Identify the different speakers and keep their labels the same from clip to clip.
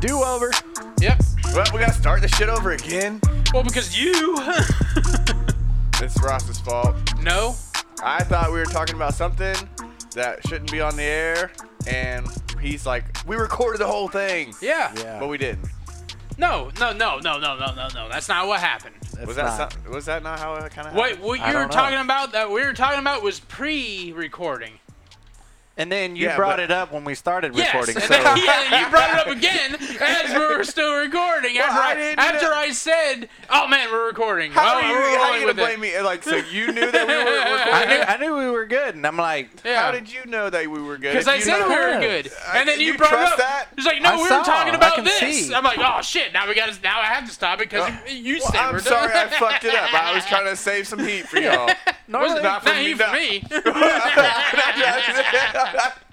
Speaker 1: Do over.
Speaker 2: Yep.
Speaker 1: What? We gotta start this shit over again?
Speaker 2: Well, because you.
Speaker 1: It's Ross's fault.
Speaker 2: no.
Speaker 1: I thought we were talking about something that shouldn't be on the air, and he's like, "We recorded the whole thing."
Speaker 2: Yeah.
Speaker 3: Yeah.
Speaker 1: But we didn't.
Speaker 2: No, no, no, no, no, no, no, no. That's not what happened.
Speaker 3: That's
Speaker 1: was that
Speaker 3: not-
Speaker 1: some- was that not how it kind of?
Speaker 2: What what
Speaker 3: I
Speaker 2: you were
Speaker 3: don't know.
Speaker 2: talking about that we were talking about was pre-recording.
Speaker 3: And then you
Speaker 1: Yeah,
Speaker 3: brought
Speaker 1: but-
Speaker 3: it up when we started
Speaker 2: Yes,
Speaker 3: recording.
Speaker 2: and
Speaker 3: So
Speaker 2: then- yeah, you brought it up again as we were still recording. after
Speaker 1: I
Speaker 2: I,
Speaker 1: didn't
Speaker 2: after
Speaker 1: know-
Speaker 2: I said, "Oh man, we're recording."
Speaker 1: How
Speaker 2: well,
Speaker 1: are
Speaker 2: we're
Speaker 1: you, how
Speaker 2: rolling
Speaker 1: you gonna
Speaker 2: with
Speaker 1: blame
Speaker 2: it.
Speaker 1: me? Like, so you knew that we were recording.
Speaker 3: I knew I knew we were good, and I'm like,
Speaker 2: Yeah.
Speaker 1: How did you know that we were good?
Speaker 2: Because
Speaker 1: If
Speaker 2: I
Speaker 1: you
Speaker 2: said
Speaker 1: know-
Speaker 2: we
Speaker 3: Yeah.
Speaker 2: were good,
Speaker 1: I-
Speaker 2: and then you,
Speaker 1: you
Speaker 2: brought
Speaker 1: trust
Speaker 2: it up.
Speaker 1: that?
Speaker 2: It's like, no,
Speaker 3: I
Speaker 2: we
Speaker 3: saw.
Speaker 2: were talking
Speaker 3: I
Speaker 2: about
Speaker 3: can
Speaker 2: this.
Speaker 3: see.
Speaker 2: I'm like, oh shit, now we got to now I have to stop it because you you
Speaker 1: Oh. Well,
Speaker 2: said we're
Speaker 1: I'm
Speaker 2: done.
Speaker 1: sorry, I fucked it up. I was trying to save some heat for y'all.
Speaker 3: normally,
Speaker 1: not for
Speaker 2: Not
Speaker 1: me,
Speaker 2: you
Speaker 1: no.
Speaker 2: for me.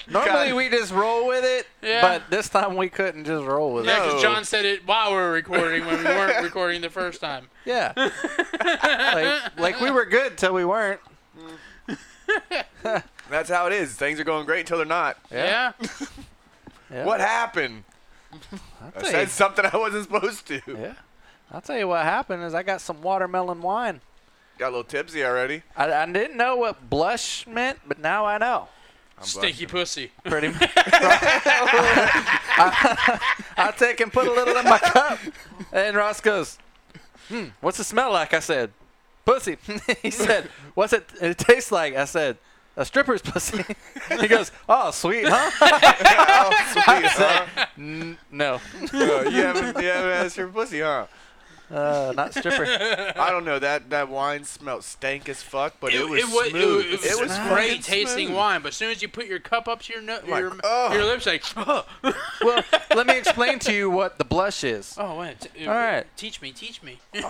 Speaker 3: normally we just roll with it,
Speaker 2: Yeah.
Speaker 3: but this time we couldn't just roll with
Speaker 2: Yeah,
Speaker 3: it.
Speaker 1: No.
Speaker 2: because John said it while we were recording when we weren't recording the first time.
Speaker 3: Yeah, like, like we were good till we weren't.
Speaker 1: That's how it is. Things are going great until they're not.
Speaker 2: Yeah.
Speaker 3: Yeah.
Speaker 1: What happened?
Speaker 3: I'll
Speaker 1: I
Speaker 3: tell
Speaker 1: said
Speaker 3: you,
Speaker 1: something I wasn't supposed to.
Speaker 3: yeah, I'll tell you what happened is I got some watermelon wine.
Speaker 1: Got a little tipsy already.
Speaker 3: I, I didn't know what blush meant, but now I know.
Speaker 2: Stinky pussy.
Speaker 3: Pretty much. I, I take and put a little in my cup, and Ross goes, "Hmm, what's it smell like?" I said, "Pussy." he said, "What's it? It tastes like?" I said, "A stripper's pussy." he goes, "Oh, sweet, huh?"
Speaker 1: Oh, sweet, huh?
Speaker 3: N- no,
Speaker 1: Uh, you haven't, you haven't asked your pussy, huh?
Speaker 3: uh, not stripper.
Speaker 1: I don't know. That that wine smelled stank as fuck, but it, was
Speaker 2: wa- it
Speaker 1: smooth.
Speaker 2: was, it was
Speaker 1: fucking
Speaker 2: great tasting
Speaker 1: smooth.
Speaker 2: wine, but as soon as you put your cup up to your no-
Speaker 1: Like,
Speaker 2: your,
Speaker 1: oh.
Speaker 2: your lips, like, oh,
Speaker 3: Well, let me explain to you what the blush is.
Speaker 2: oh wait, t-
Speaker 3: All right.
Speaker 2: teach me, teach me.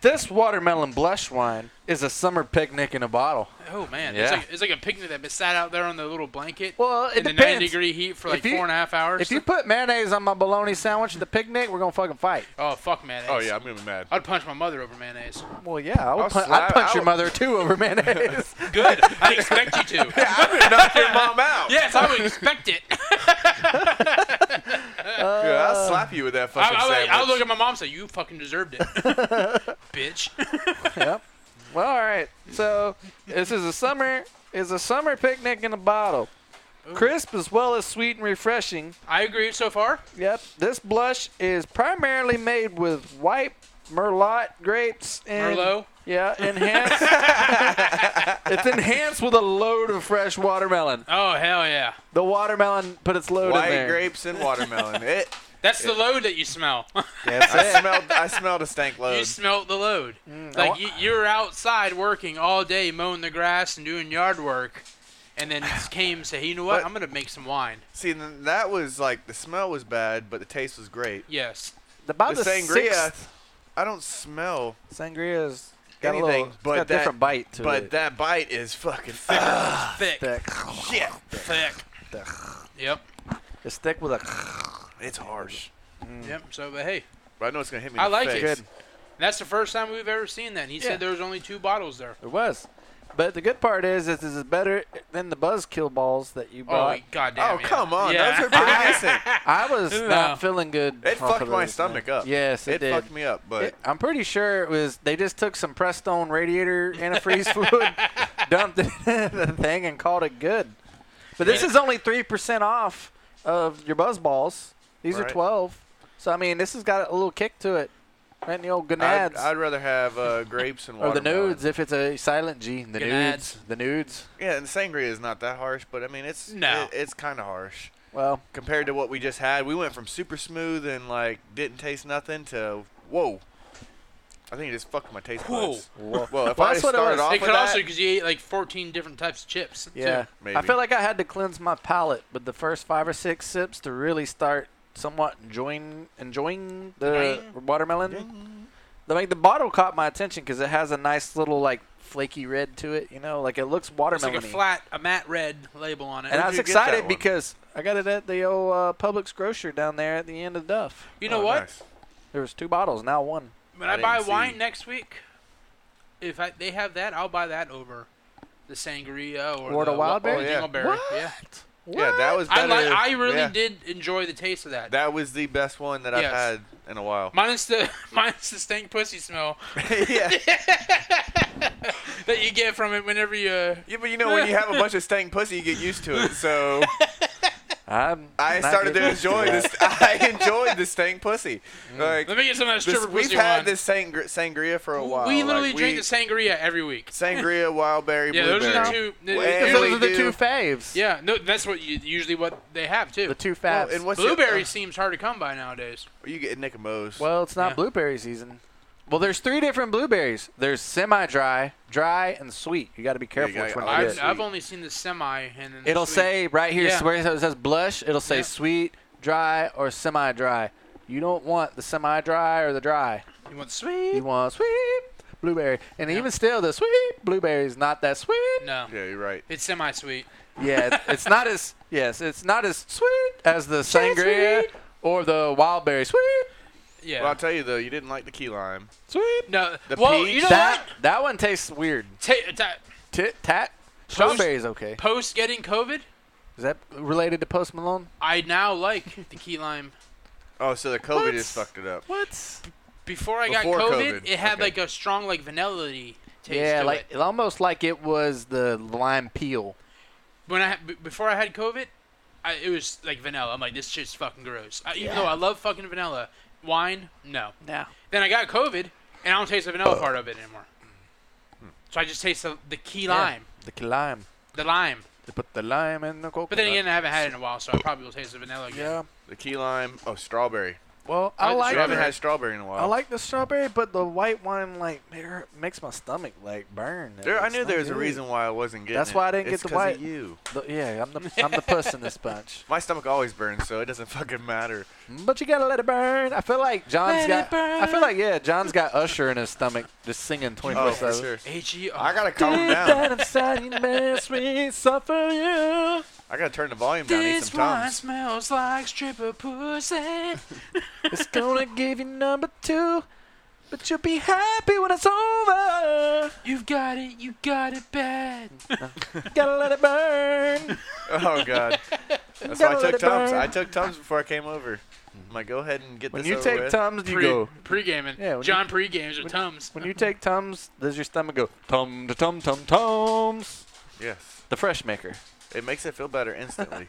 Speaker 3: This watermelon blush wine is a summer picnic in a bottle.
Speaker 2: Oh man,
Speaker 3: Yeah.
Speaker 2: it's, like, it's like a picnic that sat out there on the little blanket
Speaker 3: Well, it
Speaker 2: in the
Speaker 3: depends.
Speaker 2: ninety degree heat for like
Speaker 3: If you-
Speaker 2: four and a half hours.
Speaker 3: If you put mayonnaise on my bologna sandwich at the picnic, we're gonna fucking fight.
Speaker 2: oh fuck mayonnaise.
Speaker 1: Oh yeah, I'm gonna be mad.
Speaker 2: I'd punch my mother over mayonnaise.
Speaker 3: Well, yeah, I would
Speaker 1: I'll
Speaker 3: pun-
Speaker 1: slap-
Speaker 3: I'd punch
Speaker 1: I
Speaker 3: your
Speaker 1: would-
Speaker 3: mother too over mayonnaise.
Speaker 2: Good. I expect you to.
Speaker 1: I'm gonna knock your mom out.
Speaker 2: Yes, I would expect it.
Speaker 1: Yeah, I'll slap you with that
Speaker 2: I,
Speaker 1: fucking
Speaker 2: I, would-
Speaker 1: sandwich.
Speaker 2: I would look at my mom and say, "You fucking deserved it, bitch."
Speaker 3: yep. Well, all right. So this is a summer is a summer picnic in a bottle, crisp as well as sweet and refreshing.
Speaker 2: I agree so far.
Speaker 3: Yep. This blush is primarily made with white merlot grapes and
Speaker 2: Merlot.
Speaker 3: Yeah, enhanced. it's enhanced with a load of fresh watermelon.
Speaker 2: Oh hell yeah.
Speaker 3: The watermelon put its load in
Speaker 1: White
Speaker 3: there.
Speaker 1: grapes and watermelon. It.
Speaker 2: That's the load that you smell.
Speaker 3: That's
Speaker 1: I
Speaker 3: it.
Speaker 1: smelled. I smelled a stank
Speaker 2: you
Speaker 1: load.
Speaker 2: smelt the load.
Speaker 3: I wa-
Speaker 2: like you, you were outside working all day, mowing the grass and doing yard work, and then just came and said, "You know what?
Speaker 1: But-
Speaker 2: I'm gonna make some wine."
Speaker 1: See, th- that was like the smell was bad, but the taste was great.
Speaker 2: Yes.
Speaker 3: About
Speaker 1: the
Speaker 3: the
Speaker 1: sangria,
Speaker 3: sixth-
Speaker 1: I don't smell,
Speaker 3: Sangria's got a
Speaker 1: Anything,
Speaker 3: little, it's
Speaker 1: but
Speaker 3: got
Speaker 1: that-
Speaker 3: different bite to
Speaker 1: but
Speaker 3: it.
Speaker 1: that bite is fucking Ah,
Speaker 2: Thick. Thick.
Speaker 3: thick.
Speaker 1: shit.
Speaker 2: Thick. Yep.
Speaker 3: It's thick with a.
Speaker 1: It's harsh.
Speaker 2: Yep. So, but hey,
Speaker 1: But I know it's gonna hit me.
Speaker 2: I
Speaker 1: in the
Speaker 2: like it.
Speaker 1: face. Oh,
Speaker 3: Good.
Speaker 2: that's the first time we've ever seen that. And he
Speaker 3: Yeah.
Speaker 2: said there was only two bottles there.
Speaker 3: It was, but the good part is, is this is better than the buzzkill balls that you
Speaker 2: Oh,
Speaker 3: bought.
Speaker 2: goddamn.
Speaker 1: Oh
Speaker 2: yeah.
Speaker 1: come on,
Speaker 2: Yeah.
Speaker 1: those are pretty innocent.
Speaker 3: I was
Speaker 2: No.
Speaker 3: not feeling good.
Speaker 1: It
Speaker 3: off
Speaker 1: fucked
Speaker 3: of
Speaker 1: my
Speaker 3: those,
Speaker 1: stomach
Speaker 3: man.
Speaker 1: up.
Speaker 3: Yes, it,
Speaker 1: It
Speaker 3: did.
Speaker 1: fucked me up, but
Speaker 3: It- I'm pretty sure it was they just took some Prestone radiator antifreeze fluid, dumped it in the thing, and called it good. But this
Speaker 2: Yeah.
Speaker 3: is only three percent off of your buzz balls. These are
Speaker 1: Right.
Speaker 3: twelve, so I mean this has got a little kick to it, right in the old
Speaker 1: I'd,
Speaker 3: gonads.
Speaker 1: I'd rather have uh, grapes and
Speaker 3: Or the
Speaker 1: watermelon.
Speaker 3: nudes, if it's a silent G. The
Speaker 2: Gonads.
Speaker 3: nudes. The nudes.
Speaker 1: Yeah, and sangria is not that harsh, but I mean it's
Speaker 2: No.
Speaker 1: it- it's kind of harsh
Speaker 3: Well,
Speaker 1: compared to what we just had. We went from super smooth and like didn't taste nothing to whoa. I think it just fucked my taste
Speaker 2: Whoa.
Speaker 1: buds.
Speaker 3: Whoa.
Speaker 1: Well, if
Speaker 3: Well,
Speaker 1: I
Speaker 3: that's what it
Speaker 1: started
Speaker 3: was.
Speaker 1: off
Speaker 2: It
Speaker 1: with
Speaker 2: could also
Speaker 1: that,
Speaker 2: because you ate like 14 different types of chips. too.
Speaker 3: yeah. I
Speaker 1: Maybe.
Speaker 3: feel like I had to cleanse my palate with the first five or six sips to really start somewhat enjoying enjoying the
Speaker 2: Enjoying.
Speaker 3: watermelon. The, like the bottle caught my attention because it has a nice little like flaky red to it. You know, like it looks
Speaker 2: It's like
Speaker 3: watermelon.
Speaker 2: a flat, a matte red label on it.
Speaker 3: and I
Speaker 1: Where'd
Speaker 3: was
Speaker 1: you get that
Speaker 3: excited
Speaker 1: one?
Speaker 3: because I got it at the old uh, Publix grocer down there at the end of Duff.
Speaker 2: you know
Speaker 1: Oh,
Speaker 2: what?
Speaker 1: nice.
Speaker 3: There was two bottles, now one.
Speaker 2: When
Speaker 1: I
Speaker 2: I,
Speaker 1: didn't
Speaker 2: buy
Speaker 1: see.
Speaker 2: wine next week, if I, they have that, I'll buy that over the sangria or,
Speaker 3: Or the wild
Speaker 2: wa- or
Speaker 1: berry? Oh, yeah.
Speaker 2: dingleberry. Yeah,
Speaker 1: Yeah, that was
Speaker 2: I
Speaker 1: better.
Speaker 2: like. I really
Speaker 1: yeah.
Speaker 2: did enjoy the taste of that.
Speaker 1: That was the best one that
Speaker 2: Yes.
Speaker 1: I've had in a while.
Speaker 2: minus the minus the stank pussy smell
Speaker 1: yeah.
Speaker 2: that you get from it whenever you. Uh,
Speaker 1: yeah, but you know when you have a bunch of stank pussy, you get used to it. So
Speaker 3: I'm
Speaker 1: I
Speaker 3: not
Speaker 1: started to
Speaker 3: getting used
Speaker 1: enjoy
Speaker 3: that.
Speaker 1: this. I enjoyed the stank pussy. Like
Speaker 2: Mm. let me get some of that
Speaker 1: this,
Speaker 2: stripper
Speaker 1: we've
Speaker 2: pussy
Speaker 1: had
Speaker 2: wine.
Speaker 1: this sangri- sangria for a while.
Speaker 2: we literally
Speaker 1: like,
Speaker 2: drink
Speaker 1: we-
Speaker 2: the sangria every week.
Speaker 1: sangria, wild berry,
Speaker 2: Yeah,
Speaker 1: blueberry.
Speaker 2: those are the two. the-
Speaker 1: Well,
Speaker 2: usually-
Speaker 3: Because those are the
Speaker 1: do.
Speaker 3: two faves.
Speaker 2: yeah, no, that's what you, usually what they have too.
Speaker 3: The two
Speaker 1: Well,
Speaker 3: faves.
Speaker 1: and what's your-
Speaker 2: Blueberry seems hard to come by nowadays.
Speaker 1: You get Nicomo's.
Speaker 3: Well, it's not
Speaker 2: Yeah.
Speaker 3: blueberry season. Well, there's three different blueberries. There's semi-dry, dry, and sweet. You got to be careful
Speaker 1: gotta
Speaker 3: which one
Speaker 1: Oh,
Speaker 3: you
Speaker 1: always-
Speaker 2: I've,
Speaker 3: get.
Speaker 1: yeah.
Speaker 2: I've only seen the semi and then the
Speaker 3: It'll
Speaker 2: sweet.
Speaker 3: say right here
Speaker 2: Yeah.
Speaker 3: where it says blush. It'll say
Speaker 2: Yeah.
Speaker 3: sweet, dry, or semi-dry. You don't want the semi-dry or the dry.
Speaker 2: you want sweet.
Speaker 3: You want sweet blueberry, and
Speaker 2: Yeah.
Speaker 3: even still, the sweet blueberry is not that sweet.
Speaker 2: no,
Speaker 1: yeah, you're right.
Speaker 2: it's semi-sweet.
Speaker 3: Yeah, it- it's not as yes, it's not as sweet as the sangria
Speaker 2: sweet.
Speaker 3: or the wild berry. Sweet,
Speaker 2: Yeah.
Speaker 1: Well, I'll tell you though, you didn't like the key lime.
Speaker 3: sweet.
Speaker 2: no.
Speaker 1: the
Speaker 2: well,
Speaker 1: peach-
Speaker 2: you know
Speaker 3: that
Speaker 2: what?
Speaker 3: that one tastes weird.
Speaker 2: Ta- ta-
Speaker 3: Tit tat. Strawberry's okay.
Speaker 2: post getting COVID,
Speaker 3: Is that related to Post Malone?
Speaker 2: I now like the key lime.
Speaker 1: Oh, so the COVID just
Speaker 3: What?
Speaker 1: fucked it up.
Speaker 3: What?
Speaker 2: Before I
Speaker 1: Before
Speaker 2: got COVID,
Speaker 1: COVID,
Speaker 2: it had
Speaker 1: okay.
Speaker 2: like a strong like vanilla taste.
Speaker 3: yeah,
Speaker 2: to
Speaker 3: like
Speaker 2: it.
Speaker 3: almost like it was the lime peel.
Speaker 2: when I b- before I had COVID, I, it was like vanilla. I'm like, this shit's fucking gross. I, even
Speaker 3: Yeah.
Speaker 2: though I love fucking vanilla, wine, no.
Speaker 3: No.
Speaker 2: Then I got COVID, and I don't taste the vanilla part of it anymore.
Speaker 1: Hmm.
Speaker 2: So I just taste the, the key lime,
Speaker 3: The k- lime.
Speaker 2: the lime.
Speaker 3: They put the lime in the coconut.
Speaker 2: But then again, I haven't had it in a while, so I probably will taste the vanilla again.
Speaker 3: yeah.
Speaker 1: The key lime. Oh, strawberry.
Speaker 3: Well, I
Speaker 2: I
Speaker 1: I
Speaker 3: like
Speaker 2: just
Speaker 1: haven't
Speaker 3: the,
Speaker 1: had strawberry in a while.
Speaker 3: I like the strawberry, but the white wine like it hurt- makes my stomach like burn. It-
Speaker 1: There, I
Speaker 3: it's
Speaker 1: knew
Speaker 3: not
Speaker 1: there was a
Speaker 3: good.
Speaker 1: reason why I wasn't getting.
Speaker 3: That's
Speaker 1: it.
Speaker 3: why I didn't
Speaker 1: It's
Speaker 3: get the
Speaker 1: 'cause of
Speaker 3: white-
Speaker 1: You.
Speaker 3: The- yeah, I'm the I'm the puss in this bunch.
Speaker 1: My stomach always burns, so it doesn't fucking matter.
Speaker 3: But you gotta let it burn. I feel like John's
Speaker 2: Let it
Speaker 3: got. I feel like yeah, John's got Usher in his stomach, just singing 24
Speaker 1: Oh, for
Speaker 3: seven.
Speaker 1: sure.
Speaker 2: H E
Speaker 1: I
Speaker 2: R.
Speaker 1: gotta
Speaker 3: Deep
Speaker 1: calm down.
Speaker 3: down inside you makes me suffer you.
Speaker 1: I gotta turn the volume down. Eat
Speaker 2: This
Speaker 1: some
Speaker 2: wine
Speaker 1: tums.
Speaker 2: smells like stripper pussy.
Speaker 3: It's gonna give you number two, but you'll be happy when it's over.
Speaker 2: You've got it, you got it bad.
Speaker 3: Gotta let it burn.
Speaker 1: Oh god. That's
Speaker 3: Gotta
Speaker 1: why I
Speaker 3: let
Speaker 1: took
Speaker 3: it
Speaker 1: tums.
Speaker 3: burn.
Speaker 1: I took tums before I came over. I'm like, go ahead and get
Speaker 3: When
Speaker 1: this
Speaker 3: you
Speaker 1: over
Speaker 3: take
Speaker 1: with.
Speaker 3: tums, you
Speaker 2: Pre
Speaker 3: go.
Speaker 2: pre gaming.
Speaker 3: Yeah, when you-
Speaker 2: John pre games with
Speaker 3: when-
Speaker 2: Tums.
Speaker 3: When you take tums, does your stomach go tum to tum tum tums?
Speaker 1: Yes.
Speaker 3: The fresh maker.
Speaker 1: It makes it feel better instantly.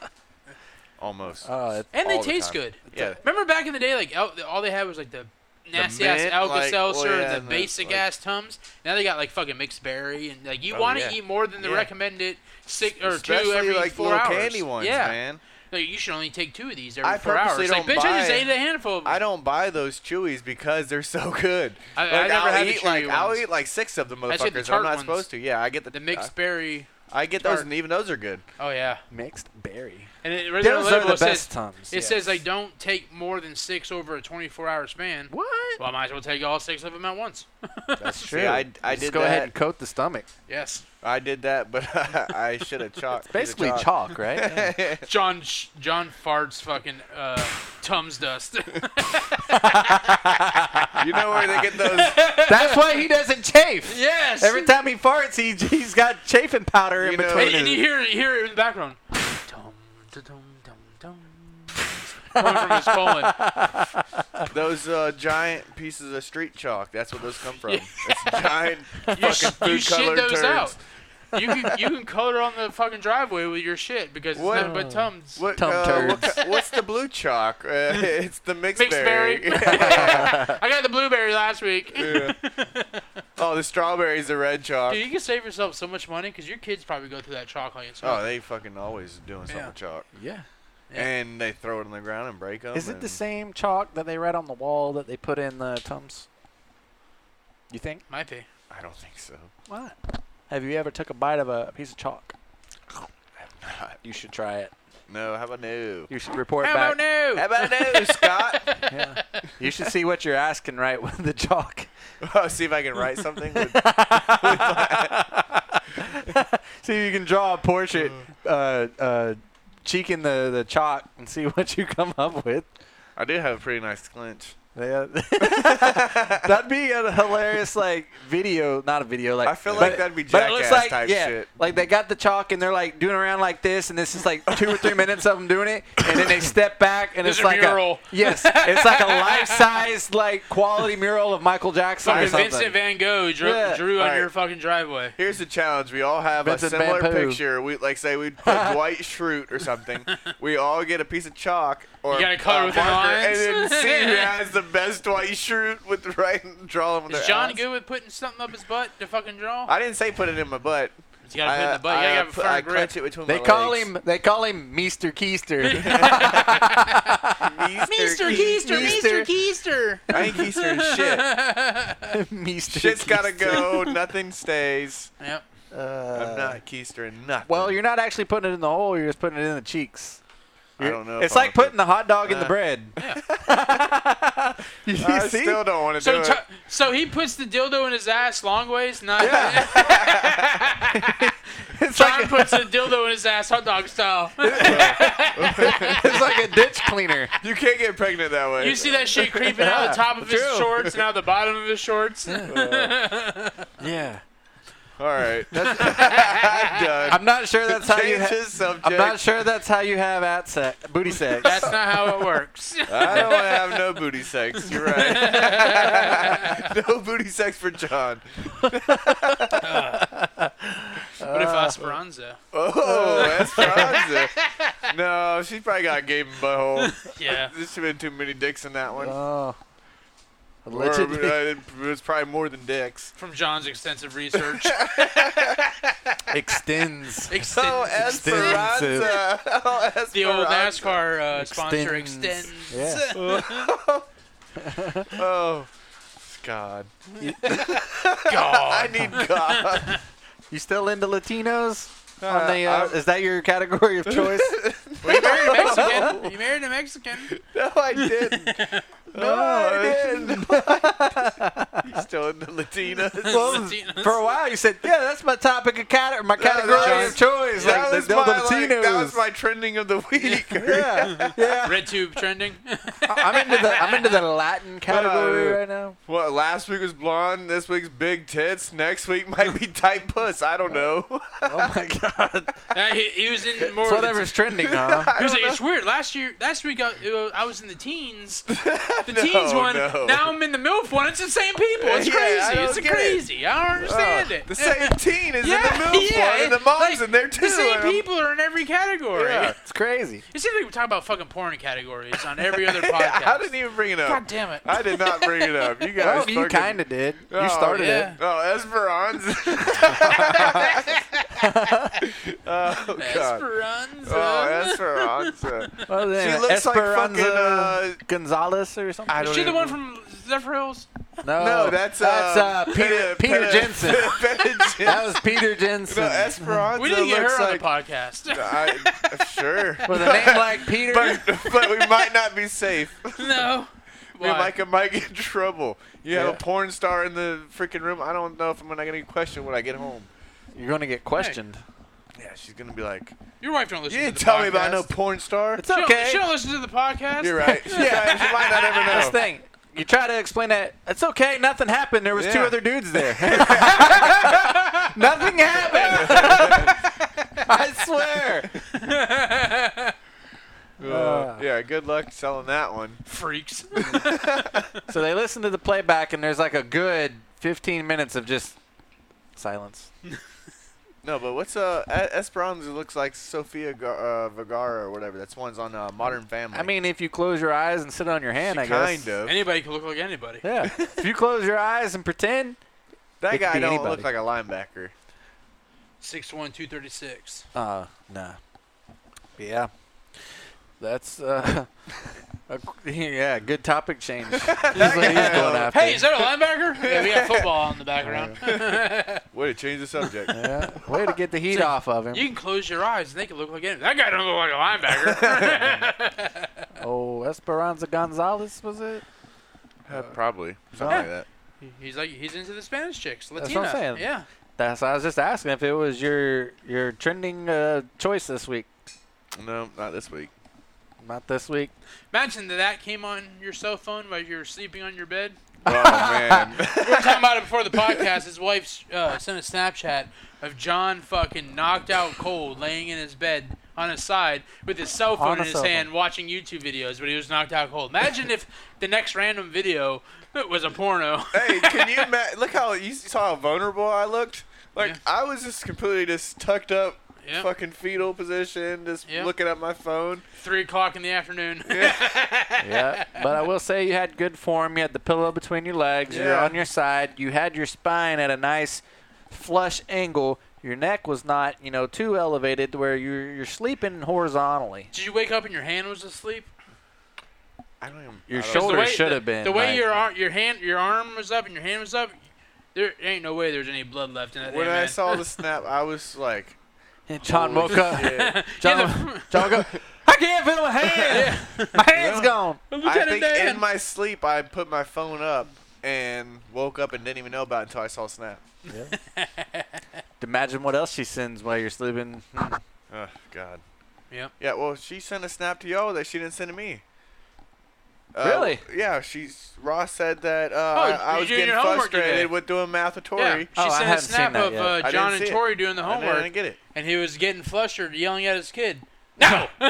Speaker 1: Almost.
Speaker 3: Uh, it-
Speaker 2: and they
Speaker 1: all the
Speaker 2: taste
Speaker 1: time.
Speaker 2: good.
Speaker 1: yeah.
Speaker 2: Remember back in the day, like el- all they had was like the nasty ass
Speaker 1: mint,
Speaker 2: Alka
Speaker 1: like,
Speaker 2: Seltzer,
Speaker 1: well, yeah,
Speaker 2: the
Speaker 1: and the,
Speaker 2: basic
Speaker 1: like-
Speaker 2: ass Tums. Now they got like fucking mixed berry, and like you
Speaker 1: Oh,
Speaker 2: want to
Speaker 1: yeah.
Speaker 2: eat more than the
Speaker 1: Yeah.
Speaker 2: recommended six or
Speaker 1: Especially
Speaker 2: two every
Speaker 1: like
Speaker 2: four
Speaker 1: little
Speaker 2: hours.
Speaker 1: candy ones,
Speaker 2: yeah,
Speaker 1: man.
Speaker 2: Like, you should only take two of these every
Speaker 1: I
Speaker 2: four hours.
Speaker 1: purposely
Speaker 2: like,
Speaker 1: don't
Speaker 2: bitch, I just
Speaker 1: buy-
Speaker 2: ate a handful of them.
Speaker 1: I don't buy those chewies because they're so good.
Speaker 2: I- I
Speaker 1: like,
Speaker 2: never
Speaker 1: will
Speaker 2: had the
Speaker 1: eat like
Speaker 2: chewy
Speaker 1: I'll
Speaker 2: ones.
Speaker 1: eat like six of the
Speaker 2: just get the
Speaker 1: motherfuckers. I'm
Speaker 2: tart
Speaker 1: not
Speaker 2: ones.
Speaker 1: supposed to. Yeah, I get the,
Speaker 2: the mixed
Speaker 1: I-
Speaker 2: berry.
Speaker 1: I, get those,
Speaker 2: tart.
Speaker 1: and even those are good.
Speaker 2: Oh yeah,
Speaker 3: mixed berry.
Speaker 2: and it, right there on
Speaker 3: Those
Speaker 2: the
Speaker 3: are
Speaker 2: label
Speaker 3: the
Speaker 2: it says
Speaker 3: best tums.
Speaker 2: it says like don't take more than six over a 24 hour span.
Speaker 3: what?
Speaker 2: Well, I might as well take all six of them at once.
Speaker 3: That's
Speaker 1: See,
Speaker 3: true.
Speaker 1: I- I
Speaker 3: Just
Speaker 1: did
Speaker 3: go ahead
Speaker 1: that.
Speaker 3: and coat the stomach.
Speaker 2: Yes,
Speaker 1: I did that, but I should have chalked. shoulda
Speaker 3: Basically
Speaker 1: chalked.
Speaker 3: chalk, right? Yeah.
Speaker 2: John sh- John farts fucking uh, Tums dust.
Speaker 1: you know where they get those?
Speaker 3: That's why he doesn't chafe.
Speaker 2: yes,
Speaker 3: Every time he farts, he he's got chafing powder in
Speaker 1: You know-
Speaker 3: between.
Speaker 2: And, and you
Speaker 3: his-
Speaker 2: hear you hear it in the background. Dum, da, dum, dum, dum. Coming from his colon.
Speaker 1: Those uh, giant pieces of street chalk. That's where those come from. It's giant
Speaker 2: You, sh-
Speaker 1: fucking
Speaker 2: you
Speaker 1: food
Speaker 2: shit
Speaker 1: colored
Speaker 2: those
Speaker 1: turds.
Speaker 2: out. You can you can color on the fucking driveway with your shit because it's
Speaker 1: What?
Speaker 2: nothing but tums.
Speaker 1: What,
Speaker 3: Tum
Speaker 1: uh, what
Speaker 3: turds.
Speaker 1: ki- what's the blue chalk? Uh, it's the mixed,
Speaker 2: Mixed berry. I got the blueberry last week.
Speaker 1: Yeah. oh, the strawberry's the red chalk.
Speaker 2: Dude, you can save yourself so much money because your kids probably go through that chocolate.
Speaker 1: Oh,
Speaker 2: And stuff.
Speaker 1: they fucking always doing something
Speaker 2: Yeah.
Speaker 1: with chalk.
Speaker 3: yeah.
Speaker 2: Yeah.
Speaker 1: And they throw it on the ground and break them.
Speaker 3: Is it the same chalk that they write on the wall that they put in the tums? You think?
Speaker 2: might be.
Speaker 1: I don't think so.
Speaker 3: What? Have you ever took a bite of a piece of chalk? You should try it.
Speaker 1: No, how about no?
Speaker 3: You should report
Speaker 2: How
Speaker 3: back.
Speaker 2: about no?
Speaker 1: How about no, Scott?
Speaker 3: Yeah. You should see what you're asking right with the chalk.
Speaker 1: I'll see if I can write something. With,
Speaker 3: See if you can draw a portrait, uh, uh, cheek in the, the chalk, and see what you come up with.
Speaker 1: I do have a pretty nice clinch.
Speaker 3: Yeah. that'd be a hilarious like video, not a video. Like
Speaker 1: I feel
Speaker 3: but-
Speaker 1: like that'd be
Speaker 3: but it looks
Speaker 1: jackass
Speaker 3: like,
Speaker 1: type
Speaker 3: yeah,
Speaker 1: shit.
Speaker 3: Like they got the chalk and they're like doing around like this, and this is like two or three minutes of them doing it, and then they step back and
Speaker 2: There's
Speaker 3: it's
Speaker 2: a
Speaker 3: like
Speaker 2: mural.
Speaker 3: yes, it's like a life size like quality mural of Michael Jackson or
Speaker 2: Fucking
Speaker 3: something.
Speaker 2: Vincent Van Gogh drew,
Speaker 3: Yeah.
Speaker 2: drew on
Speaker 1: Alright.
Speaker 2: your fucking driveway.
Speaker 1: Here's the challenge: we all have
Speaker 3: Vincent
Speaker 1: a similar
Speaker 3: Van Pooh.
Speaker 1: picture. We like say we put Dwight Schrute or something. We all get a piece of chalk or
Speaker 2: You gotta color
Speaker 1: uh,
Speaker 2: with the
Speaker 1: marker
Speaker 2: lines.
Speaker 1: and then see who has the best Dwight Schrute with the right draw them. With
Speaker 2: Is
Speaker 1: their
Speaker 2: John
Speaker 1: ass.
Speaker 2: good with putting something up his butt to fucking draw?
Speaker 1: I didn't say put it in my butt.
Speaker 2: you gotta put it in
Speaker 1: I,
Speaker 2: the butt. You
Speaker 1: I,
Speaker 2: gotta have a
Speaker 1: put-
Speaker 2: firm
Speaker 1: I
Speaker 2: grip.
Speaker 1: clench it between
Speaker 3: They
Speaker 1: my
Speaker 3: call
Speaker 1: legs.
Speaker 3: him. They call him Meester Keister.
Speaker 1: Meester
Speaker 3: Meester.
Speaker 2: Keister.
Speaker 1: I ain't Keister is shit.
Speaker 3: Meester.
Speaker 1: Shit's gotta
Speaker 3: Keister.
Speaker 1: go. Nothing stays.
Speaker 2: Yep.
Speaker 3: Uh,
Speaker 1: I'm not Keistering nothing.
Speaker 3: Well, you're not actually putting it in the hole. You're just putting it in the cheeks.
Speaker 1: I don't know.
Speaker 3: It's
Speaker 1: if I
Speaker 3: like
Speaker 1: want
Speaker 3: putting the hot dog in the
Speaker 1: Uh,
Speaker 3: bread. you
Speaker 1: to- I
Speaker 3: see?
Speaker 1: still don't want to
Speaker 2: So,
Speaker 1: do
Speaker 2: t-
Speaker 1: it.
Speaker 2: so he puts the dildo in his ass long ways. Not
Speaker 3: it's,
Speaker 2: John
Speaker 3: like a,
Speaker 2: puts the dildo in his ass hot dog style.
Speaker 3: it's like a ditch cleaner.
Speaker 1: You can't get pregnant that way.
Speaker 2: you see that shit creeping out the top of his
Speaker 3: True.
Speaker 2: shorts and out the bottom of his shorts.
Speaker 3: Yeah.
Speaker 1: All right. That's, I'm done.
Speaker 3: I'm not sure that's how you.
Speaker 1: Change
Speaker 3: Ha-
Speaker 1: his subject.
Speaker 3: I'm not sure that's how you have at sex, booty sex.
Speaker 2: That's not how it works.
Speaker 1: I don't want to have no booty sex. You're right. no booty sex for John.
Speaker 2: what if Esperanza?
Speaker 1: Oh, that's Franza. No, she's probably got gaping butthole.
Speaker 2: Yeah.
Speaker 1: There's been too many dicks in that one.
Speaker 3: oh.
Speaker 1: Or, uh,
Speaker 3: Allegedly.
Speaker 1: it was probably more than dicks.
Speaker 2: From John's extensive research.
Speaker 3: extends.
Speaker 1: Oh,
Speaker 2: Extends.
Speaker 3: Extensive.
Speaker 1: Esperanza. Oh, Esperanza.
Speaker 2: The old NASCAR uh, sponsor
Speaker 3: Extends.
Speaker 2: extends.
Speaker 3: Yeah.
Speaker 1: Oh, God. I
Speaker 2: God.
Speaker 1: need God.
Speaker 3: You still into Latinos? On
Speaker 1: Uh,
Speaker 3: the, uh,
Speaker 1: I'm-
Speaker 3: is that your category of choice?
Speaker 2: Well, you married a Mexican. You married a Mexican.
Speaker 1: No, I didn't. No,
Speaker 2: Oh,
Speaker 1: I didn't. He's still in the Latinas.
Speaker 3: Well,
Speaker 2: Latinos.
Speaker 3: for a while you said, "Yeah, that's my topic of cat- my category
Speaker 1: was-
Speaker 3: of choice."
Speaker 1: that,
Speaker 3: like
Speaker 1: was
Speaker 3: the,
Speaker 1: my,
Speaker 3: the
Speaker 1: like, that was
Speaker 3: Latinos.
Speaker 1: my trending of the week.
Speaker 3: yeah, yeah.
Speaker 2: Red tube trending.
Speaker 3: I'm into the I'm into the Latin category
Speaker 1: Uh,
Speaker 3: right now.
Speaker 1: What? Last week was blonde. This week's big tits. Next week might be tight puss. I don't know.
Speaker 3: Oh my god,
Speaker 2: Uh, he, he was in more.
Speaker 3: it's
Speaker 2: of the
Speaker 3: whatever's trending, huh?
Speaker 2: He was like, it's weird. Last year, last week I, uh, I was in the teens, the
Speaker 1: No,
Speaker 2: teens one.
Speaker 1: no.
Speaker 2: Now I'm in the milf one. It's the same people. It's
Speaker 1: Yeah, I
Speaker 2: crazy.
Speaker 1: don't
Speaker 2: It's
Speaker 1: get it. Oh,
Speaker 2: crazy. I don't understand it.
Speaker 1: the same teen is
Speaker 2: yeah,
Speaker 1: in the milf
Speaker 2: yeah,
Speaker 1: one,
Speaker 2: it-
Speaker 1: and the mom's
Speaker 2: like,
Speaker 1: in there too.
Speaker 2: The same
Speaker 1: and I'm-
Speaker 2: people are in every category.
Speaker 1: Yeah.
Speaker 3: It's crazy.
Speaker 2: It seems like we talk about fucking porn categories on every other podcast.
Speaker 1: I didn't even bring it up.
Speaker 2: God damn it.
Speaker 1: I did not bring it up. You guys,
Speaker 3: Well, you
Speaker 1: fucking-
Speaker 3: kind of did. You
Speaker 1: Oh,
Speaker 3: started
Speaker 2: yeah.
Speaker 3: it.
Speaker 1: Oh, Esperanza. oh God.
Speaker 2: Esperanza.
Speaker 1: Oh, Esperanza.
Speaker 3: Well,
Speaker 1: She
Speaker 3: then,
Speaker 1: looks like
Speaker 3: Esperanza
Speaker 1: fucking, uh,
Speaker 3: Gonzalez or something.
Speaker 1: I
Speaker 2: Is
Speaker 1: don't
Speaker 2: she the
Speaker 1: even-
Speaker 2: one from Zephyr Hills?
Speaker 3: no,
Speaker 1: No, that's uh,
Speaker 3: that's uh, Peter
Speaker 1: Peta-
Speaker 3: Peter
Speaker 1: Peta-
Speaker 3: Jensen.
Speaker 1: Peta Jensen.
Speaker 3: that was Peter Jensen.
Speaker 1: no, Esperanza
Speaker 2: We need to get
Speaker 1: looks
Speaker 2: her on
Speaker 1: like
Speaker 2: the podcast.
Speaker 1: I, sure.
Speaker 3: With a name like Peter.
Speaker 1: but, but we might not be safe.
Speaker 2: no.
Speaker 1: We
Speaker 2: Why?
Speaker 1: might, might get in trouble. You have
Speaker 3: Yeah.
Speaker 1: a porn star in the freaking room. I don't know if I'm not gonna get questioned when I get home.
Speaker 3: You're gonna get questioned.
Speaker 1: Yeah, she's gonna be like,
Speaker 2: Your wife don't listen
Speaker 1: "You
Speaker 2: to
Speaker 1: didn't
Speaker 2: the
Speaker 1: tell
Speaker 2: podcast.
Speaker 1: me about no porn star."
Speaker 3: It's
Speaker 2: She don't-
Speaker 3: okay.
Speaker 2: She don't listen to the podcast.
Speaker 1: You're right. She, yeah, she might not ever know.
Speaker 3: That's the thing. You try to explain that it's okay, nothing happened. There was two
Speaker 1: Yeah.
Speaker 3: other dudes there. nothing happened. I swear.
Speaker 1: Uh, yeah, good luck selling that one.
Speaker 2: Freaks.
Speaker 3: So they listen to the playback, and there's like a good 15 minutes of just silence.
Speaker 1: No, but what's uh E- Esperanza looks like Sofia Gar- uh, Vergara or whatever. That's one's on uh, Modern Family.
Speaker 3: I mean, if you close your eyes and sit on your hand,
Speaker 1: she
Speaker 3: I
Speaker 1: kind
Speaker 3: guess.
Speaker 1: of.
Speaker 2: anybody can look like anybody.
Speaker 3: Yeah. if you close your eyes and pretend,
Speaker 1: That
Speaker 3: It could
Speaker 1: guy
Speaker 3: be
Speaker 1: don't
Speaker 3: anybody.
Speaker 1: look like a linebacker.
Speaker 2: Six one two thirty six.
Speaker 3: uh, nah. Yeah. That's uh, yeah, good topic change. He's like, he's going after.
Speaker 2: Hey, is that a linebacker? yeah, we got football in the background.
Speaker 1: Way to change the subject. Uh,
Speaker 3: yeah, way to get the heat off of him.
Speaker 2: you can close your eyes and they can look like anything. That guy don't look like a linebacker.
Speaker 3: oh, Esperanza Gonzalez was it?
Speaker 1: Uh, Probably something like that.
Speaker 2: he's like he's into the Spanish chicks, Latina.
Speaker 3: That's what I'm saying.
Speaker 2: Yeah.
Speaker 3: That's I was just asking if it was your your trending uh, choice this week.
Speaker 1: No, not this week.
Speaker 3: Not this week.
Speaker 2: Imagine that that came on your cell phone while you were sleeping on your bed.
Speaker 1: Oh man.
Speaker 2: We were talking about it before the podcast. His wife uh, sent a Snapchat of John fucking knocked out cold, laying in his bed on his side with his cell
Speaker 3: On
Speaker 2: phone in his
Speaker 3: his cell
Speaker 2: hand, watching YouTube videos, but he was knocked out cold. Imagine if the next random video was a porno.
Speaker 1: hey, can you ma- look how you saw how vulnerable I looked? Like
Speaker 2: Yeah.
Speaker 1: I was just completely just tucked up,
Speaker 2: Yeah.
Speaker 1: fucking fetal position, just
Speaker 2: Yeah.
Speaker 1: looking at my phone.
Speaker 2: Three o'clock in the afternoon.
Speaker 3: yeah, but I will say you had good form. You had the pillow between your legs. You're
Speaker 1: Yeah.
Speaker 3: on your side. You had your spine at a nice flush angle. Your neck was not, you know, too elevated to where you're you're sleeping horizontally.
Speaker 2: Did you wake up and your hand was asleep?
Speaker 1: I don't even.
Speaker 3: Your
Speaker 1: I don't-
Speaker 3: shoulder-
Speaker 2: way-
Speaker 3: should have been,
Speaker 2: The way
Speaker 3: like-
Speaker 2: your arm, your hand, your arm was up and your hand was up, there ain't no way there's any blood left in that.
Speaker 1: When
Speaker 2: hand,
Speaker 1: I
Speaker 2: man.
Speaker 1: saw the snap, I was like,
Speaker 3: And John
Speaker 1: "Holy
Speaker 3: woke up.
Speaker 1: shit."
Speaker 3: John,
Speaker 2: Yeah, the-
Speaker 3: John woke up. I can't feel my hand. My hand's gone.
Speaker 1: I
Speaker 2: Lieutenant
Speaker 1: think
Speaker 2: Dan.
Speaker 1: in my sleep I put my phone up and woke up and didn't even know about it until I saw a snap.
Speaker 3: Imagine what else she sends while you're sleeping.
Speaker 1: Oh God.
Speaker 2: Yep.
Speaker 1: Yeah. Well, she sent a snap to y'all that she didn't send to me. Uh,
Speaker 3: Really?
Speaker 1: Yeah. She's Ross said that uh,
Speaker 2: Oh,
Speaker 1: I, I
Speaker 2: you
Speaker 1: was
Speaker 2: doing
Speaker 1: getting
Speaker 2: your homework today.
Speaker 1: frustrated with doing math with Tori.
Speaker 2: yeah, she
Speaker 3: Oh, I
Speaker 2: sent a
Speaker 3: hadn't seen
Speaker 2: snap
Speaker 3: that
Speaker 2: of
Speaker 3: yet.
Speaker 2: uh,
Speaker 1: didn't
Speaker 2: John and
Speaker 1: see it.
Speaker 2: Tori doing the
Speaker 1: I didn't- I
Speaker 2: homework,
Speaker 1: didn't get it.
Speaker 2: and he was getting flustered, yelling at his kid. No,
Speaker 3: no.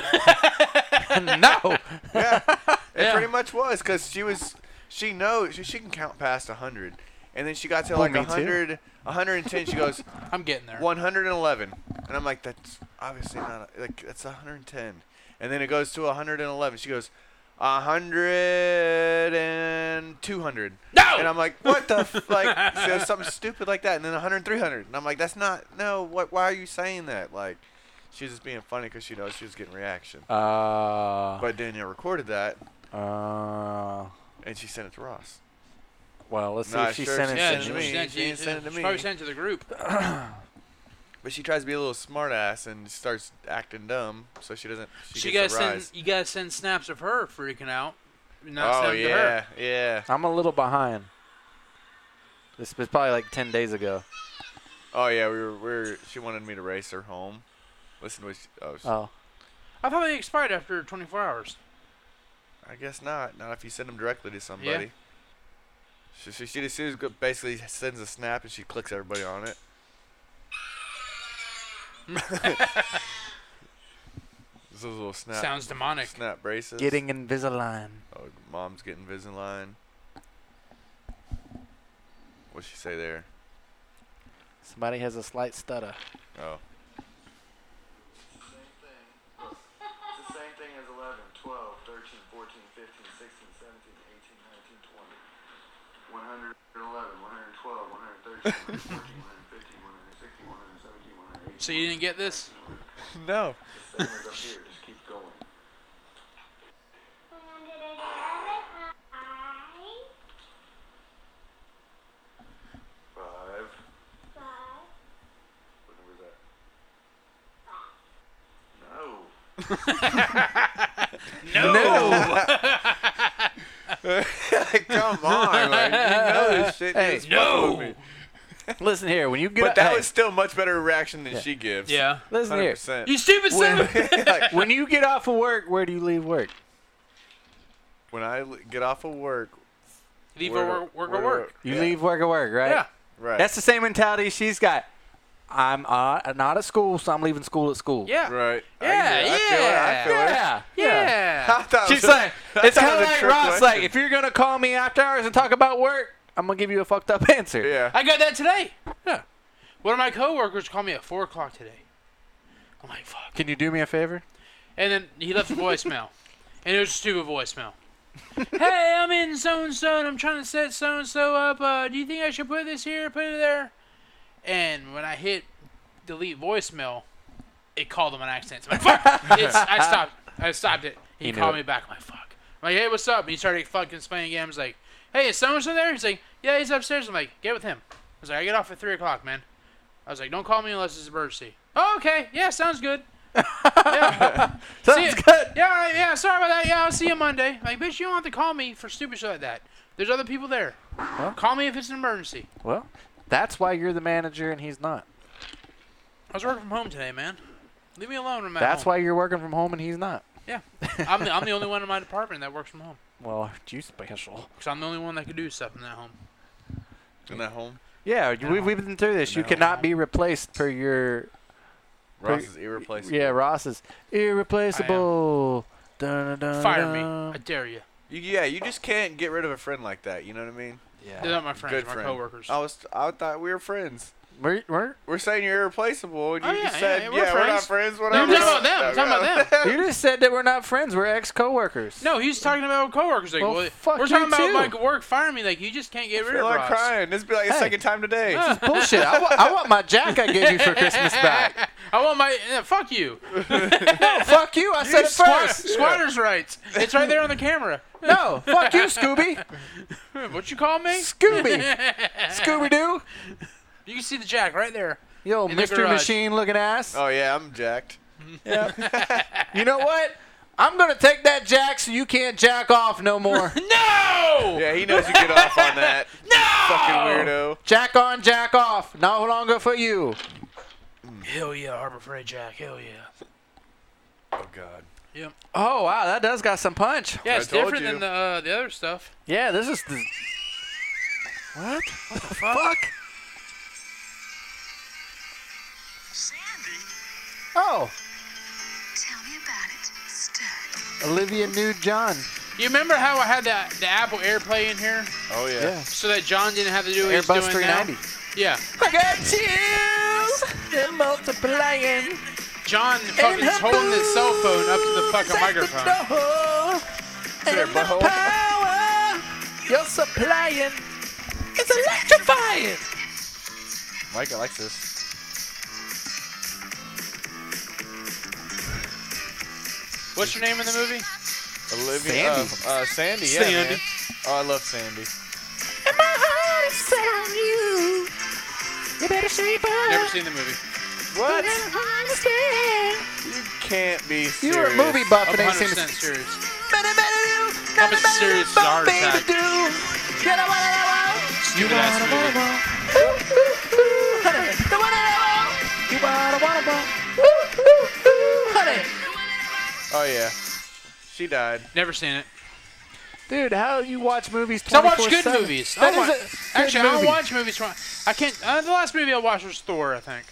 Speaker 1: yeah, it
Speaker 2: Yeah.
Speaker 1: pretty much was because she was she knows she, she can count past 100 and then she got to
Speaker 3: Oh,
Speaker 1: like
Speaker 3: me too.
Speaker 1: 100 110 she goes
Speaker 2: I'm getting there.
Speaker 1: 111 and i'm like that's obviously not a, like that's 110 and then it goes to 111 she goes 100 and 200
Speaker 2: No!
Speaker 1: and i'm like what the f-? like she goes something stupid like that and then 100 300 and i'm like that's not no what why are you saying that like she's just being funny because she knows she was getting reaction
Speaker 3: Uh,
Speaker 1: but danielle recorded that
Speaker 3: uh,
Speaker 1: and she sent it to ross
Speaker 3: well, let's see
Speaker 1: Nah,
Speaker 3: if she
Speaker 1: sure,
Speaker 3: sent it
Speaker 1: she
Speaker 2: yeah,
Speaker 1: sent
Speaker 3: sent it
Speaker 2: she
Speaker 1: it me. She
Speaker 2: sent you-
Speaker 3: to me.
Speaker 1: sent it to
Speaker 2: she
Speaker 1: me.
Speaker 2: Probably sent it to the group.
Speaker 1: But she tries to be a little smart ass and starts acting dumb, so she doesn't. She,
Speaker 2: She gotta
Speaker 1: gets a
Speaker 2: send.
Speaker 1: rise.
Speaker 2: You gotta send snaps of her freaking out. Not
Speaker 1: Oh
Speaker 2: send them To her.
Speaker 1: yeah, yeah.
Speaker 3: I'm a little behind. This was probably like 10 days ago.
Speaker 1: Oh yeah. We were. We were she wanted me to race her home. Listen to what. She, oh, she-
Speaker 3: Oh.
Speaker 2: I thought they expired after 24 hours.
Speaker 1: I guess not. Not if you send them directly to somebody. She, she, she just she just go- basically sends a snap and she clicks everybody on it. this is a little snap.
Speaker 2: Sounds demonic.
Speaker 1: snap braces.
Speaker 3: Getting Invisalign.
Speaker 1: Oh, mom's getting Invisalign. What'd she say there?
Speaker 3: Somebody has a slight stutter.
Speaker 1: Oh.
Speaker 4: same thing. It's the same thing as 11, 12, 13, 14, 15, 16, 17, 18, 19, 20. 111, 112, 113, 114, 115, 116, 117, 118.
Speaker 2: So you didn't get this?
Speaker 1: No.
Speaker 4: Same as up here, just keep going. Five. What number is that? No.
Speaker 2: No.
Speaker 1: Like, come on. Like, you know this shit.
Speaker 3: Hey.
Speaker 1: It's fucking with me.
Speaker 3: Listen here, when you get
Speaker 1: But that
Speaker 3: hey,
Speaker 1: was still much better reaction than she gives.
Speaker 2: Yeah.
Speaker 3: listen here.
Speaker 1: 100%.
Speaker 2: You stupid son.
Speaker 3: When,
Speaker 2: of a-
Speaker 3: when you get off of work, where do you leave work?
Speaker 1: When I l- get off of work.
Speaker 2: Leave
Speaker 1: where
Speaker 2: her
Speaker 1: do-
Speaker 2: work. Work
Speaker 1: where
Speaker 2: or
Speaker 1: do-
Speaker 2: work.
Speaker 3: You
Speaker 1: yeah,
Speaker 3: leave work at work, right?
Speaker 2: Yeah.
Speaker 1: Right.
Speaker 3: That's the same mentality she's got. I'm uh, not at school, so I'm leaving school at school.
Speaker 2: Yeah.
Speaker 1: right. I
Speaker 2: Yeah,
Speaker 1: can do it. I feel it. I
Speaker 2: yeah.
Speaker 1: feel it.
Speaker 3: Yeah.
Speaker 1: I
Speaker 2: Yeah.
Speaker 1: thought it
Speaker 3: She's
Speaker 1: was a-
Speaker 3: like,
Speaker 1: I
Speaker 3: it's
Speaker 1: thought it
Speaker 3: kind
Speaker 1: was
Speaker 3: of
Speaker 1: a
Speaker 3: like
Speaker 1: trick
Speaker 3: Ross. Like,
Speaker 1: question.
Speaker 3: if you're gonna call me after hours and talk about work, I'm gonna give you a fucked up answer.
Speaker 1: Yeah.
Speaker 2: I got that today. Yeah. One of my coworkers called me at four o'clock today. I'm like, fuck.
Speaker 3: Can you do me a favor?
Speaker 2: And then he left a voicemail. And it was a stupid voicemail. hey, I'm in so and so and I'm trying to set so and so up. Uh, do you think I should put this here, put it there? And when I hit delete voicemail, it called him an accident. So I'm like, fuck! It's, I stopped. I stopped it. He,
Speaker 3: He knew
Speaker 2: called
Speaker 3: it.
Speaker 2: me back. I'm like, fuck. like, hey, what's up? And he started fucking explaining again. I was like, hey, is so and so there? He's like, yeah, he's upstairs. I'm like, get with him. I was like, I get off at 3 o'clock, man. I was like, don't call me unless it's an emergency. Oh, okay. Yeah, sounds good. yeah. See
Speaker 3: Sounds
Speaker 2: ya.
Speaker 3: good.
Speaker 2: Yeah, all right, yeah, sorry about that. Yeah, I'll see you Monday. Like, bitch, you don't have to call me for stupid shit like that. There's other people there. Call me if it's an emergency.
Speaker 3: Well, that's why you're the manager and he's not.
Speaker 2: I was working from home today, man. Leave me alone. I'm at
Speaker 3: That's
Speaker 2: home.
Speaker 3: why you're working from home and he's not.
Speaker 2: Yeah. I'm the, I'm the only one in my department that works from home.
Speaker 3: Well, aren't you special?
Speaker 2: Because I'm the only one that can do stuff in that home.
Speaker 1: In that home,
Speaker 3: Yeah, you- we,
Speaker 2: No.
Speaker 3: we've been through this. You
Speaker 1: No.
Speaker 3: cannot be replaced per your
Speaker 1: Ross is irreplaceable.
Speaker 3: yeah. Ross is irreplaceable. Dun, dun, dun,
Speaker 2: Fire me.
Speaker 3: dun.
Speaker 2: I dare you.
Speaker 1: You, yeah, you just can't get rid of a friend like that. You know what I mean?
Speaker 2: They're
Speaker 3: Yeah.
Speaker 2: not my friends,
Speaker 1: Good
Speaker 2: my
Speaker 1: friend.
Speaker 2: coworkers.
Speaker 1: I was, I thought we were friends.
Speaker 3: We're, we're,
Speaker 1: We're saying you're irreplaceable, and you
Speaker 2: Oh, yeah,
Speaker 1: just
Speaker 2: yeah,
Speaker 1: said,
Speaker 2: yeah,
Speaker 1: yeah,
Speaker 2: we're
Speaker 1: we're,
Speaker 2: friends.
Speaker 1: not friends.
Speaker 2: No,
Speaker 1: Whatever.
Speaker 2: I'm talking about them. I'm talking about them.
Speaker 3: you just said that we're not friends. We're ex coworkers.
Speaker 2: No, he's talking about coworkers. Like,
Speaker 3: Well,
Speaker 2: well,
Speaker 3: fuck
Speaker 2: we're
Speaker 3: you
Speaker 2: talking about
Speaker 3: too.
Speaker 2: like work firing me. Like you just can't get
Speaker 1: I
Speaker 2: rid
Speaker 1: feel
Speaker 2: of
Speaker 1: like
Speaker 2: Ross.
Speaker 1: crying. This be like the
Speaker 3: Hey.
Speaker 1: second time today.
Speaker 3: This is bullshit. I, wa- I want my jack I gave you for Christmas back.
Speaker 2: I want my yeah, fuck you.
Speaker 3: No, fuck you. I said it
Speaker 2: Squatter,
Speaker 3: first.
Speaker 2: squatters' rights. It's right there on the camera.
Speaker 3: No, fuck you, Scooby.
Speaker 2: What you call me?
Speaker 3: Scooby. Scooby Doo.
Speaker 2: You can see the jack right there.
Speaker 3: Yo,
Speaker 2: In the
Speaker 3: mystery
Speaker 2: garage.
Speaker 3: machine looking ass.
Speaker 1: Oh yeah, I'm jacked.
Speaker 3: You know what? I'm gonna take that jack so you can't jack off no more.
Speaker 2: No!
Speaker 1: Yeah, he knows you get off on that. Fucking weirdo.
Speaker 3: jack on, jack off. No longer for you.
Speaker 2: Hell yeah, Harbor Freight Jack. Hell yeah.
Speaker 1: Oh god.
Speaker 2: Yep.
Speaker 3: Oh wow, that does got some punch.
Speaker 2: Yeah,
Speaker 1: I
Speaker 2: it's
Speaker 1: told
Speaker 2: different
Speaker 1: you.
Speaker 2: than the uh, the other stuff.
Speaker 3: Yeah, this is the. what? What the fuck?
Speaker 5: Sandy,
Speaker 3: Oh,
Speaker 5: tell me about it. Stud.
Speaker 3: Olivia Newton-John.
Speaker 2: You remember how I had that the Apple AirPlay in here
Speaker 1: Oh yeah.
Speaker 3: Yeah.
Speaker 2: so that John didn't have to do what he's doing
Speaker 3: Airbus 390.
Speaker 2: now? Yeah.
Speaker 3: I got chills. They're multiplying.
Speaker 2: John fucking is Oh, holding his cell phone up to the fucking microphone.
Speaker 1: There,
Speaker 3: and
Speaker 1: butthole.
Speaker 3: the power you're supplying is electrifying.
Speaker 1: Mike likes this.
Speaker 2: What's your name in the movie?
Speaker 1: Olivia.
Speaker 3: Sandy.
Speaker 1: Uh, uh, Sandy. Yeah,
Speaker 2: Sandy.
Speaker 1: man. Oh, I love Sandy.
Speaker 3: And my heart is set on you. You better shape up.
Speaker 2: Never seen the movie.
Speaker 1: What?
Speaker 3: You
Speaker 1: You can't be serious.
Speaker 3: were a movie buff
Speaker 2: I'm
Speaker 3: and
Speaker 2: 100%
Speaker 3: ain't seen this.
Speaker 2: serious.
Speaker 3: I'm
Speaker 2: a serious heart attack. Stupid ass movie.
Speaker 1: Oh yeah. She died.
Speaker 2: Never seen it.
Speaker 3: Dude, how you watch movies? 24/7?
Speaker 2: I watch good movies. I
Speaker 3: That
Speaker 2: wa-
Speaker 3: is a good
Speaker 2: Actually, I don't
Speaker 3: movie.
Speaker 2: watch movies. From, I can't. Uh, the last movie I watched was Thor, I think.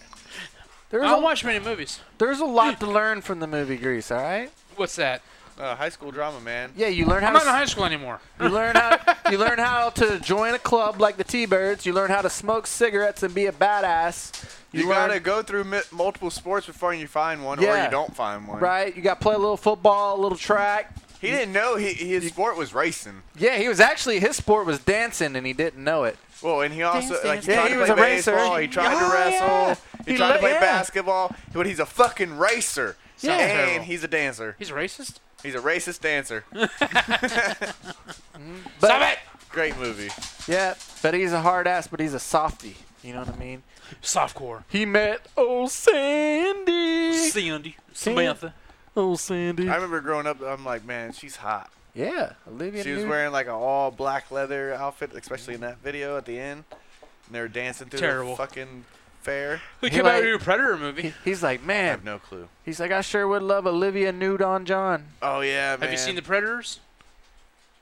Speaker 3: There's
Speaker 2: I don't
Speaker 3: a,
Speaker 2: watch many movies.
Speaker 3: There's a lot to learn from the movie Grease. All right.
Speaker 2: What's that?
Speaker 1: Uh, high school drama, man.
Speaker 3: Yeah, you learn how
Speaker 2: I'm
Speaker 3: to
Speaker 2: not in high school anymore.
Speaker 3: You learn how you learn how to join a club like the T-Birds. You learn how to smoke cigarettes and be a badass.
Speaker 1: You,
Speaker 3: learn,
Speaker 1: gotta go through mi- multiple sports before you find one, or
Speaker 3: Yeah.
Speaker 1: you don't find one.
Speaker 3: right. You got to play a little football, a little track.
Speaker 1: He didn't know he, his sport was racing.
Speaker 3: Yeah, he was actually his sport was dancing and he didn't know it.
Speaker 1: Well, and he also like he
Speaker 3: Yeah,
Speaker 1: tried
Speaker 3: he
Speaker 1: to
Speaker 3: was
Speaker 1: play
Speaker 3: a racer.
Speaker 1: baseball. He tried
Speaker 3: Oh,
Speaker 1: to wrestle.
Speaker 3: yeah.
Speaker 1: He,
Speaker 3: He
Speaker 1: tried
Speaker 3: le-
Speaker 1: to play
Speaker 3: yeah.
Speaker 1: basketball. But he's a fucking racer.
Speaker 3: Yeah.
Speaker 1: and
Speaker 2: Terrible.
Speaker 1: he's a dancer.
Speaker 2: He's racist.
Speaker 1: He's a racist dancer.
Speaker 3: But,
Speaker 2: Stop it!
Speaker 1: Great movie.
Speaker 3: Yeah, but he's a hard ass, but he's a softy. You know what I mean?
Speaker 2: Softcore.
Speaker 3: He met old Sandy.
Speaker 2: Sandy.
Speaker 3: Samantha. Old Sandy.
Speaker 1: I remember growing up. I'm like, man, she's hot.
Speaker 3: yeah, Olivia.
Speaker 1: She was
Speaker 3: Newton-
Speaker 1: wearing like an all black leather outfit, especially in that video at the end. And they were dancing through
Speaker 2: Terrible.
Speaker 1: the fucking fair.
Speaker 2: We
Speaker 3: He
Speaker 2: came out
Speaker 3: like-
Speaker 2: with a new Predator movie.
Speaker 3: He- He's like,
Speaker 1: I
Speaker 3: man.
Speaker 1: have no clue.
Speaker 3: He's like, I sure would love Olivia Newton John.
Speaker 1: Oh yeah, man.
Speaker 2: Have you seen the Predators?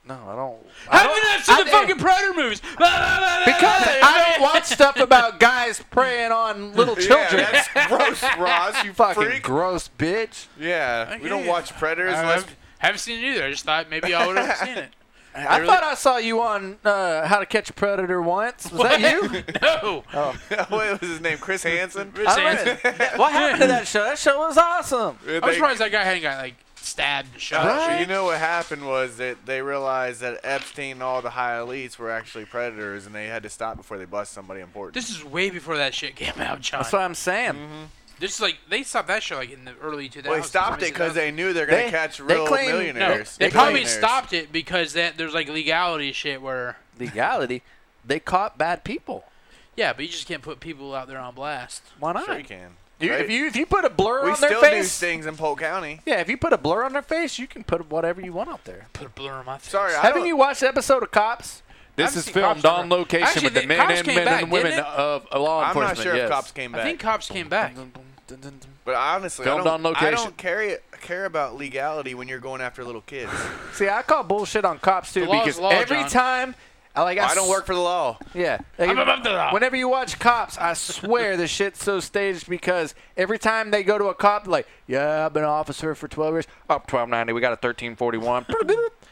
Speaker 3: No, I don't.
Speaker 2: How
Speaker 3: I
Speaker 2: have
Speaker 3: don't-
Speaker 2: you not seen
Speaker 3: I-
Speaker 2: the fucking Predator movies?
Speaker 3: Because I don't watch stuff about guys preying on little children.
Speaker 1: Yeah, that's gross, Ross. You
Speaker 3: fucking
Speaker 1: freak.
Speaker 3: gross, bitch.
Speaker 1: yeah, we don't
Speaker 2: Okay.
Speaker 1: watch Predators.
Speaker 2: I
Speaker 1: unless-
Speaker 2: haven't, haven't seen it either. I just thought maybe I would have seen it.
Speaker 3: I thought I saw you on uh, How to Catch a Predator once. Was that you?
Speaker 2: No.
Speaker 1: what was his name? Chris Hansen.
Speaker 3: I read it. What happened to that show? That show was awesome.
Speaker 1: They-
Speaker 2: I'm surprised that guy hadn't got like stabbed and shot.
Speaker 1: Uh,
Speaker 3: Right.
Speaker 1: You know what happened was that they realized that Epstein and all the high elites were actually predators, and they had to stop before they bust somebody important.
Speaker 2: This is way before that shit came out, John.
Speaker 3: That's what I'm saying.
Speaker 2: This is like they stopped that show like in the early 2000s.
Speaker 1: Well, they stopped it because they knew they're gonna
Speaker 3: They-
Speaker 1: catch
Speaker 3: they
Speaker 1: real
Speaker 3: claim-
Speaker 2: No,
Speaker 1: millionaires.
Speaker 2: they
Speaker 1: real
Speaker 2: probably
Speaker 1: millionaires.
Speaker 2: stopped it because that there's like legality shit where
Speaker 3: Legality. They caught bad people.
Speaker 2: yeah, but you just can't put people out there on blast.
Speaker 3: Why not?
Speaker 1: Sure you can.
Speaker 3: You-
Speaker 1: Right?
Speaker 3: if you if you put a blur
Speaker 1: we
Speaker 3: on their
Speaker 1: still
Speaker 3: face,
Speaker 1: do things in Polk County.
Speaker 3: yeah, if you put a blur on their face, you can put whatever you want out there.
Speaker 2: Put a blur on my face.
Speaker 1: Sorry, I
Speaker 3: Haven't
Speaker 1: don't-
Speaker 3: you watched the episode of Cops?
Speaker 2: This is filmed on location with the men and men and women
Speaker 3: of law
Speaker 1: I'm not sure if cops came
Speaker 2: I
Speaker 1: back.
Speaker 2: think cops came back.
Speaker 1: but honestly, I
Speaker 3: Filmed
Speaker 1: don't,
Speaker 3: on location.
Speaker 1: I don't care, care about legality when you're going after little kids.
Speaker 3: See, I call bullshit on cops too
Speaker 2: The law is
Speaker 3: because
Speaker 2: law,
Speaker 3: every
Speaker 2: John.
Speaker 3: time, I like
Speaker 1: I don't work for the law.
Speaker 3: Yeah.
Speaker 2: I'm above the law.
Speaker 3: Whenever you watch cops, I swear this shit's so staged because every time they go to a cop, like, yeah, I've been an officer for 12 years. Up 1290, we got a 1341. and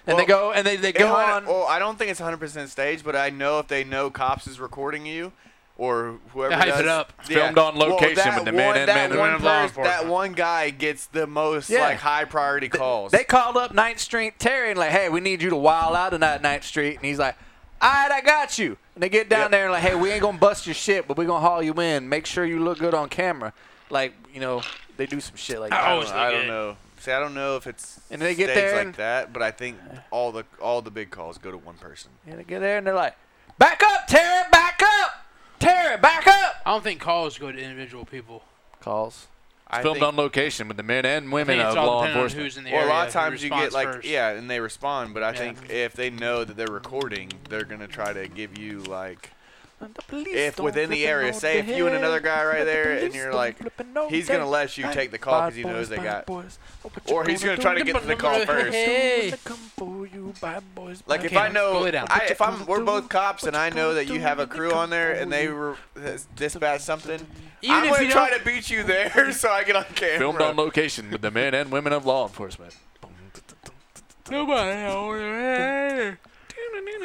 Speaker 3: they
Speaker 1: Well,
Speaker 3: go and they, they go
Speaker 1: It
Speaker 3: on.
Speaker 1: hun- Well, I don't think it's 100% staged, but I know if they know cops is recording you or whoever
Speaker 2: They hype
Speaker 1: does,
Speaker 2: it up.
Speaker 1: yeah.
Speaker 3: Filmed on
Speaker 1: Well,
Speaker 3: location
Speaker 1: that
Speaker 3: with the man
Speaker 1: one-
Speaker 3: and
Speaker 1: that
Speaker 3: man and
Speaker 1: one
Speaker 2: women of law
Speaker 1: pers- That
Speaker 2: enforcement.
Speaker 1: one guy gets the most
Speaker 3: Yeah.
Speaker 1: like high priority calls.
Speaker 3: They called up Ninth Street Terry and like, hey, we need you to wild out tonight, Ninth Street. And he's like, all right, I got you. And they get down
Speaker 1: Yep.
Speaker 3: there and like, hey, we ain't gonna bust your shit, but we gonna haul you in. Make sure you look good on camera. Like, you know, they do some shit like
Speaker 2: I
Speaker 3: that.
Speaker 1: I
Speaker 2: always
Speaker 1: don't,
Speaker 2: look
Speaker 1: I don't
Speaker 2: good.
Speaker 1: know. See, I don't know if it's
Speaker 3: And they get
Speaker 1: staged
Speaker 3: there and-
Speaker 1: like that, but I think all the all the big calls go to one person.
Speaker 3: And they get there and they're like, back up, Terry, back up, Terry, back up.
Speaker 2: I don't think calls go to individual people.
Speaker 3: Calls.
Speaker 1: I
Speaker 6: filmed
Speaker 1: think-
Speaker 6: on location with the men and
Speaker 2: I think
Speaker 6: women
Speaker 2: it's
Speaker 6: of
Speaker 2: all
Speaker 6: law
Speaker 2: dependent on
Speaker 6: enforcement.
Speaker 2: who's in the
Speaker 1: Well, a
Speaker 2: area.
Speaker 1: lot of
Speaker 2: who
Speaker 1: times you get
Speaker 2: responds
Speaker 1: like
Speaker 2: first.
Speaker 1: yeah, and they respond, but I
Speaker 2: Yeah.
Speaker 1: think if they know that they're recording, they're gonna try to give you like if within the area, say if you and another guy right there, and you're like, he's gonna let you take the call because he knows they got. Or he's gonna try to get to the call first.
Speaker 2: Hey.
Speaker 1: Like if
Speaker 2: Okay,
Speaker 1: I know,
Speaker 2: slow it down.
Speaker 1: I, if I'm, we're both cops, and I know that you have a crew on there, and they were dispatch something.
Speaker 2: Even
Speaker 1: I'm
Speaker 2: if
Speaker 1: gonna
Speaker 2: you
Speaker 1: try
Speaker 2: don't-
Speaker 1: to beat you there so I get on camera.
Speaker 6: Filmed on location with the men and women of law enforcement.
Speaker 2: Nobody.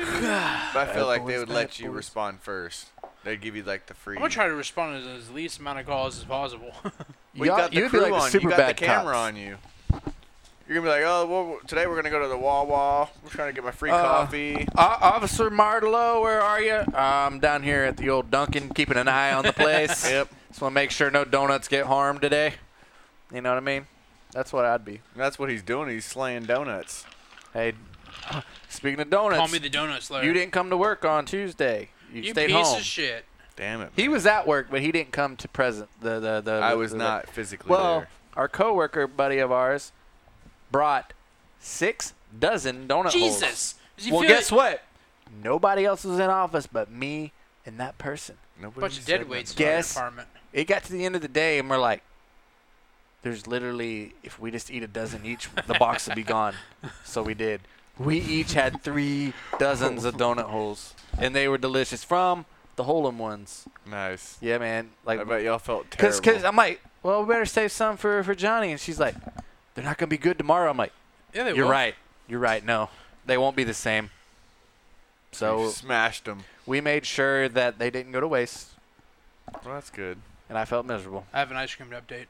Speaker 1: but I feel like they would let you respond first. They'd give you like the free.
Speaker 2: I'm gonna try to respond to as least amount of calls as possible.
Speaker 1: We got the
Speaker 3: you'd be
Speaker 1: crew
Speaker 3: like
Speaker 1: on.
Speaker 3: super
Speaker 1: you got
Speaker 3: bad
Speaker 1: the camera
Speaker 3: cops.
Speaker 1: on you. You're gonna be like, oh, well, today we're gonna go to the Wawa. We're trying to get my free
Speaker 3: Uh,
Speaker 1: coffee.
Speaker 3: Uh, Officer Martello, where are you? I'm down here at the old Duncan, keeping an eye on the place.
Speaker 1: Yep,
Speaker 3: Just want to make sure no donuts get harmed today. You know what I mean? That's what I'd be.
Speaker 1: that's what he's doing. He's slaying donuts.
Speaker 3: Hey, speaking of
Speaker 2: Call
Speaker 3: donuts,
Speaker 2: me the donut slayer.
Speaker 3: you didn't come to work on Tuesday. You,
Speaker 2: You
Speaker 3: stayed
Speaker 2: piece
Speaker 3: home.
Speaker 2: of shit.
Speaker 1: Damn it!
Speaker 3: He was at work, but he didn't come to present. The the, the
Speaker 1: I was
Speaker 3: the-
Speaker 1: not physically
Speaker 3: Well,
Speaker 1: there.
Speaker 3: our coworker buddy of ours brought six dozen donut holes.
Speaker 2: Jesus. Does he
Speaker 3: Well,
Speaker 2: feel
Speaker 3: guess
Speaker 2: it?
Speaker 3: what? Nobody else was in office but me and that person.
Speaker 1: Nobody
Speaker 2: Bunch of
Speaker 1: said
Speaker 2: dead weights
Speaker 1: nothing.
Speaker 2: in my
Speaker 3: Guess.
Speaker 2: apartment.
Speaker 3: It got to the end of the day, and we're like, "There's literally if we just eat a dozen each, the box would be gone." So we did. We each had three dozens of donut holes, and they were delicious from the hole in ones.
Speaker 1: Nice.
Speaker 3: Yeah, man. Like
Speaker 1: I bet y'all felt
Speaker 3: Cause,
Speaker 1: terrible.
Speaker 3: cause I'm like, well, we better save some for, for Johnny, and she's like, they're not gonna be good tomorrow. I'm like,
Speaker 2: Yeah, they
Speaker 3: you're
Speaker 2: will.
Speaker 3: right, you're right. No, they won't be the same.
Speaker 1: You
Speaker 3: So
Speaker 1: smashed them.
Speaker 3: we made sure that they didn't go to waste,
Speaker 1: Well, that's good.
Speaker 3: and I felt miserable.
Speaker 2: I have an ice cream update.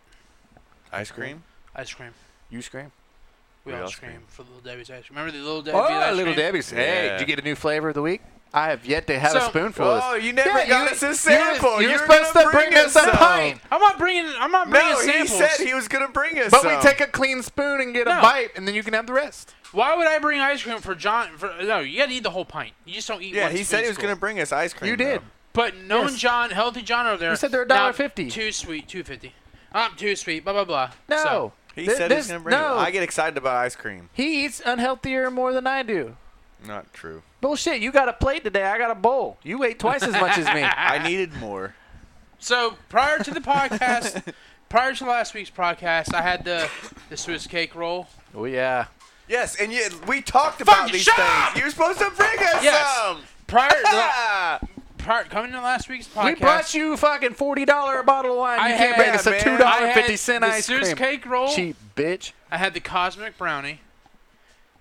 Speaker 1: Ice cream.
Speaker 2: Ice cream.
Speaker 3: You scream.
Speaker 2: We, all scream, for little Debbie's ice cream. Remember the little Debbie ice
Speaker 3: Oh,
Speaker 2: cream?
Speaker 3: little Debbie's. Hey,
Speaker 1: Yeah.
Speaker 3: did you get a new flavor of the week? I have yet to have a
Speaker 2: So-
Speaker 3: spoonful. of
Speaker 1: Oh,
Speaker 3: this.
Speaker 1: you never
Speaker 3: Yeah,
Speaker 1: got
Speaker 3: you-
Speaker 1: us a
Speaker 3: you were-
Speaker 1: sample.
Speaker 3: You
Speaker 1: were
Speaker 3: were supposed
Speaker 1: gonna
Speaker 3: to bring us a
Speaker 1: some.
Speaker 3: pint,
Speaker 2: I'm not bringing. I'm not bringing
Speaker 1: No, he
Speaker 2: samples.
Speaker 1: said he was gonna bring us.
Speaker 3: but
Speaker 1: some.
Speaker 3: we take a clean spoon and get a
Speaker 2: No.
Speaker 3: bite, and then you can have the rest.
Speaker 2: Why would I bring ice cream for John? For, no, you gotta eat the whole pint. You just don't eat.
Speaker 1: Yeah,
Speaker 2: one
Speaker 1: he said he was
Speaker 2: spoonful.
Speaker 1: gonna bring us ice cream.
Speaker 3: You did.
Speaker 1: though.
Speaker 2: But no one,
Speaker 3: Yes.
Speaker 2: John, healthy John over there.
Speaker 3: You said they're
Speaker 2: Now,
Speaker 3: $1.50.
Speaker 2: Too sweet, two fifty. I'm too sweet. Blah blah blah.
Speaker 3: No,
Speaker 2: So,
Speaker 1: He
Speaker 3: Th-
Speaker 1: said
Speaker 3: this-
Speaker 1: he's gonna bring.
Speaker 3: no.
Speaker 1: It. I get excited about ice cream.
Speaker 3: He eats unhealthier more than I do.
Speaker 1: Not true.
Speaker 3: Bullshit, you got a plate today, I got a bowl. You ate twice as much as me.
Speaker 1: I needed more.
Speaker 2: so prior to the podcast, prior to last week's podcast, I had the the Swiss cake roll.
Speaker 3: Oh yeah.
Speaker 1: Yes, and you, we talked about
Speaker 2: Fucking
Speaker 1: these
Speaker 2: shut
Speaker 1: things.
Speaker 2: up!
Speaker 1: You're supposed to bring us
Speaker 2: Yes.
Speaker 1: some.
Speaker 2: Prior, la-
Speaker 1: Ah!
Speaker 2: prior coming to last week's podcast,
Speaker 3: We brought you fucking forty dollar bottle of wine.
Speaker 2: I
Speaker 3: you can't
Speaker 2: had-
Speaker 3: make us
Speaker 1: man,
Speaker 3: a two
Speaker 2: I
Speaker 3: dollar
Speaker 2: had
Speaker 3: fifty cent
Speaker 2: the
Speaker 3: ice
Speaker 2: Swiss
Speaker 3: cream.
Speaker 2: cake roll.
Speaker 3: Cheap bitch.
Speaker 2: I had the cosmic brownie.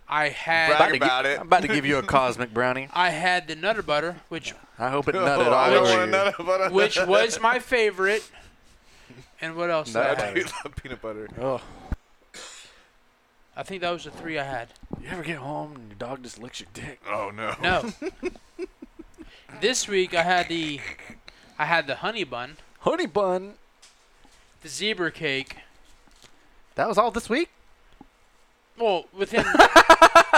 Speaker 2: I had
Speaker 1: Brag
Speaker 3: to gi-
Speaker 1: about it.
Speaker 3: I'm about to give you a cosmic brownie.
Speaker 2: I had the nutter butter, which
Speaker 3: I hope it
Speaker 1: No,
Speaker 3: nutted
Speaker 1: Oh, I
Speaker 3: all
Speaker 1: don't
Speaker 3: over
Speaker 1: want
Speaker 3: you.
Speaker 1: none of it.
Speaker 2: which was my favorite. And what else? did I,
Speaker 1: I
Speaker 3: Nut
Speaker 2: have?
Speaker 1: do love peanut butter.
Speaker 3: Oh,
Speaker 2: I think those were the three I had.
Speaker 3: you ever get home and your dog just licks your dick?
Speaker 1: Oh no.
Speaker 2: No. this week I had the I had the honey bun,
Speaker 3: Honey bun.
Speaker 2: the the zebra cake.
Speaker 3: That was all this week.
Speaker 2: Well, within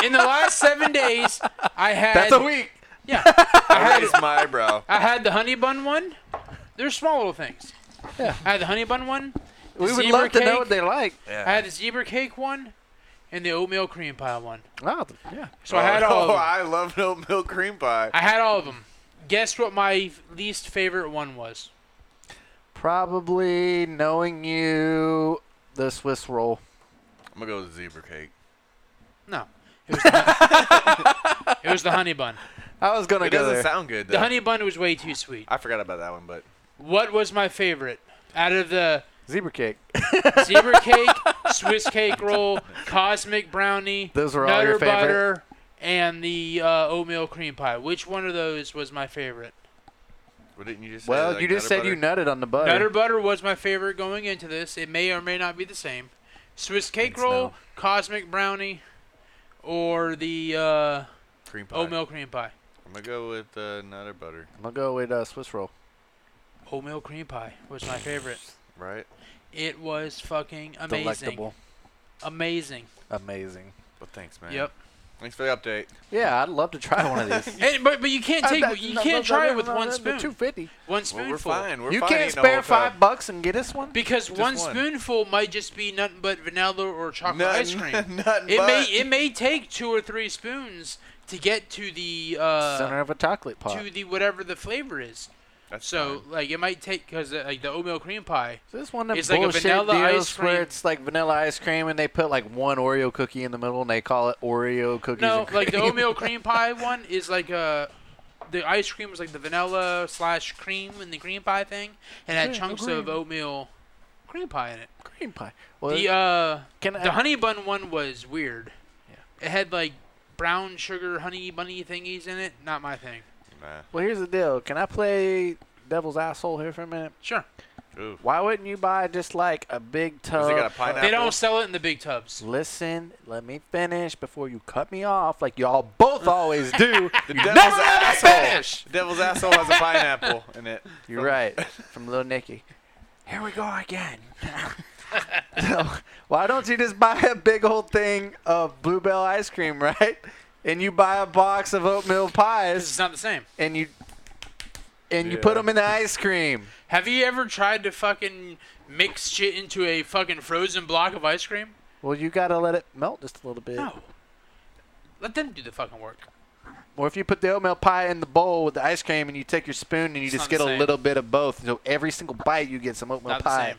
Speaker 2: in the last seven days, I had
Speaker 3: That's a week.
Speaker 2: yeah,
Speaker 1: I raised my eyebrow.
Speaker 2: I had the honey bun one. They're small little things.
Speaker 3: Yeah.
Speaker 2: I had the honey bun one. the
Speaker 3: We would
Speaker 2: zebra
Speaker 3: love to know
Speaker 2: cake,
Speaker 3: what they like.
Speaker 2: I had the zebra cake one, and the oatmeal cream pie one.
Speaker 3: Wow. Yeah.
Speaker 2: So I had
Speaker 3: um,
Speaker 2: all. Of
Speaker 1: Oh,
Speaker 2: them.
Speaker 1: I love oatmeal cream pie.
Speaker 2: I had all of them. Guess what my least favorite one was?
Speaker 3: Probably knowing you, the Swiss roll.
Speaker 1: I'm gonna go with zebra cake.
Speaker 2: No, it was the, it was the honey bun.
Speaker 3: I was gonna
Speaker 1: It
Speaker 3: go
Speaker 1: doesn't
Speaker 3: there.
Speaker 1: sound good though.
Speaker 2: The honey bun was way too sweet.
Speaker 1: I forgot about that one, but
Speaker 2: What was my favorite out of the
Speaker 3: Zebra cake.
Speaker 2: zebra cake, Swiss cake roll, cosmic brownie,
Speaker 3: Those were all
Speaker 2: nutter
Speaker 3: your favorite?
Speaker 2: butter, and the uh, oatmeal cream pie? Which one of those was my favorite?
Speaker 1: what didn't you just say?
Speaker 3: Well,
Speaker 1: like
Speaker 3: you just said
Speaker 1: Nutter
Speaker 3: you
Speaker 1: Butter?
Speaker 3: nutted on the butter.
Speaker 2: Nutter butter was my favorite going into this. It may or may not be the same. Swiss cake
Speaker 3: Thanks,
Speaker 2: roll,
Speaker 3: no.
Speaker 2: cosmic brownie, or the uh,
Speaker 1: cream pie.
Speaker 2: oatmeal cream pie.
Speaker 1: I'm gonna go with uh, nutter butter,
Speaker 3: I'm gonna go with uh, Swiss roll.
Speaker 2: Oatmeal cream pie was my favorite.
Speaker 1: right?
Speaker 2: It was fucking amazing.
Speaker 3: Delectable.
Speaker 2: Amazing.
Speaker 3: Amazing.
Speaker 1: Well, thanks, man.
Speaker 2: Yep.
Speaker 1: Thanks for the update.
Speaker 3: Yeah, I'd love to try one of these.
Speaker 2: And, but but you can't take you can't try it with one
Speaker 3: Two
Speaker 2: spoon.
Speaker 3: fifty.
Speaker 2: One
Speaker 1: Well, we're
Speaker 2: spoonful.
Speaker 1: fine. We're
Speaker 3: You
Speaker 1: fine
Speaker 3: can't
Speaker 1: eating a whole
Speaker 3: spare five
Speaker 1: cup.
Speaker 3: bucks and get us one.
Speaker 2: Because one,
Speaker 1: one.
Speaker 2: spoonful might just be nothing but vanilla or chocolate
Speaker 1: Nothing-
Speaker 2: ice cream.
Speaker 1: nothing
Speaker 2: it may
Speaker 1: but.
Speaker 2: it may take two or three spoons to get to the uh,
Speaker 3: Center of a chocolate pot.
Speaker 2: to the whatever the flavor is.
Speaker 1: That's
Speaker 2: So like it might take because uh, like the oatmeal cream pie.
Speaker 3: This one of them
Speaker 2: It's like a
Speaker 3: bullshit
Speaker 2: vanilla ice
Speaker 3: deals where
Speaker 2: cream.
Speaker 3: it's like vanilla ice cream and they put like one Oreo cookie in the middle and they call it Oreo cookies.
Speaker 2: No,
Speaker 3: and cream.
Speaker 2: like the oatmeal cream pie one is like uh the ice cream was like the vanilla slash cream and the cream pie thing, and had
Speaker 3: Yeah,
Speaker 2: chunks of
Speaker 3: agreed.
Speaker 2: oatmeal cream pie in it.
Speaker 3: cream pie. Well,
Speaker 2: the uh
Speaker 3: can I,
Speaker 2: the honey bun one was weird. It had like brown sugar honey bunny thingies in it. Not my thing.
Speaker 1: fine.
Speaker 3: well, here's the deal. Can I play devil's asshole here for a minute?
Speaker 2: Sure.
Speaker 1: Nah. Ooh.
Speaker 3: Why wouldn't you buy just like a big tub?
Speaker 1: Has it got a pineapple?
Speaker 2: They don't sell it in the big tubs.
Speaker 3: Listen, let me finish before you cut me off, like y'all both always do.
Speaker 1: The
Speaker 3: You
Speaker 1: devil's
Speaker 3: never let me
Speaker 1: asshole.
Speaker 3: finish.
Speaker 1: The devil's asshole has a pineapple in it.
Speaker 3: You're right. From Little Nicky. Here we go again. so, why don't you just buy a big old thing of bluebell ice cream, right? And you buy a box of oatmeal
Speaker 2: It's
Speaker 3: pies,
Speaker 2: not the same.
Speaker 3: and you and you put
Speaker 1: Yeah.
Speaker 3: them in the ice cream.
Speaker 2: Have you ever tried to fucking mix shit into a fucking frozen block of ice cream?
Speaker 3: Well, you gotta let it melt just a little bit.
Speaker 2: No. Let them do the fucking work.
Speaker 3: Or if you put the oatmeal pie in the bowl with the ice cream, and you take your spoon and you
Speaker 2: It's
Speaker 3: just
Speaker 2: not the
Speaker 3: get a
Speaker 2: same.
Speaker 3: little bit of both, so every single bite you get some oatmeal
Speaker 2: Not the
Speaker 3: pie.
Speaker 2: same.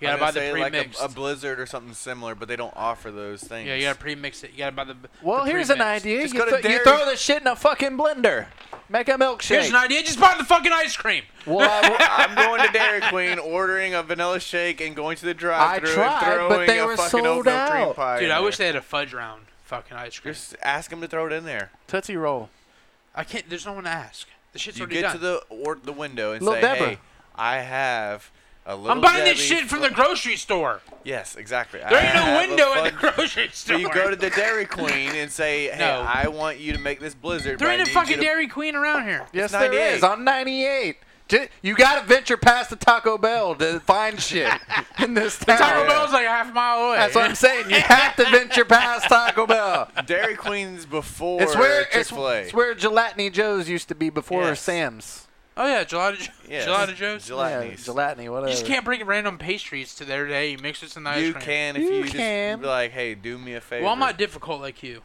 Speaker 2: You gotta
Speaker 1: I'm
Speaker 2: buy
Speaker 1: gonna
Speaker 2: the
Speaker 1: say,
Speaker 2: pre
Speaker 1: like a,
Speaker 2: mixed.
Speaker 1: a blizzard or something similar, but they don't offer those things.
Speaker 2: yeah, you gotta pre mix it. You gotta buy the.
Speaker 3: Well,
Speaker 2: the
Speaker 3: here's an
Speaker 2: pre-mixed.
Speaker 3: idea.
Speaker 1: Just
Speaker 3: You,
Speaker 1: go to
Speaker 3: th- you
Speaker 1: Dairy-
Speaker 3: throw this shit in a fucking blender. Make a milkshake.
Speaker 2: Here's an idea. Just buy the fucking ice cream.
Speaker 3: Well, I,
Speaker 1: I'm going to Dairy Queen, ordering a vanilla shake, and going to the drive-thru
Speaker 3: tried, but
Speaker 1: and throwing
Speaker 3: they
Speaker 1: a
Speaker 3: were
Speaker 1: fucking
Speaker 3: sold
Speaker 1: oatmeal cream
Speaker 3: out.
Speaker 1: pie.
Speaker 2: Dude,
Speaker 1: in
Speaker 2: I
Speaker 1: there.
Speaker 2: wish they had a fudge round fucking ice cream.
Speaker 1: Just ask them to throw it in there.
Speaker 3: Tootsie Roll.
Speaker 2: I can't. There's no one to ask. The shit's
Speaker 1: you
Speaker 2: already
Speaker 1: get
Speaker 2: done.
Speaker 1: to the or the window and
Speaker 3: Lil
Speaker 1: say,
Speaker 3: Deborah.
Speaker 1: "Hey, I have a little."
Speaker 2: I'm buying this
Speaker 1: Debbie
Speaker 2: shit from the grocery store.
Speaker 1: Yes, exactly.
Speaker 2: There
Speaker 1: I
Speaker 2: ain't no
Speaker 1: have a
Speaker 2: window in the
Speaker 1: fudge-
Speaker 2: grocery store.
Speaker 1: So you go to the Dairy Queen and say, "Hey,
Speaker 2: No.
Speaker 1: I want you to make this blizzard."
Speaker 2: there
Speaker 1: but I
Speaker 2: ain't a
Speaker 1: need
Speaker 2: fucking
Speaker 1: you to-
Speaker 2: Dairy Queen around here.
Speaker 3: Yes, there
Speaker 1: 98.
Speaker 3: is. On 98. Ju- You got to venture past the Taco Bell to find shit in this town.
Speaker 2: Taco
Speaker 1: Yeah.
Speaker 2: Bell's like a half mile away.
Speaker 3: That's what I'm saying. You have to venture past Taco Bell.
Speaker 1: Dairy Queen's before
Speaker 3: It's where it's,
Speaker 1: Chick-fil-A.
Speaker 3: it's where Gelatini Joe's used to be before
Speaker 1: Yes.
Speaker 3: Sam's.
Speaker 2: Oh yeah, gelato, jo-
Speaker 1: Yes.
Speaker 2: gelato joes.
Speaker 1: Gelatinous.
Speaker 3: Yeah, Gelatini, whatever.
Speaker 2: You just can't bring random pastries to their day. Mix this in the ice
Speaker 1: You
Speaker 2: cream.
Speaker 1: can if
Speaker 3: You
Speaker 1: you,
Speaker 3: can.
Speaker 1: just be like, hey, do me a favor.
Speaker 2: Well, I'm not difficult like you.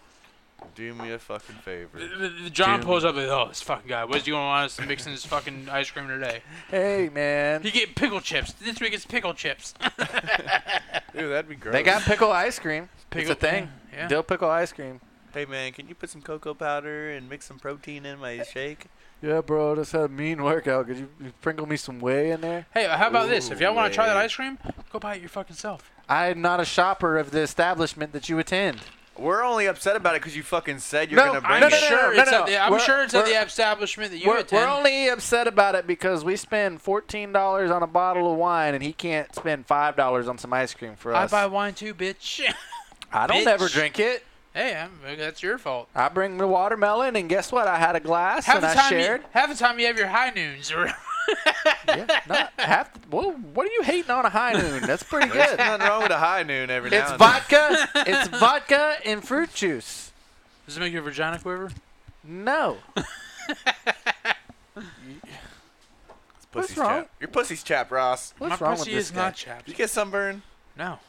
Speaker 1: do me a fucking
Speaker 2: The-
Speaker 1: favor.
Speaker 2: the- the John
Speaker 3: Dude.
Speaker 2: pulls up and oh, this fucking guy. What's he gonna want us to mix in his fucking ice cream today?
Speaker 3: Hey, man.
Speaker 2: You get pickle chips. This week it's pickle chips.
Speaker 1: Dude, that'd be gross.
Speaker 3: They got pickle ice cream.
Speaker 2: Pickle-
Speaker 3: it's a thing.
Speaker 2: yeah.
Speaker 3: Dill pickle ice cream.
Speaker 1: Hey man, can you put some cocoa powder and mix some protein in my shake?
Speaker 3: Yeah, bro, I just had a mean workout. Could you sprinkle me some whey in there?
Speaker 2: hey, how about this? If y'all want to try that
Speaker 1: Ooh-wee.
Speaker 2: ice cream, go buy it your fucking self.
Speaker 3: I'm not a shopper of the establishment that you attend.
Speaker 1: We're only upset about it because you fucking said you're
Speaker 3: No,
Speaker 1: gonna
Speaker 3: I
Speaker 1: bring
Speaker 2: I'm
Speaker 3: no, no,
Speaker 1: it.
Speaker 3: no,
Speaker 2: sure it's
Speaker 3: no.
Speaker 2: at the, I'm
Speaker 3: We're-
Speaker 2: sure it's at
Speaker 3: we're-
Speaker 2: the establishment that you
Speaker 3: We're,
Speaker 2: attend.
Speaker 3: we're only upset about it because we spend fourteen dollars on a bottle of wine, and he can't spend five dollars on some ice cream for
Speaker 2: I
Speaker 3: us.
Speaker 2: buy wine too, bitch.
Speaker 3: I don't
Speaker 2: bitch.
Speaker 3: ever drink it.
Speaker 2: hey, I'm, that's your fault.
Speaker 3: I bring the watermelon, and guess what? I had a glass
Speaker 2: Half
Speaker 3: and
Speaker 2: the
Speaker 3: I
Speaker 2: time,
Speaker 3: shared.
Speaker 2: You, half the time you have your high noons or
Speaker 3: yeah, not half. The, whoa, what are you hating on a high noon? That's pretty
Speaker 1: There's
Speaker 3: good.
Speaker 1: nothing wrong with a high noon every now
Speaker 3: It's
Speaker 1: and
Speaker 3: vodka. It's vodka and fruit juice.
Speaker 2: Does it make your vagina quiver?
Speaker 3: No.
Speaker 1: then. Pussy's
Speaker 3: wrong?
Speaker 1: chapped. Your pussy's chapped, Ross.
Speaker 3: What's
Speaker 2: My
Speaker 3: wrong
Speaker 2: pussy
Speaker 3: with this
Speaker 2: is
Speaker 3: guy?
Speaker 2: not chapped.
Speaker 1: Did you get sunburn?
Speaker 2: No.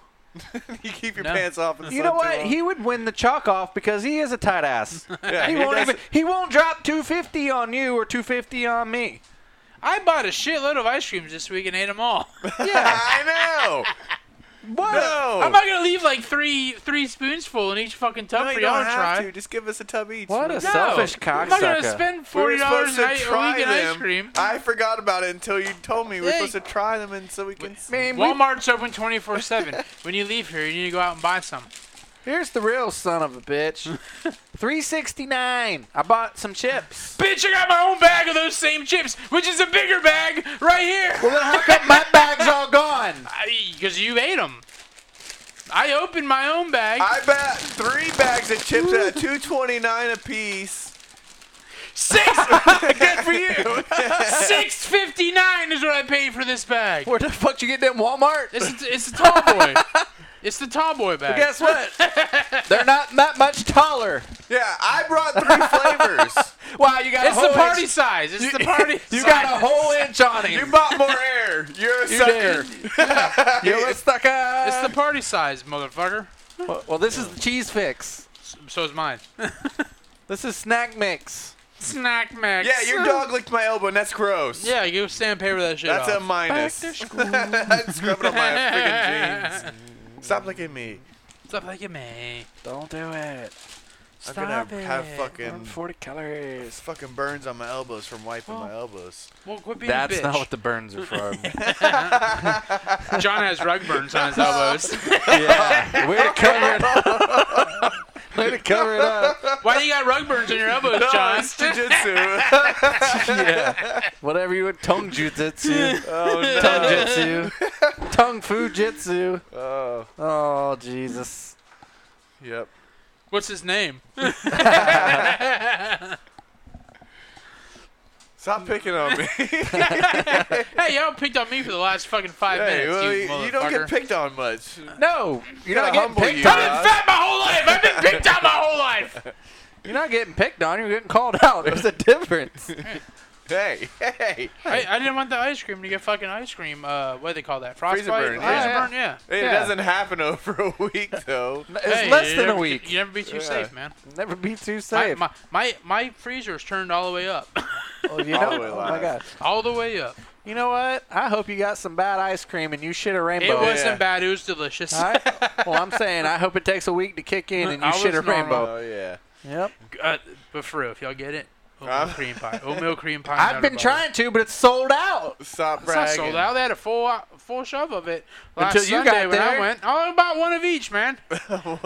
Speaker 1: you keep your
Speaker 2: No.
Speaker 1: pants off. In the
Speaker 3: You
Speaker 1: sun
Speaker 3: know
Speaker 1: too
Speaker 3: what?
Speaker 1: long?
Speaker 3: He would win the chalk off because he is a tight ass.
Speaker 1: Yeah,
Speaker 3: he,
Speaker 1: he
Speaker 3: won't
Speaker 1: does-
Speaker 3: even. He won't drop 250 on you or 250 on me.
Speaker 2: I bought a shitload of ice creams this week and ate them all.
Speaker 3: Yeah.
Speaker 1: I know.
Speaker 3: what?
Speaker 1: No.
Speaker 2: I'm not gonna leave like three three spoonsful in each fucking tub
Speaker 1: No,
Speaker 2: for
Speaker 1: you
Speaker 2: y'all
Speaker 1: don't
Speaker 2: to
Speaker 1: have
Speaker 2: try.
Speaker 1: to. Just give us a tub each.
Speaker 3: What a
Speaker 1: We
Speaker 2: No,
Speaker 3: selfish
Speaker 2: I'm not gonna
Speaker 3: cocksucker.
Speaker 2: spend
Speaker 1: were
Speaker 2: forty dollars
Speaker 1: supposed
Speaker 2: a
Speaker 1: to
Speaker 2: night a
Speaker 1: try
Speaker 2: week in
Speaker 1: them.
Speaker 2: ice cream.
Speaker 1: I forgot about it until you told me we were
Speaker 2: Hey.
Speaker 1: supposed to try them, and so we can.
Speaker 3: Man, we-
Speaker 2: Walmart's open 24 7. When you leave here, you need to go out and buy some.
Speaker 3: here's the real son of a bitch. 369. I bought some chips.
Speaker 2: Bitch, I got my own bag of those same chips, which is a bigger bag right here.
Speaker 3: Well, then how come my bag's all gone?
Speaker 2: Because you ate them. I opened my own bag.
Speaker 1: I bought three bags of chips at two twenty nine a piece.
Speaker 2: Six,
Speaker 1: Good for you.
Speaker 2: 659 is what I paid for this bag.
Speaker 3: Where the fuck you get them Walmart?
Speaker 2: It's a, it's a tall boy. It's the tall boy bag.
Speaker 3: Guess what? They're not that much taller.
Speaker 1: yeah, I brought three flavors.
Speaker 3: Wow, you got
Speaker 2: it's
Speaker 3: a whole
Speaker 2: the party
Speaker 3: Inch.
Speaker 2: size. It's the party
Speaker 3: You
Speaker 2: size.
Speaker 3: got a whole inch on him.
Speaker 1: You bought more air. You're a sucker.
Speaker 3: You're a sucker.
Speaker 2: It's the party size, motherfucker.
Speaker 3: Well, well, this is the cheese fix.
Speaker 2: S- So is mine.
Speaker 3: This is snack mix.
Speaker 2: Snack max.
Speaker 1: Yeah, your dog licked my elbow, and that's gross.
Speaker 2: Yeah, you sandpaper that shit
Speaker 1: That's a
Speaker 2: off.
Speaker 1: minus. Scrub it on my freaking jeans. Stop looking at me.
Speaker 2: Stop liking me.
Speaker 3: Don't do
Speaker 1: I'm
Speaker 3: it.
Speaker 2: Stop
Speaker 1: gonna
Speaker 2: it.
Speaker 1: have fucking
Speaker 3: 140 calories.
Speaker 1: fucking burns on my elbows from wiping
Speaker 2: Oh.
Speaker 1: my elbows.
Speaker 2: Well, quit being a
Speaker 6: That's
Speaker 2: bitch.
Speaker 6: not what the burns are for.
Speaker 2: John has rug burns on his elbows.
Speaker 3: yeah. Way to cover it up. Way to cover it up.
Speaker 2: Why do you got rug burns on your elbows,
Speaker 1: No,
Speaker 2: John?
Speaker 1: it's jujitsu.
Speaker 3: Yeah. Whatever you would. Tongue jujitsu.
Speaker 1: oh no.
Speaker 3: Tongue jitsu. Tongue fu jitsu.
Speaker 1: Oh,
Speaker 3: Oh, Jesus.
Speaker 1: yep.
Speaker 2: What's his name?
Speaker 1: Stop picking on me.
Speaker 2: Hey, y'all picked on me for the last fucking five
Speaker 1: hey,
Speaker 2: minutes,
Speaker 1: well,
Speaker 2: you,
Speaker 1: you,
Speaker 2: motherfucker.
Speaker 1: you don't get picked on much.
Speaker 3: No, you're
Speaker 1: Gotta
Speaker 3: not getting
Speaker 1: humble
Speaker 3: picked
Speaker 1: you,
Speaker 3: on.
Speaker 2: I've been fat my whole life. I've been picked on my whole life.
Speaker 3: You're not getting picked on. You're getting called out. There's a difference.
Speaker 1: Hey, hey.
Speaker 2: I, I didn't want the ice cream to get fucking ice cream. Uh, what do they call that? Frostbite.
Speaker 1: Freezer burn,
Speaker 2: Freezer
Speaker 3: yeah.
Speaker 2: burn, yeah.
Speaker 1: It
Speaker 3: Yeah.
Speaker 1: doesn't happen over a week though.
Speaker 3: It's
Speaker 2: Hey,
Speaker 3: less
Speaker 2: you
Speaker 3: than a
Speaker 2: never-
Speaker 3: week.
Speaker 2: You never be too
Speaker 1: Yeah.
Speaker 2: safe, man.
Speaker 3: Never be too
Speaker 2: My,
Speaker 3: safe.
Speaker 2: my my my freezer's turned all the way up,
Speaker 3: oh, you
Speaker 1: All
Speaker 3: know,
Speaker 1: the way
Speaker 3: oh my
Speaker 1: live.
Speaker 3: God.
Speaker 2: all the way up.
Speaker 3: You know what? I hope you got some bad ice cream and you shit a rainbow.
Speaker 2: It wasn't
Speaker 1: yeah.
Speaker 2: bad. It was delicious.
Speaker 3: All right. Well, I'm saying I hope it takes a week to kick in and
Speaker 2: I
Speaker 3: you shit a
Speaker 2: was normal.
Speaker 3: rainbow.
Speaker 1: Oh yeah.
Speaker 3: Yep.
Speaker 2: Uh, but for real, if y'all get it, oatmeal
Speaker 1: I'm-
Speaker 2: cream pie, oatmeal cream pie.
Speaker 3: Uh, I've
Speaker 2: nut
Speaker 3: been
Speaker 2: butter.
Speaker 3: trying to, but it's sold out.
Speaker 1: Stop
Speaker 2: It's not
Speaker 1: bragging.
Speaker 2: sold out. They had a full uh, full shove of it last
Speaker 3: Until you got
Speaker 2: Sunday when I
Speaker 3: there.
Speaker 2: went. Oh, about one of each, man.
Speaker 1: One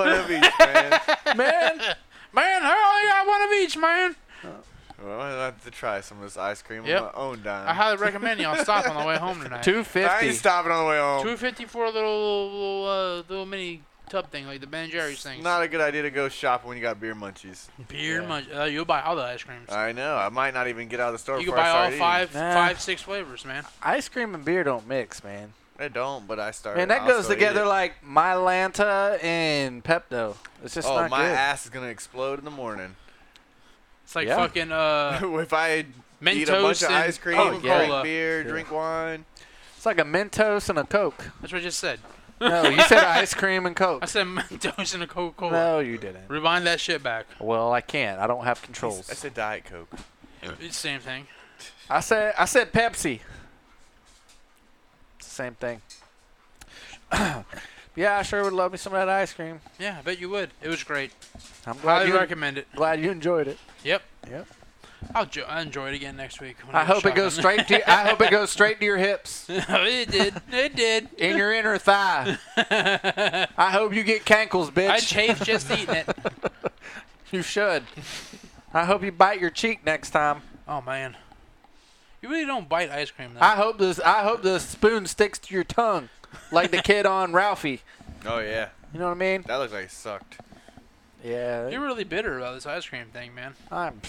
Speaker 1: of each, man.
Speaker 3: Man,
Speaker 2: Man, I only got one of each, man.
Speaker 1: Well, I'm gonna have to try some of this ice cream
Speaker 2: Yep.
Speaker 1: on my own dime.
Speaker 2: I highly recommend y'all stop on the way home tonight.
Speaker 1: I ain't
Speaker 3: 250.
Speaker 1: stopping on the way
Speaker 3: Oh.
Speaker 1: home.
Speaker 2: Two fifty for a little little, uh, little mini tub thing like the Ben and Jerry's thing.
Speaker 1: Not a good idea to go shopping when you got beer munchies.
Speaker 2: beer much. Uh, you'll buy all the ice creams.
Speaker 1: I know. I might not even get out of the store
Speaker 2: you can
Speaker 1: before I
Speaker 2: buy
Speaker 1: start
Speaker 2: all
Speaker 1: eating.
Speaker 2: five,
Speaker 3: Nah.
Speaker 2: five, six flavors, man.
Speaker 3: Ice cream and beer don't mix, man.
Speaker 1: I don't, but I start.
Speaker 3: Man, that
Speaker 1: I'll
Speaker 3: goes
Speaker 1: still eat
Speaker 3: together
Speaker 1: it.
Speaker 3: like Mylanta and Pepto. It's just
Speaker 1: oh,
Speaker 3: not
Speaker 1: my
Speaker 3: good.
Speaker 1: ass is gonna explode in the morning
Speaker 2: It's like
Speaker 3: Yeah.
Speaker 2: fucking uh,
Speaker 1: if I eat a
Speaker 2: Mentos
Speaker 1: bunch of
Speaker 2: and
Speaker 1: ice cream,
Speaker 2: Coca-Cola.
Speaker 1: drink beer,
Speaker 3: Yeah.
Speaker 1: drink wine.
Speaker 3: It's like a Mentos and a Coke.
Speaker 2: That's what I just said.
Speaker 3: No, you said ice cream and Coke.
Speaker 2: I said Mentos and a Coca Cola.
Speaker 3: No, you didn't.
Speaker 2: Rewind that shit back.
Speaker 3: Well, I can't. I don't have controls.
Speaker 1: I said diet coke.
Speaker 2: It's the same thing.
Speaker 3: I said I said Pepsi. It's the same thing. yeah, I sure would love me some of that ice cream.
Speaker 2: Yeah, I bet you would. It was great.
Speaker 3: I'm glad
Speaker 2: Highly
Speaker 3: you,
Speaker 2: recommend it.
Speaker 3: glad you enjoyed it.
Speaker 2: Yep.
Speaker 3: Yep.
Speaker 2: I'll, jo- I'll enjoy it again next week. when
Speaker 3: I
Speaker 2: go
Speaker 3: hope it goes
Speaker 2: shopping.
Speaker 3: straight to I hope it goes straight to your hips
Speaker 2: it did. It did.
Speaker 3: and your inner thigh. I hope you get cankles,
Speaker 2: I
Speaker 3: bitch.
Speaker 2: chafed just eating it.
Speaker 3: you should. I hope you bite your cheek next time.
Speaker 2: Oh man, you really don't bite ice cream though.
Speaker 3: I hope this I hope the spoon sticks to your tongue like the kid on Ralphie.
Speaker 1: Oh yeah,
Speaker 3: You know what I mean?
Speaker 1: that looks like it sucked.
Speaker 3: Yeah.
Speaker 2: You're really bitter about this ice cream thing, man.
Speaker 3: I'm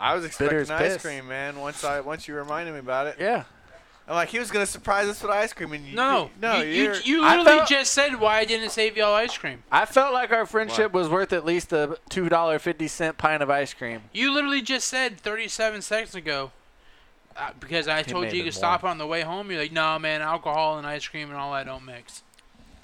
Speaker 1: I was expecting
Speaker 3: Bitter as
Speaker 1: ice
Speaker 3: piss.
Speaker 1: cream, man. Once I once you reminded me about it,
Speaker 3: yeah.
Speaker 1: I'm like, he was gonna surprise us with ice cream, and you,
Speaker 2: No,
Speaker 1: you- no,
Speaker 2: you, you,
Speaker 1: you're-
Speaker 2: you
Speaker 3: I
Speaker 2: literally
Speaker 3: felt-
Speaker 2: just said why I didn't save y'all ice cream.
Speaker 3: I felt like our friendship was worth at least a two dollar fifty cent pint of ice cream.
Speaker 2: You literally just said 37 seconds ago, uh, because I told
Speaker 3: may
Speaker 2: you you
Speaker 3: have
Speaker 2: could
Speaker 3: been
Speaker 2: stop on the way home. You're like, nah, man, alcohol and ice cream and all that don't mix.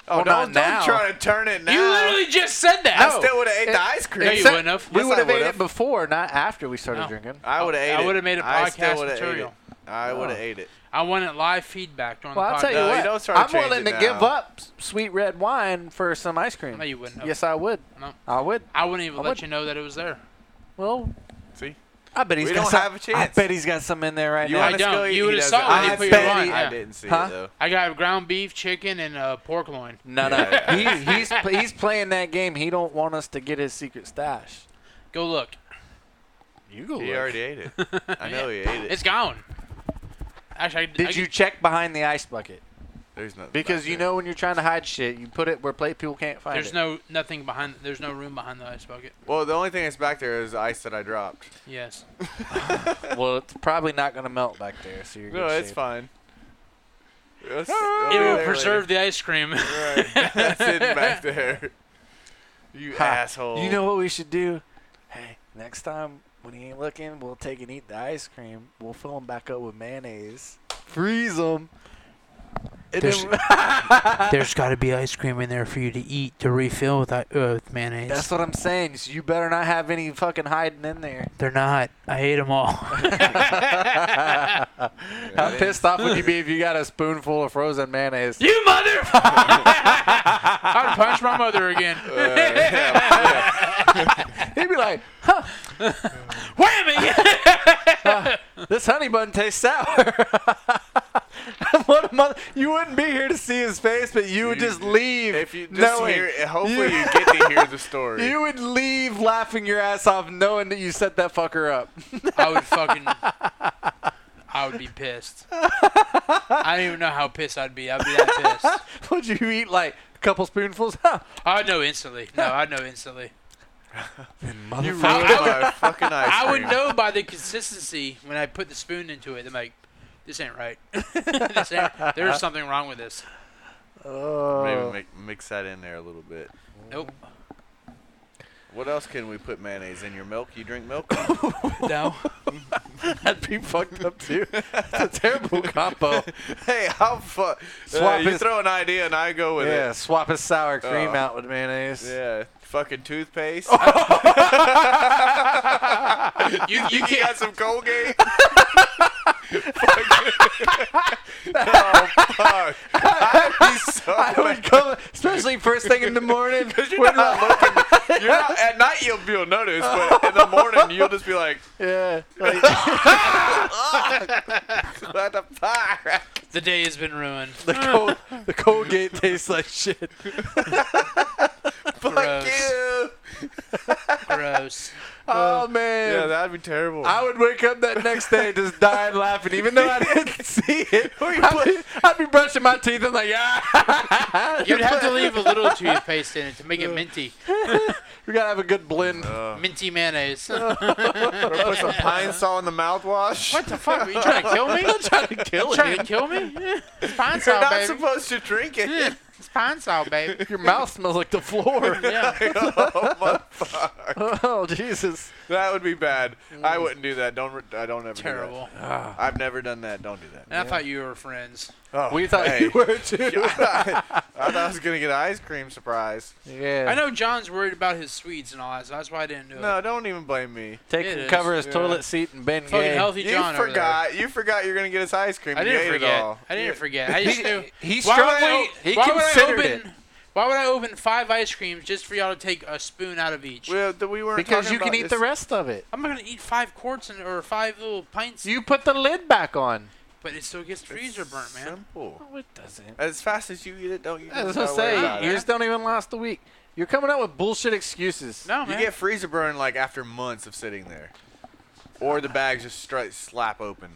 Speaker 1: oh,
Speaker 3: well,
Speaker 1: don't, don't
Speaker 3: not now.
Speaker 1: try to turn it now.
Speaker 2: You literally just said that.
Speaker 1: I still would have ate
Speaker 3: It-
Speaker 1: the ice
Speaker 2: No,
Speaker 1: cream.
Speaker 2: you
Speaker 3: Except-
Speaker 2: wouldn't have.
Speaker 3: We
Speaker 1: Yes,
Speaker 3: would
Speaker 1: I
Speaker 3: have ate
Speaker 1: would've.
Speaker 3: it before, not after we started
Speaker 2: No.
Speaker 3: drinking.
Speaker 1: I would have ate
Speaker 2: I
Speaker 1: it.
Speaker 2: would've made a
Speaker 1: I still
Speaker 2: podcast
Speaker 1: would've ate
Speaker 2: material.
Speaker 1: it. I would have
Speaker 3: Oh.
Speaker 1: ate it.
Speaker 2: I wanted live feedback during
Speaker 3: Well,
Speaker 2: the podcast.
Speaker 3: I'll tell you
Speaker 1: No, you
Speaker 3: what.
Speaker 1: don't start
Speaker 3: I'm
Speaker 1: changing
Speaker 3: willing to
Speaker 1: now.
Speaker 3: give up s- sweet red wine for some ice cream.
Speaker 2: No, you wouldn't have.
Speaker 3: Yes, I would.
Speaker 2: No.
Speaker 3: I would.
Speaker 2: I wouldn't even
Speaker 3: I
Speaker 2: let
Speaker 3: would-
Speaker 2: you know that it was there.
Speaker 3: Well,
Speaker 1: See?
Speaker 3: I bet he's
Speaker 1: We
Speaker 3: got
Speaker 1: don't
Speaker 3: some,
Speaker 1: have a
Speaker 3: I
Speaker 1: chance.
Speaker 3: bet he's got some in there right
Speaker 1: You
Speaker 3: now.
Speaker 1: wanna
Speaker 2: I don't.
Speaker 1: go eat?
Speaker 2: You
Speaker 1: He
Speaker 2: would've
Speaker 1: doesn't.
Speaker 2: saw it when you
Speaker 1: I
Speaker 2: put your
Speaker 1: bet
Speaker 2: wine-
Speaker 1: he-
Speaker 2: yeah.
Speaker 1: I didn't see
Speaker 3: Huh?
Speaker 1: it though.
Speaker 2: I got ground beef, chicken, and uh, pork loin.
Speaker 3: No, no.
Speaker 1: Yeah.
Speaker 3: he, he's he's playing that game. He don't want us to get his secret stash.
Speaker 2: Go look.
Speaker 3: You go.
Speaker 1: He already ate it. I know he ate it.
Speaker 2: It's gone. Actually, I, I,
Speaker 3: Did you check behind the ice bucket?
Speaker 1: There's nothing.
Speaker 3: Because
Speaker 1: back
Speaker 3: you
Speaker 1: there.
Speaker 3: know when you're trying to hide shit, you put it where plate people can't find
Speaker 2: There's
Speaker 3: it.
Speaker 2: no nothing behind. There's no room behind the ice bucket.
Speaker 1: Well, the only thing that's back there is ice that I dropped.
Speaker 2: Yes.
Speaker 3: well, it's probably not gonna melt back there, so you're
Speaker 1: No,
Speaker 3: good
Speaker 1: it's
Speaker 3: shape.
Speaker 1: fine. It's-
Speaker 2: It
Speaker 1: it'll be
Speaker 2: will
Speaker 1: there
Speaker 2: preserve the ice cream.
Speaker 1: later. Right. That's it back there. You
Speaker 3: Ha.
Speaker 1: asshole. Uh,
Speaker 3: You know what we should do? Hey, next time when he ain't looking, we'll take and eat the ice cream. We'll fill him back up with mayonnaise. Freeze him.
Speaker 2: There's- There's got to be ice cream in there for you to eat to refill with, uh, with mayonnaise.
Speaker 3: That's what I'm saying. So you better not have any fucking hiding in there.
Speaker 2: They're not. I hate them all.
Speaker 3: How pissed off would you be if you got a spoonful of frozen mayonnaise?
Speaker 2: you mother! I'd punch my mother again.
Speaker 3: He'd be like,
Speaker 2: Whammy!
Speaker 3: "This honey bun tastes sour." what a mother! You wouldn't be here to see his face, but you would
Speaker 1: You-
Speaker 3: just leave.
Speaker 1: If you just
Speaker 3: knowing-
Speaker 1: hear, hopefully
Speaker 3: You-
Speaker 1: you get to hear the story.
Speaker 3: You would leave laughing your ass off, knowing that you set that fucker up.
Speaker 2: I would fucking. I would be pissed. I don't even know how pissed I'd be. I'd be that pissed. Oh,
Speaker 3: would you eat like a couple spoonfuls? Huh.
Speaker 2: I'd know instantly. No, I'd know instantly.
Speaker 1: You ruined
Speaker 2: I- I
Speaker 1: my fucking ice
Speaker 2: I would
Speaker 1: cream.
Speaker 2: know by the consistency when I put the spoon into it. I'm like, this ain't right. this ain't, there's something wrong with this.
Speaker 1: Maybe make, mix that in there a little bit.
Speaker 2: Nope.
Speaker 1: What else can we put mayonnaise in your milk? You drink milk?
Speaker 2: No.
Speaker 3: That'd be fucked up too. It's a terrible combo.
Speaker 1: hey, I'll fuck.
Speaker 3: Swap
Speaker 1: you
Speaker 3: his-
Speaker 1: throw an idea and I go with
Speaker 3: Yeah, swap his sour cream
Speaker 1: Oh.
Speaker 3: out with mayonnaise.
Speaker 1: it. Yeah. Fucking toothpaste.
Speaker 2: You, you
Speaker 1: you
Speaker 2: can't.
Speaker 1: got some Colgate? oh, fuck. I'd be so
Speaker 3: I would come, especially first thing in the morning.
Speaker 1: You're
Speaker 3: when
Speaker 1: not looking. You're not, at night you'll, you'll notice, but in the morning you'll just be like,
Speaker 3: the- yeah, like,
Speaker 1: what the fuck?
Speaker 2: The day has been ruined.
Speaker 3: the, Col- the Colgate tastes like shit.
Speaker 1: Fuck
Speaker 2: Gross.
Speaker 1: you.
Speaker 2: Gross.
Speaker 3: Oh man.
Speaker 1: Yeah, that'd be terrible.
Speaker 3: I would wake up that next day just dying laughing, even though I didn't see it. I'd be, I'd be brushing my teeth. I'm like, ah.
Speaker 2: You'd have to leave a little toothpaste in it to make it minty.
Speaker 3: We gotta have a good blend.
Speaker 2: Minty mayonnaise.
Speaker 1: Or put some pine saw in the mouthwash.
Speaker 2: what the fuck? Are you trying to kill me?
Speaker 3: I'm trying to kill
Speaker 2: You
Speaker 3: it.
Speaker 2: trying to kill me? Yeah. It's pine
Speaker 1: You're
Speaker 2: salt,
Speaker 1: not
Speaker 2: baby.
Speaker 1: supposed to drink it.
Speaker 2: Yeah, It's pine salt, baby.
Speaker 3: Your mouth smells like the floor.
Speaker 2: Yeah.
Speaker 1: oh, my fuck.
Speaker 3: oh Jesus.
Speaker 1: That would be bad. I wouldn't do that. Don't. re- I don't ever.
Speaker 2: Terrible.
Speaker 1: Do
Speaker 2: And
Speaker 1: that. I've never done that. Don't do that.
Speaker 2: I thought you were friends.
Speaker 1: Oh,
Speaker 3: We thought
Speaker 1: hey.
Speaker 3: you were too.
Speaker 1: I thought I was gonna get an ice cream surprise.
Speaker 3: Yeah.
Speaker 2: I know John's worried about his sweets and all that, so that's why I didn't do it.
Speaker 1: No, don't even blame me.
Speaker 2: It
Speaker 3: Taking
Speaker 2: is.
Speaker 3: cover his
Speaker 1: Yeah.
Speaker 3: toilet seat and Ben
Speaker 2: Fucking
Speaker 3: Gay.
Speaker 2: healthy
Speaker 1: You
Speaker 2: John over there.
Speaker 1: forgot. You forgot you're gonna get us ice cream.
Speaker 2: I
Speaker 1: You ate
Speaker 2: didn't
Speaker 1: it
Speaker 2: forget.
Speaker 1: all.
Speaker 2: I
Speaker 1: You-
Speaker 2: didn't forget. I just knew.
Speaker 3: he
Speaker 2: Why would I
Speaker 3: strongly
Speaker 2: o-
Speaker 3: he
Speaker 2: why would I
Speaker 3: considered it
Speaker 2: open- Why would I open five ice creams just for y'all to take a spoon out of each?
Speaker 1: Well, th- we weren't
Speaker 3: because
Speaker 1: talking
Speaker 3: you can
Speaker 1: about
Speaker 3: eat
Speaker 1: this.
Speaker 3: the rest of it.
Speaker 2: I'm not gonna eat five quarts and, or five little pints,
Speaker 3: You put the lid back on.
Speaker 2: but it still gets freezer burnt, man.
Speaker 1: Simple.
Speaker 3: No, it doesn't.
Speaker 1: As fast as you eat it, don't you?
Speaker 3: I was
Speaker 1: gotta
Speaker 3: gonna
Speaker 1: worry about it.
Speaker 3: say yours don't even last a week. You're coming out with bullshit excuses.
Speaker 2: No,
Speaker 1: You
Speaker 2: man.
Speaker 1: get freezer burn like after months of sitting there, or the bags just straight slap open.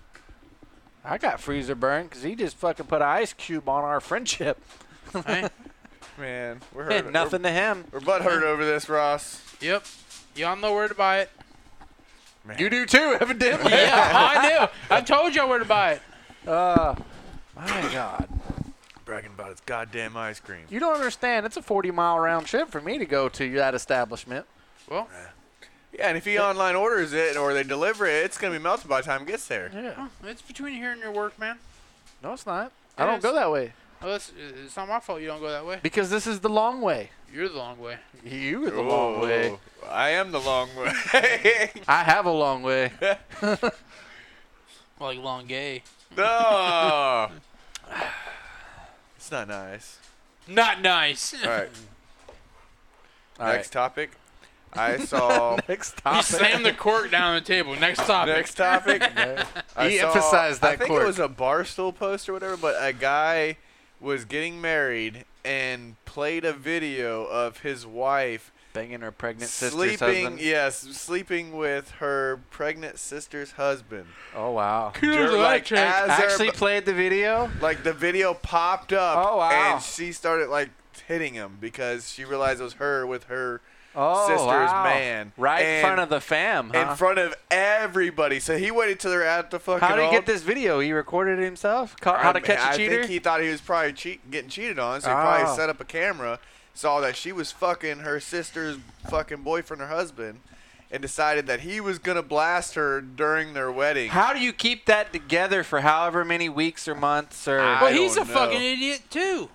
Speaker 3: I got freezer burn because he just fucking put an ice cube on our friendship.
Speaker 2: Right?
Speaker 1: Man, we're hurt.
Speaker 3: And nothing to him.
Speaker 1: We're, butt hurt over this, Ross.
Speaker 2: Yep. Y'all know where to buy it.
Speaker 1: Man.
Speaker 3: You do too, evidently.
Speaker 2: Yeah, I knew. I told y'all where to buy it.
Speaker 3: Uh, My God.
Speaker 1: Bragging about his goddamn ice cream.
Speaker 3: You don't understand. It's a 40 mile round trip for me to go to that establishment.
Speaker 2: Well,
Speaker 1: Yeah, and if he online orders it or they deliver it, it's gonna be melted by the time it gets there.
Speaker 3: Yeah.
Speaker 2: it's between here and your work, man.
Speaker 3: No, it's not. I
Speaker 2: It
Speaker 3: don't
Speaker 2: is.
Speaker 3: go that way
Speaker 2: Well, it's, it's not my fault you don't go that way.
Speaker 3: because this is the long way.
Speaker 2: You're the long way.
Speaker 3: You are the long way.
Speaker 1: Ooh, I am the long way.
Speaker 3: I have a long way.
Speaker 2: Like long gay.
Speaker 1: no. it's not nice.
Speaker 2: Not nice.
Speaker 1: All right.
Speaker 3: All
Speaker 1: next topic. I saw.
Speaker 3: right. Next
Speaker 2: He
Speaker 3: topic.
Speaker 2: slammed the cork down on the table. Next topic.
Speaker 1: next topic. I
Speaker 3: He
Speaker 1: saw-
Speaker 3: emphasized
Speaker 1: I
Speaker 3: that
Speaker 1: think
Speaker 3: cork.
Speaker 1: it was a barstool post or whatever, but a guy was getting married and played a video of his wife
Speaker 3: Banging her pregnant sister's
Speaker 1: sleeping.
Speaker 3: husband.
Speaker 1: Yes, sleeping with her pregnant sister's husband.
Speaker 3: Oh wow.
Speaker 2: Kudos
Speaker 1: Dur-
Speaker 2: to that
Speaker 1: like,
Speaker 2: chick.
Speaker 1: as they're
Speaker 3: Actually
Speaker 1: bu-
Speaker 3: played the video.
Speaker 1: Like the video popped up.
Speaker 3: Oh, wow.
Speaker 1: And she started like hitting him because she realized it was her with her
Speaker 3: Oh
Speaker 1: sister's
Speaker 3: wow.
Speaker 1: man.
Speaker 3: Right in
Speaker 1: And-
Speaker 3: front of the fam. Huh?
Speaker 1: in front of everybody. So he waited till they're at the fucking.
Speaker 3: How did he
Speaker 1: altar.
Speaker 3: get this video? He recorded it himself. Caught, how to
Speaker 1: I-
Speaker 3: catch
Speaker 1: I
Speaker 3: a cheater.
Speaker 1: think he thought he was probably cheat, getting cheated on, so he probably
Speaker 3: Ah.
Speaker 1: set up a camera, saw that she was fucking her sister's fucking boyfriend or husband, and decided that he was gonna blast her during their wedding.
Speaker 3: How do you keep that together for however many weeks or months or?
Speaker 1: I
Speaker 2: Well, he's a
Speaker 1: don't know.
Speaker 2: fucking idiot too.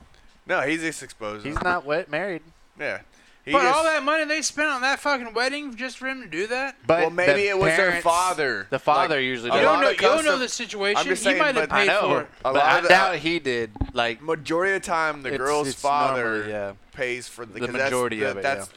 Speaker 1: No, he's just exposed.
Speaker 3: he's
Speaker 1: him.
Speaker 3: not wet married.
Speaker 1: Yeah. He
Speaker 2: but
Speaker 1: just-
Speaker 2: all that money they spent on that fucking wedding just for him to do that.
Speaker 3: But
Speaker 1: Well, maybe
Speaker 3: the
Speaker 1: it was her
Speaker 3: parents-
Speaker 1: father.
Speaker 3: The father
Speaker 1: Like,
Speaker 3: usually.
Speaker 1: a
Speaker 2: You
Speaker 3: does.
Speaker 1: lot
Speaker 2: don't know.
Speaker 1: of
Speaker 2: You don't know
Speaker 1: custom-
Speaker 2: the situation.
Speaker 1: I'm just
Speaker 2: he
Speaker 1: saying,
Speaker 2: might have
Speaker 1: but- I
Speaker 2: paid
Speaker 1: know.
Speaker 2: for it.
Speaker 1: A
Speaker 3: but
Speaker 1: lot
Speaker 3: I
Speaker 1: of the-
Speaker 3: doubt he did. Like
Speaker 1: majority of the time the
Speaker 3: It's-
Speaker 1: girl's
Speaker 3: it's
Speaker 1: father
Speaker 3: normally, yeah.
Speaker 1: pays for the,
Speaker 3: The
Speaker 1: 'cause that's
Speaker 3: majority
Speaker 1: the-
Speaker 3: of it,
Speaker 1: That's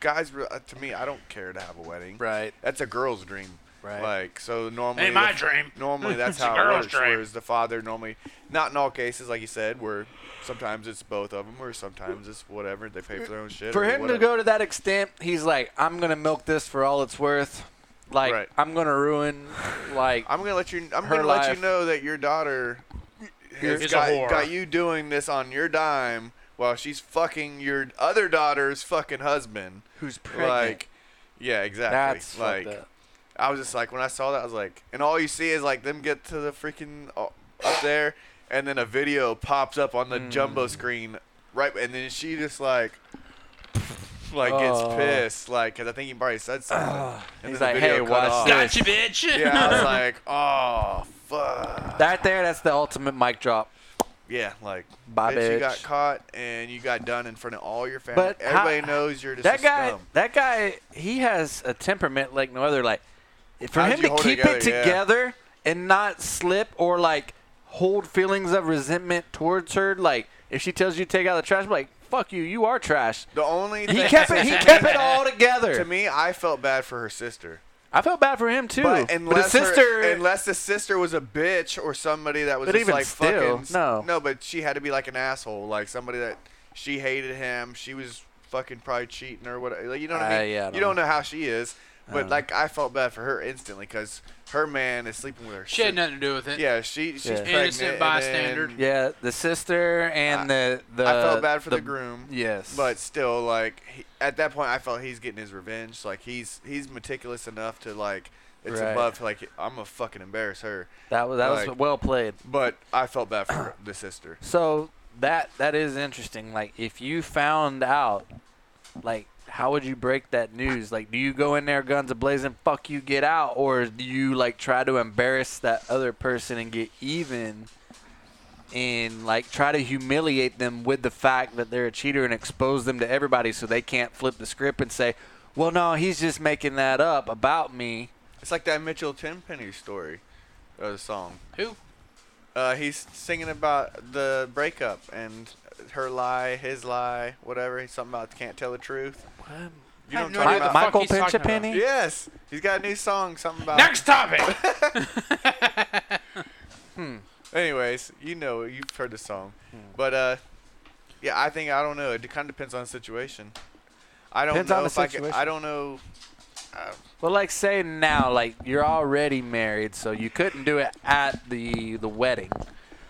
Speaker 1: guys. re- uh, To me, I don't care to have a wedding.
Speaker 3: right.
Speaker 1: That's a girl's dream.
Speaker 3: Right.
Speaker 1: Like so normally.
Speaker 2: Ain't my
Speaker 1: the-
Speaker 2: dream.
Speaker 1: Normally that's
Speaker 2: a
Speaker 1: how it
Speaker 2: girl's
Speaker 1: works.
Speaker 2: dream.
Speaker 1: Whereas the father normally, not in all cases, like you said, where sometimes it's both of them, or sometimes it's whatever they pay for their own shit.
Speaker 3: For
Speaker 1: or
Speaker 3: him to
Speaker 1: whatever.
Speaker 3: go to that extent, he's like, I'm gonna milk this for all it's worth. Like
Speaker 1: Right.
Speaker 3: I'm gonna ruin. Like
Speaker 1: I'm gonna let you. I'm
Speaker 3: Her
Speaker 1: gonna let
Speaker 3: life.
Speaker 1: you know that your daughter has
Speaker 2: Is a
Speaker 1: got,
Speaker 2: whore.
Speaker 1: got you doing this on your dime while she's fucking your other daughter's fucking husband.
Speaker 3: who's pregnant?
Speaker 1: Like, yeah, exactly.
Speaker 3: that's
Speaker 1: like,
Speaker 3: fucked up.
Speaker 1: I was just like, when I saw that, I was like, and all you see is like them get to the freaking uh, up there, and then a video pops up on the jumbo
Speaker 3: Hmm.
Speaker 1: screen, right, and then she just like, like
Speaker 3: Oh.
Speaker 1: gets pissed, like, cause I think he probably said something. and
Speaker 3: He's
Speaker 1: then
Speaker 3: like,
Speaker 1: the video cut
Speaker 3: "Hey, watch
Speaker 1: off."
Speaker 3: this.
Speaker 2: Gotcha, bitch.
Speaker 1: Yeah, I was like, oh fuck.
Speaker 3: That there, that's the ultimate mic drop.
Speaker 1: Yeah, like,
Speaker 3: Bye,
Speaker 1: bitch, you
Speaker 3: bitch.
Speaker 1: got caught and you got done in front of all your family.
Speaker 3: But how-
Speaker 1: Everybody knows you're just
Speaker 3: that
Speaker 1: a
Speaker 3: guy,
Speaker 1: scum.
Speaker 3: that guy, he has a temperament like no other. Like for
Speaker 1: How'd
Speaker 3: him
Speaker 1: you
Speaker 3: to
Speaker 1: hold
Speaker 3: keep
Speaker 1: together?
Speaker 3: it
Speaker 1: Yeah.
Speaker 3: together and not slip or like hold feelings of resentment towards her. Like if she tells you to take out the trash, I'm like fuck you, you are trash.
Speaker 1: The only
Speaker 3: He
Speaker 1: thing-
Speaker 3: kept it. He kept it all together.
Speaker 1: to me, I felt bad for her sister.
Speaker 3: I felt bad for him too.
Speaker 1: But
Speaker 3: the
Speaker 1: unless
Speaker 3: sister,
Speaker 1: her, unless the sister was a bitch or somebody that was
Speaker 3: But
Speaker 1: just
Speaker 3: even
Speaker 1: like
Speaker 3: still,
Speaker 1: fucking
Speaker 3: no.
Speaker 1: no, but she had to be like an asshole, like somebody that she hated him. She was fucking probably cheating or whatever. Like, you know what
Speaker 3: Uh,
Speaker 1: I mean?
Speaker 3: yeah, I
Speaker 1: you
Speaker 3: don't
Speaker 1: don't know how she is, but
Speaker 3: Uh.
Speaker 1: like I felt bad for her instantly because her man is sleeping with her.
Speaker 2: She had
Speaker 1: sister.
Speaker 2: nothing to do with it.
Speaker 1: Yeah, she she's
Speaker 3: Yeah.
Speaker 1: pregnant.
Speaker 2: Innocent
Speaker 1: and then
Speaker 2: bystander.
Speaker 3: yeah, the sister and
Speaker 1: I-
Speaker 3: the the.
Speaker 1: I felt bad for the, groom.
Speaker 3: Yes,
Speaker 1: But still, like he, at that point, I felt he's getting his revenge. Like he's he's meticulous enough to like it's
Speaker 3: Right.
Speaker 1: above like I'm gonna fucking embarrass her.
Speaker 3: that was that was
Speaker 1: like-
Speaker 3: well played.
Speaker 1: But I felt bad for the sister.
Speaker 3: So that that is interesting. Like, if you found out, like, how would you break that news? Like, do you go in there guns a blazing, fuck you, get out, or do you like try to embarrass that other person and get even, and like try to humiliate them with the fact that they're a cheater and expose them to everybody so they can't flip the script and say, well, no, he's just making that up about me.
Speaker 1: It's like that Mitchell Tenpenny story, uh, song.
Speaker 2: Who?
Speaker 1: Uh, he's singing about the breakup and her lie, his lie, whatever. He's something about can't tell the truth. You
Speaker 2: I
Speaker 1: know
Speaker 2: have
Speaker 1: what
Speaker 2: no
Speaker 1: I'm talking
Speaker 2: idea
Speaker 1: about?
Speaker 2: what
Speaker 3: Michael
Speaker 2: he's talking about.
Speaker 3: Pinchapenny.
Speaker 1: Yes, he's got a new song. Something about.
Speaker 2: Next topic.
Speaker 1: Anyways, you know you've heard the song,
Speaker 3: Hmm.
Speaker 1: but uh, yeah, I think I don't know. It kind of depends on the situation. I don't
Speaker 3: Depends
Speaker 1: know
Speaker 3: on the
Speaker 1: if I could-
Speaker 3: situation.
Speaker 1: I don't know.
Speaker 3: Well, like say now, like you're already married, so you couldn't do it at the the wedding.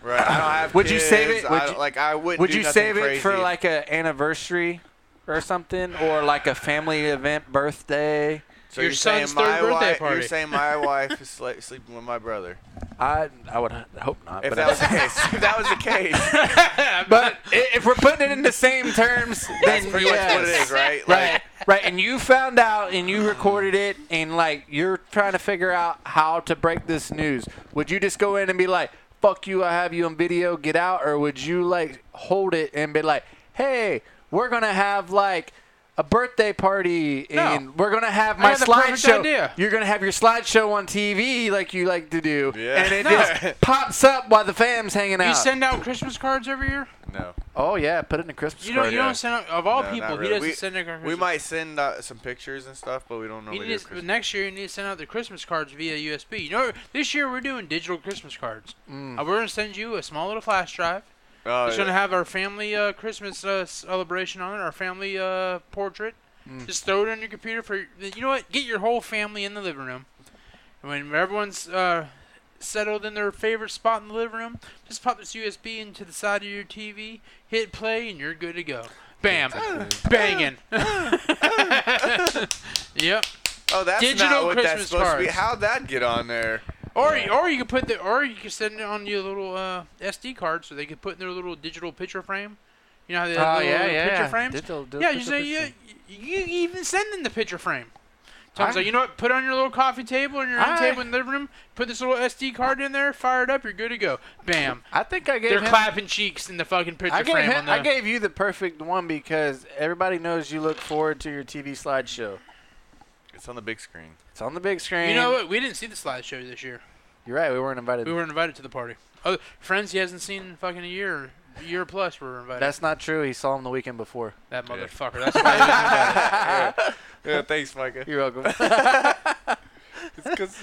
Speaker 1: Right. I don't have.
Speaker 3: Would you save
Speaker 1: kids, I
Speaker 3: it? Would
Speaker 1: don't-
Speaker 3: you-
Speaker 1: like I wouldn't.
Speaker 3: Would
Speaker 1: do
Speaker 3: you
Speaker 1: nothing
Speaker 3: save it for
Speaker 1: crazy.
Speaker 3: like a anniversary or something, or like a family event, birthday?
Speaker 1: So
Speaker 2: Your
Speaker 1: you're saying
Speaker 2: son's third
Speaker 1: my
Speaker 2: birthday
Speaker 1: wife,
Speaker 2: party.
Speaker 1: You're saying my wife is sla- sleeping with my brother.
Speaker 3: I I would h- hope not.
Speaker 1: If
Speaker 3: but
Speaker 1: that
Speaker 3: I-
Speaker 1: was the case, if that was the case,
Speaker 3: but i- if we're putting it in the same terms,
Speaker 1: that's
Speaker 3: then
Speaker 1: pretty
Speaker 3: yes.
Speaker 1: much what it is, right?
Speaker 3: Right, right, and you found out and you recorded it, and like you're trying to figure out how to break this news. Would you just go in and be like, "Fuck you, I have you on video, get out," or would you like hold it and be like, "Hey, we're gonna have like a birthday party, and we're gonna have my
Speaker 2: had the perfect
Speaker 3: slideshow.
Speaker 2: idea.
Speaker 3: You're gonna have your slideshow on TV, like you like to do,
Speaker 1: Yeah.
Speaker 3: and it
Speaker 1: No.
Speaker 3: just pops up while the fam's hanging out.
Speaker 2: You send out Christmas cards every year?
Speaker 1: Like, no.
Speaker 3: oh yeah, put it in a Christmas
Speaker 2: You don't.
Speaker 3: card.
Speaker 2: You don't send out, of all
Speaker 1: No, not
Speaker 2: people.
Speaker 1: really.
Speaker 2: He doesn't
Speaker 1: We-
Speaker 2: send out Christmas.
Speaker 1: We might send uh, some pictures and stuff, but we don't know.
Speaker 2: You need to, next year, you need to send out the Christmas cards via USB. You know, this year we're doing digital Christmas cards.
Speaker 3: Mm.
Speaker 1: Hmm.
Speaker 2: Uh, we're gonna send you a small little flash drive.
Speaker 1: Oh,
Speaker 2: it's gonna have our family uh, Christmas uh, celebration on it, our family uh, portrait.
Speaker 3: Mm.
Speaker 2: Just throw it on your computer for. You know what? Get your whole family in the living room. And when everyone's uh, settled in their favorite spot in the living room, just pop this USB into the side of your TV, hit play, and you're good to go. Bam, banging. yep.
Speaker 1: oh, that's
Speaker 2: digital
Speaker 1: not what
Speaker 2: Christmas
Speaker 1: that's supposed to be.
Speaker 2: cards.
Speaker 1: How'd that get on there?
Speaker 2: Or or you could put the or you could send it on your little uh, SD card so they could put in their little digital picture frame. You know how they have
Speaker 3: Oh,
Speaker 2: little,
Speaker 3: yeah,
Speaker 2: little
Speaker 3: yeah,
Speaker 2: picture
Speaker 3: yeah.
Speaker 2: uh, frames.
Speaker 3: Digital- digital
Speaker 2: yeah, you
Speaker 3: picture
Speaker 2: say you,
Speaker 3: frame.
Speaker 2: you even send in the picture frame. So
Speaker 3: I-
Speaker 2: I'm like, you know what? Put it on your little coffee table or your
Speaker 3: I-
Speaker 2: end table in the living room. Put this little SD card in there. Fire it up. You're good to go. Bam.
Speaker 3: I think I gave
Speaker 2: They're
Speaker 3: him-
Speaker 2: clapping cheeks in the fucking picture
Speaker 3: I gave,
Speaker 2: frame.
Speaker 3: him-
Speaker 2: on the,
Speaker 3: I gave you the perfect one because everybody knows you look forward to your TV slideshow.
Speaker 1: It's on the big screen.
Speaker 3: It's on the big screen.
Speaker 2: you know what? We didn't see the slideshow this year.
Speaker 3: You're right. We weren't invited.
Speaker 2: We were invited to the party. Oh, friends he hasn't seen in fucking a year, year plus. We were invited.
Speaker 3: That's not true. He saw him the weekend before.
Speaker 2: that motherfucker. That's why he was
Speaker 1: Yeah, thanks, Micah.
Speaker 3: You're welcome.
Speaker 1: Because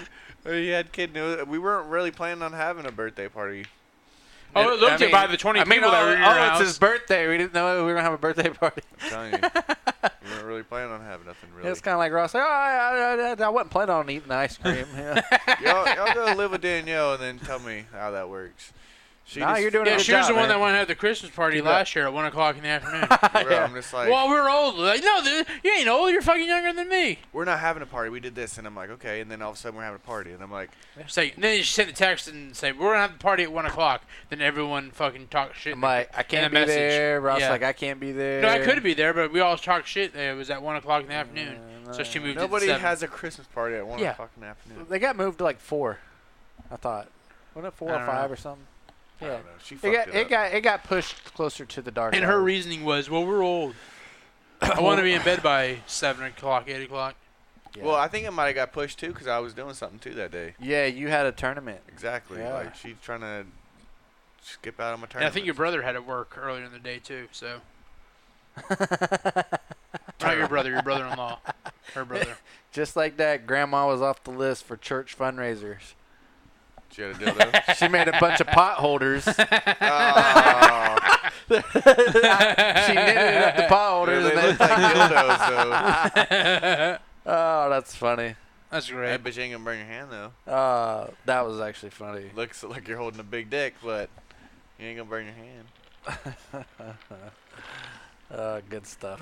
Speaker 1: you had kid news. We weren't really planning on having a birthday party.
Speaker 2: Oh, it
Speaker 3: I
Speaker 2: looked
Speaker 3: mean-
Speaker 2: it by the 20
Speaker 3: I mean,
Speaker 2: people that
Speaker 3: oh,
Speaker 2: were in your
Speaker 3: oh,
Speaker 2: house.
Speaker 3: it's his birthday. We didn't know we were gonna have a birthday party.
Speaker 1: I'm telling you. we weren't really planning on having nothing really.
Speaker 3: It's kind of like Ross. Like, oh, I, I, I, I wasn't planning on eating ice cream. Yeah.
Speaker 1: y'all, y'all go live with Danielle and then tell me how that works. She
Speaker 3: nah,
Speaker 1: just-
Speaker 3: you're doing a
Speaker 2: yeah,
Speaker 3: good
Speaker 2: she was the
Speaker 3: job,
Speaker 2: one
Speaker 3: man.
Speaker 2: that wanted to have the Christmas party
Speaker 3: Keep it up.
Speaker 2: last year at 1 o'clock in the afternoon.
Speaker 1: Bro, I'm just like,
Speaker 2: well, we're old. Like, no, th- you ain't old. You're fucking younger than me.
Speaker 1: we're not having a party. We did this, and I'm like, okay. And then all of a sudden, we're having a party, and I'm like,
Speaker 2: Say, then she sent the text and say, we're going to have the party at 1 o'clock. Then everyone fucking talked shit.
Speaker 3: I'm like, I
Speaker 2: in
Speaker 3: can't
Speaker 2: the
Speaker 3: be
Speaker 2: message.
Speaker 3: there. Ross
Speaker 2: Yeah.
Speaker 3: like, I can't be there.
Speaker 2: No, I could be there, but we all talked shit. It was at 1 o'clock in the afternoon. So she moved
Speaker 1: nobody
Speaker 2: it to 7.
Speaker 1: has a Christmas party at one
Speaker 2: Yeah.
Speaker 1: o'clock in the afternoon.
Speaker 3: They got moved to like four. I thought. Wasn't it four
Speaker 2: I
Speaker 3: or
Speaker 2: don't
Speaker 3: five
Speaker 2: know.
Speaker 3: or something?
Speaker 1: I
Speaker 3: Yeah.
Speaker 1: don't know. She fucked
Speaker 3: It got,
Speaker 1: it,
Speaker 3: it
Speaker 1: up.
Speaker 3: got it got pushed closer to the dark.
Speaker 2: and her
Speaker 3: hour.
Speaker 2: reasoning was, well, we're old. I want to be in bed by 7 o'clock, 8 o'clock.
Speaker 3: yeah.
Speaker 1: Well, I think it might have got pushed too because I was doing something too that day.
Speaker 3: yeah, you had a tournament.
Speaker 1: Exactly.
Speaker 3: Yeah.
Speaker 1: Like she's trying to skip out on my turn.
Speaker 2: And I think your brother had to work earlier in the day, too, so. Not your brother, your brother-in-law. Her brother.
Speaker 3: Just like that, Grandma was off the list for church fundraisers.
Speaker 1: she had a dildo.
Speaker 3: She made a bunch of pot holders. she
Speaker 1: oh,
Speaker 3: knitted up the pot holders.
Speaker 1: they
Speaker 3: and then-
Speaker 1: looked like dildos. So.
Speaker 3: oh, that's funny.
Speaker 2: That's
Speaker 1: Hey,
Speaker 2: great.
Speaker 1: but you ain't gonna burn your hand though.
Speaker 3: Uh, that was actually funny.
Speaker 1: Looks like you're holding a big dick, but you ain't gonna burn your hand.
Speaker 3: Uh, good stuff.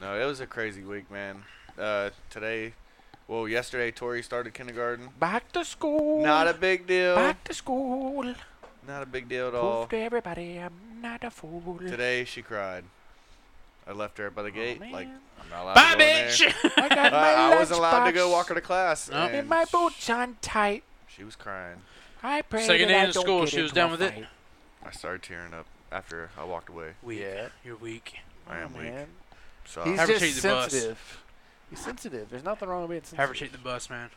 Speaker 1: No, it was a crazy week, man. Uh, today, well, yesterday, Tori started kindergarten.
Speaker 3: Back to school.
Speaker 1: Not a big deal.
Speaker 3: Back to school.
Speaker 1: Not a big deal at
Speaker 3: Proof
Speaker 1: all.
Speaker 3: to everybody I'm not a fool.
Speaker 1: Today she cried. I left her by the gate. Like
Speaker 3: man.
Speaker 1: I'm not allowed
Speaker 2: Bye,
Speaker 1: to go in
Speaker 2: bitch.
Speaker 1: there.
Speaker 3: I got
Speaker 1: Uh,
Speaker 3: my
Speaker 1: I wasn't allowed to go
Speaker 3: lunchbox
Speaker 1: walk her to class.
Speaker 2: Nope.
Speaker 1: and
Speaker 3: And my boots on tight.
Speaker 1: She was crying.
Speaker 3: I pray
Speaker 2: Second
Speaker 3: that
Speaker 2: day
Speaker 3: I
Speaker 2: in
Speaker 3: don't
Speaker 2: school,
Speaker 3: get
Speaker 2: she was
Speaker 3: into a
Speaker 2: done with it.
Speaker 3: fight.
Speaker 1: I started tearing up after I walked away.
Speaker 2: Weak.
Speaker 3: Yeah.
Speaker 2: You're weak.
Speaker 1: I am
Speaker 3: Oh,
Speaker 1: weak.
Speaker 3: man.
Speaker 1: So
Speaker 3: He's
Speaker 2: Have her
Speaker 3: just
Speaker 2: take the bus.
Speaker 3: sensitive. He's sensitive. There's nothing wrong with being sensitive.
Speaker 2: Have her take the bus, man.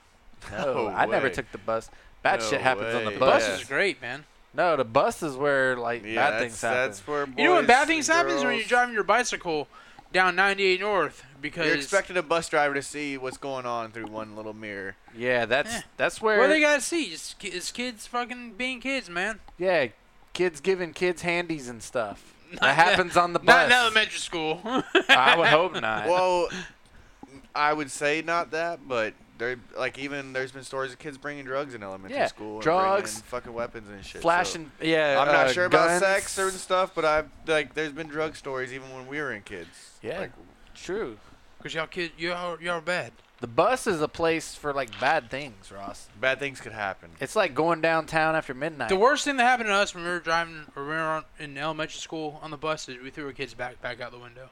Speaker 3: No,
Speaker 1: No
Speaker 3: I never
Speaker 1: way.
Speaker 3: took the bus. Bad
Speaker 1: No
Speaker 3: shit happens on the
Speaker 1: way.
Speaker 3: bus.
Speaker 2: Bus is
Speaker 1: Yeah.
Speaker 2: great, man.
Speaker 3: No, the bus is where like
Speaker 1: yeah,
Speaker 3: bad
Speaker 1: that's,
Speaker 3: things happen.
Speaker 1: that's where boys
Speaker 2: you know when bad
Speaker 1: and
Speaker 2: things happen is when you're
Speaker 1: girls-
Speaker 2: driving your bicycle down 98 North because
Speaker 1: You're expecting a bus driver to see what's going on through one little mirror.
Speaker 3: yeah, that's
Speaker 2: Yeah.
Speaker 3: that's where
Speaker 2: what they gotta see is, ki- is kids fucking being kids, man.
Speaker 3: yeah, kids giving kids handies and stuff. That happens on the
Speaker 2: Not
Speaker 3: bus. Ah.
Speaker 2: in elementary school.
Speaker 3: I would hope not.
Speaker 1: well, I would say not that, but there, like even there's been stories of kids bringing drugs in elementary
Speaker 3: Yeah,
Speaker 1: school, and
Speaker 3: drugs,
Speaker 1: bringing fucking weapons and shit. so-
Speaker 3: Flashing, yeah.
Speaker 1: I'm not
Speaker 3: uh,
Speaker 1: sure about
Speaker 3: guns.
Speaker 1: sex or stuff, but I've like there's been drug stories even when we were in kids.
Speaker 3: Yeah.
Speaker 1: Like,
Speaker 3: True.
Speaker 2: Cause y'all kid, y'all y'all are bad.
Speaker 3: The bus is a place for like bad things, Ross.
Speaker 1: Bad things could happen.
Speaker 3: It's like going downtown after midnight.
Speaker 2: The worst thing that happened to us when we were driving or we were on, in elementary school on the bus is we threw a kid's backpack out the window.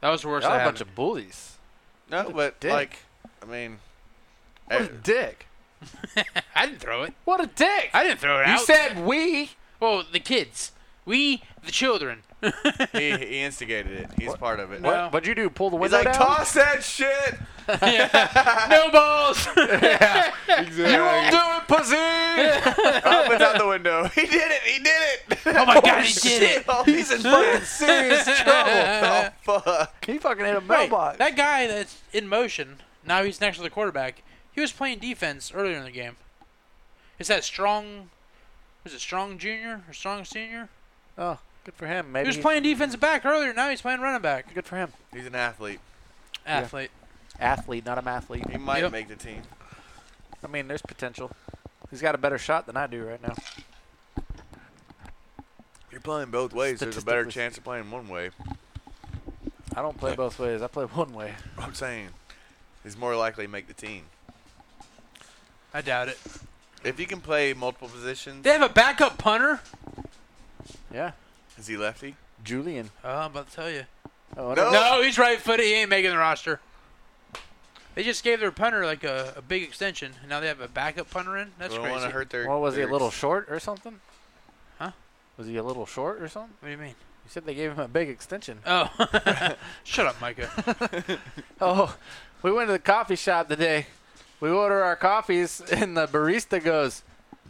Speaker 2: That was the worst.
Speaker 3: Y'all
Speaker 2: that
Speaker 3: a bunch
Speaker 2: happened.
Speaker 3: of bullies.
Speaker 1: No, but
Speaker 3: dick.
Speaker 1: like, I mean,
Speaker 3: What a
Speaker 1: eh,
Speaker 3: dick.
Speaker 2: I didn't throw it.
Speaker 3: What a dick.
Speaker 2: I didn't throw it
Speaker 3: you
Speaker 2: out.
Speaker 3: said we.
Speaker 2: well, the kids, we, the children.
Speaker 1: he, he instigated it. He's part of it.
Speaker 2: No.
Speaker 3: What? What'd you do? Pull the
Speaker 1: He's
Speaker 3: window
Speaker 1: like,
Speaker 3: down?
Speaker 1: toss that shit.
Speaker 2: Yeah. no balls.
Speaker 3: You won't do it, pussy.
Speaker 1: Opens out the window. He did it. He did it.
Speaker 2: oh my God, he did it.
Speaker 1: Oh, he's in
Speaker 3: Fucking serious trouble.
Speaker 1: Oh fuck.
Speaker 3: He fucking hit a
Speaker 2: Wait,
Speaker 3: mailbox.
Speaker 2: that guy that's in motion, now he's next to the quarterback, he was playing defense earlier in the game. Is that strong? Was it strong junior or strong senior?
Speaker 3: oh, good for him. Maybe
Speaker 2: He was
Speaker 3: he's-
Speaker 2: playing defensive back earlier. Now he's playing running back.
Speaker 3: Good for him.
Speaker 1: He's an athlete.
Speaker 2: Athlete.
Speaker 3: Athlete, not a athlete.
Speaker 1: He might
Speaker 2: Yep.
Speaker 1: make the team.
Speaker 3: I mean, there's potential. He's got a better shot than I do right now.
Speaker 1: You're playing both ways. There's a better
Speaker 3: Statistically-
Speaker 1: chance of playing one way.
Speaker 3: I don't play both ways. I play one way.
Speaker 1: I'm saying, he's more likely to make the team.
Speaker 2: I doubt it.
Speaker 1: If you can play multiple positions,
Speaker 2: They have a backup punter.
Speaker 3: Yeah.
Speaker 1: is he lefty?
Speaker 3: Julian.
Speaker 2: Oh, I'm about to tell you.
Speaker 3: Oh,
Speaker 1: No.
Speaker 2: No, he's right footed. He ain't making the roster. They just gave their punter like a, a big extension, and now they have a backup punter in. That's
Speaker 1: Don't
Speaker 2: crazy.
Speaker 1: wanna hurt their.
Speaker 3: Well, was he a
Speaker 1: their-
Speaker 3: little short or something?
Speaker 2: Huh?
Speaker 3: Was he a little short or something?
Speaker 2: What do you mean?
Speaker 3: You said they gave him a big extension.
Speaker 2: Oh, shut up, Micah.
Speaker 3: Oh, we went to the coffee shop today. We order our coffees, and the barista goes,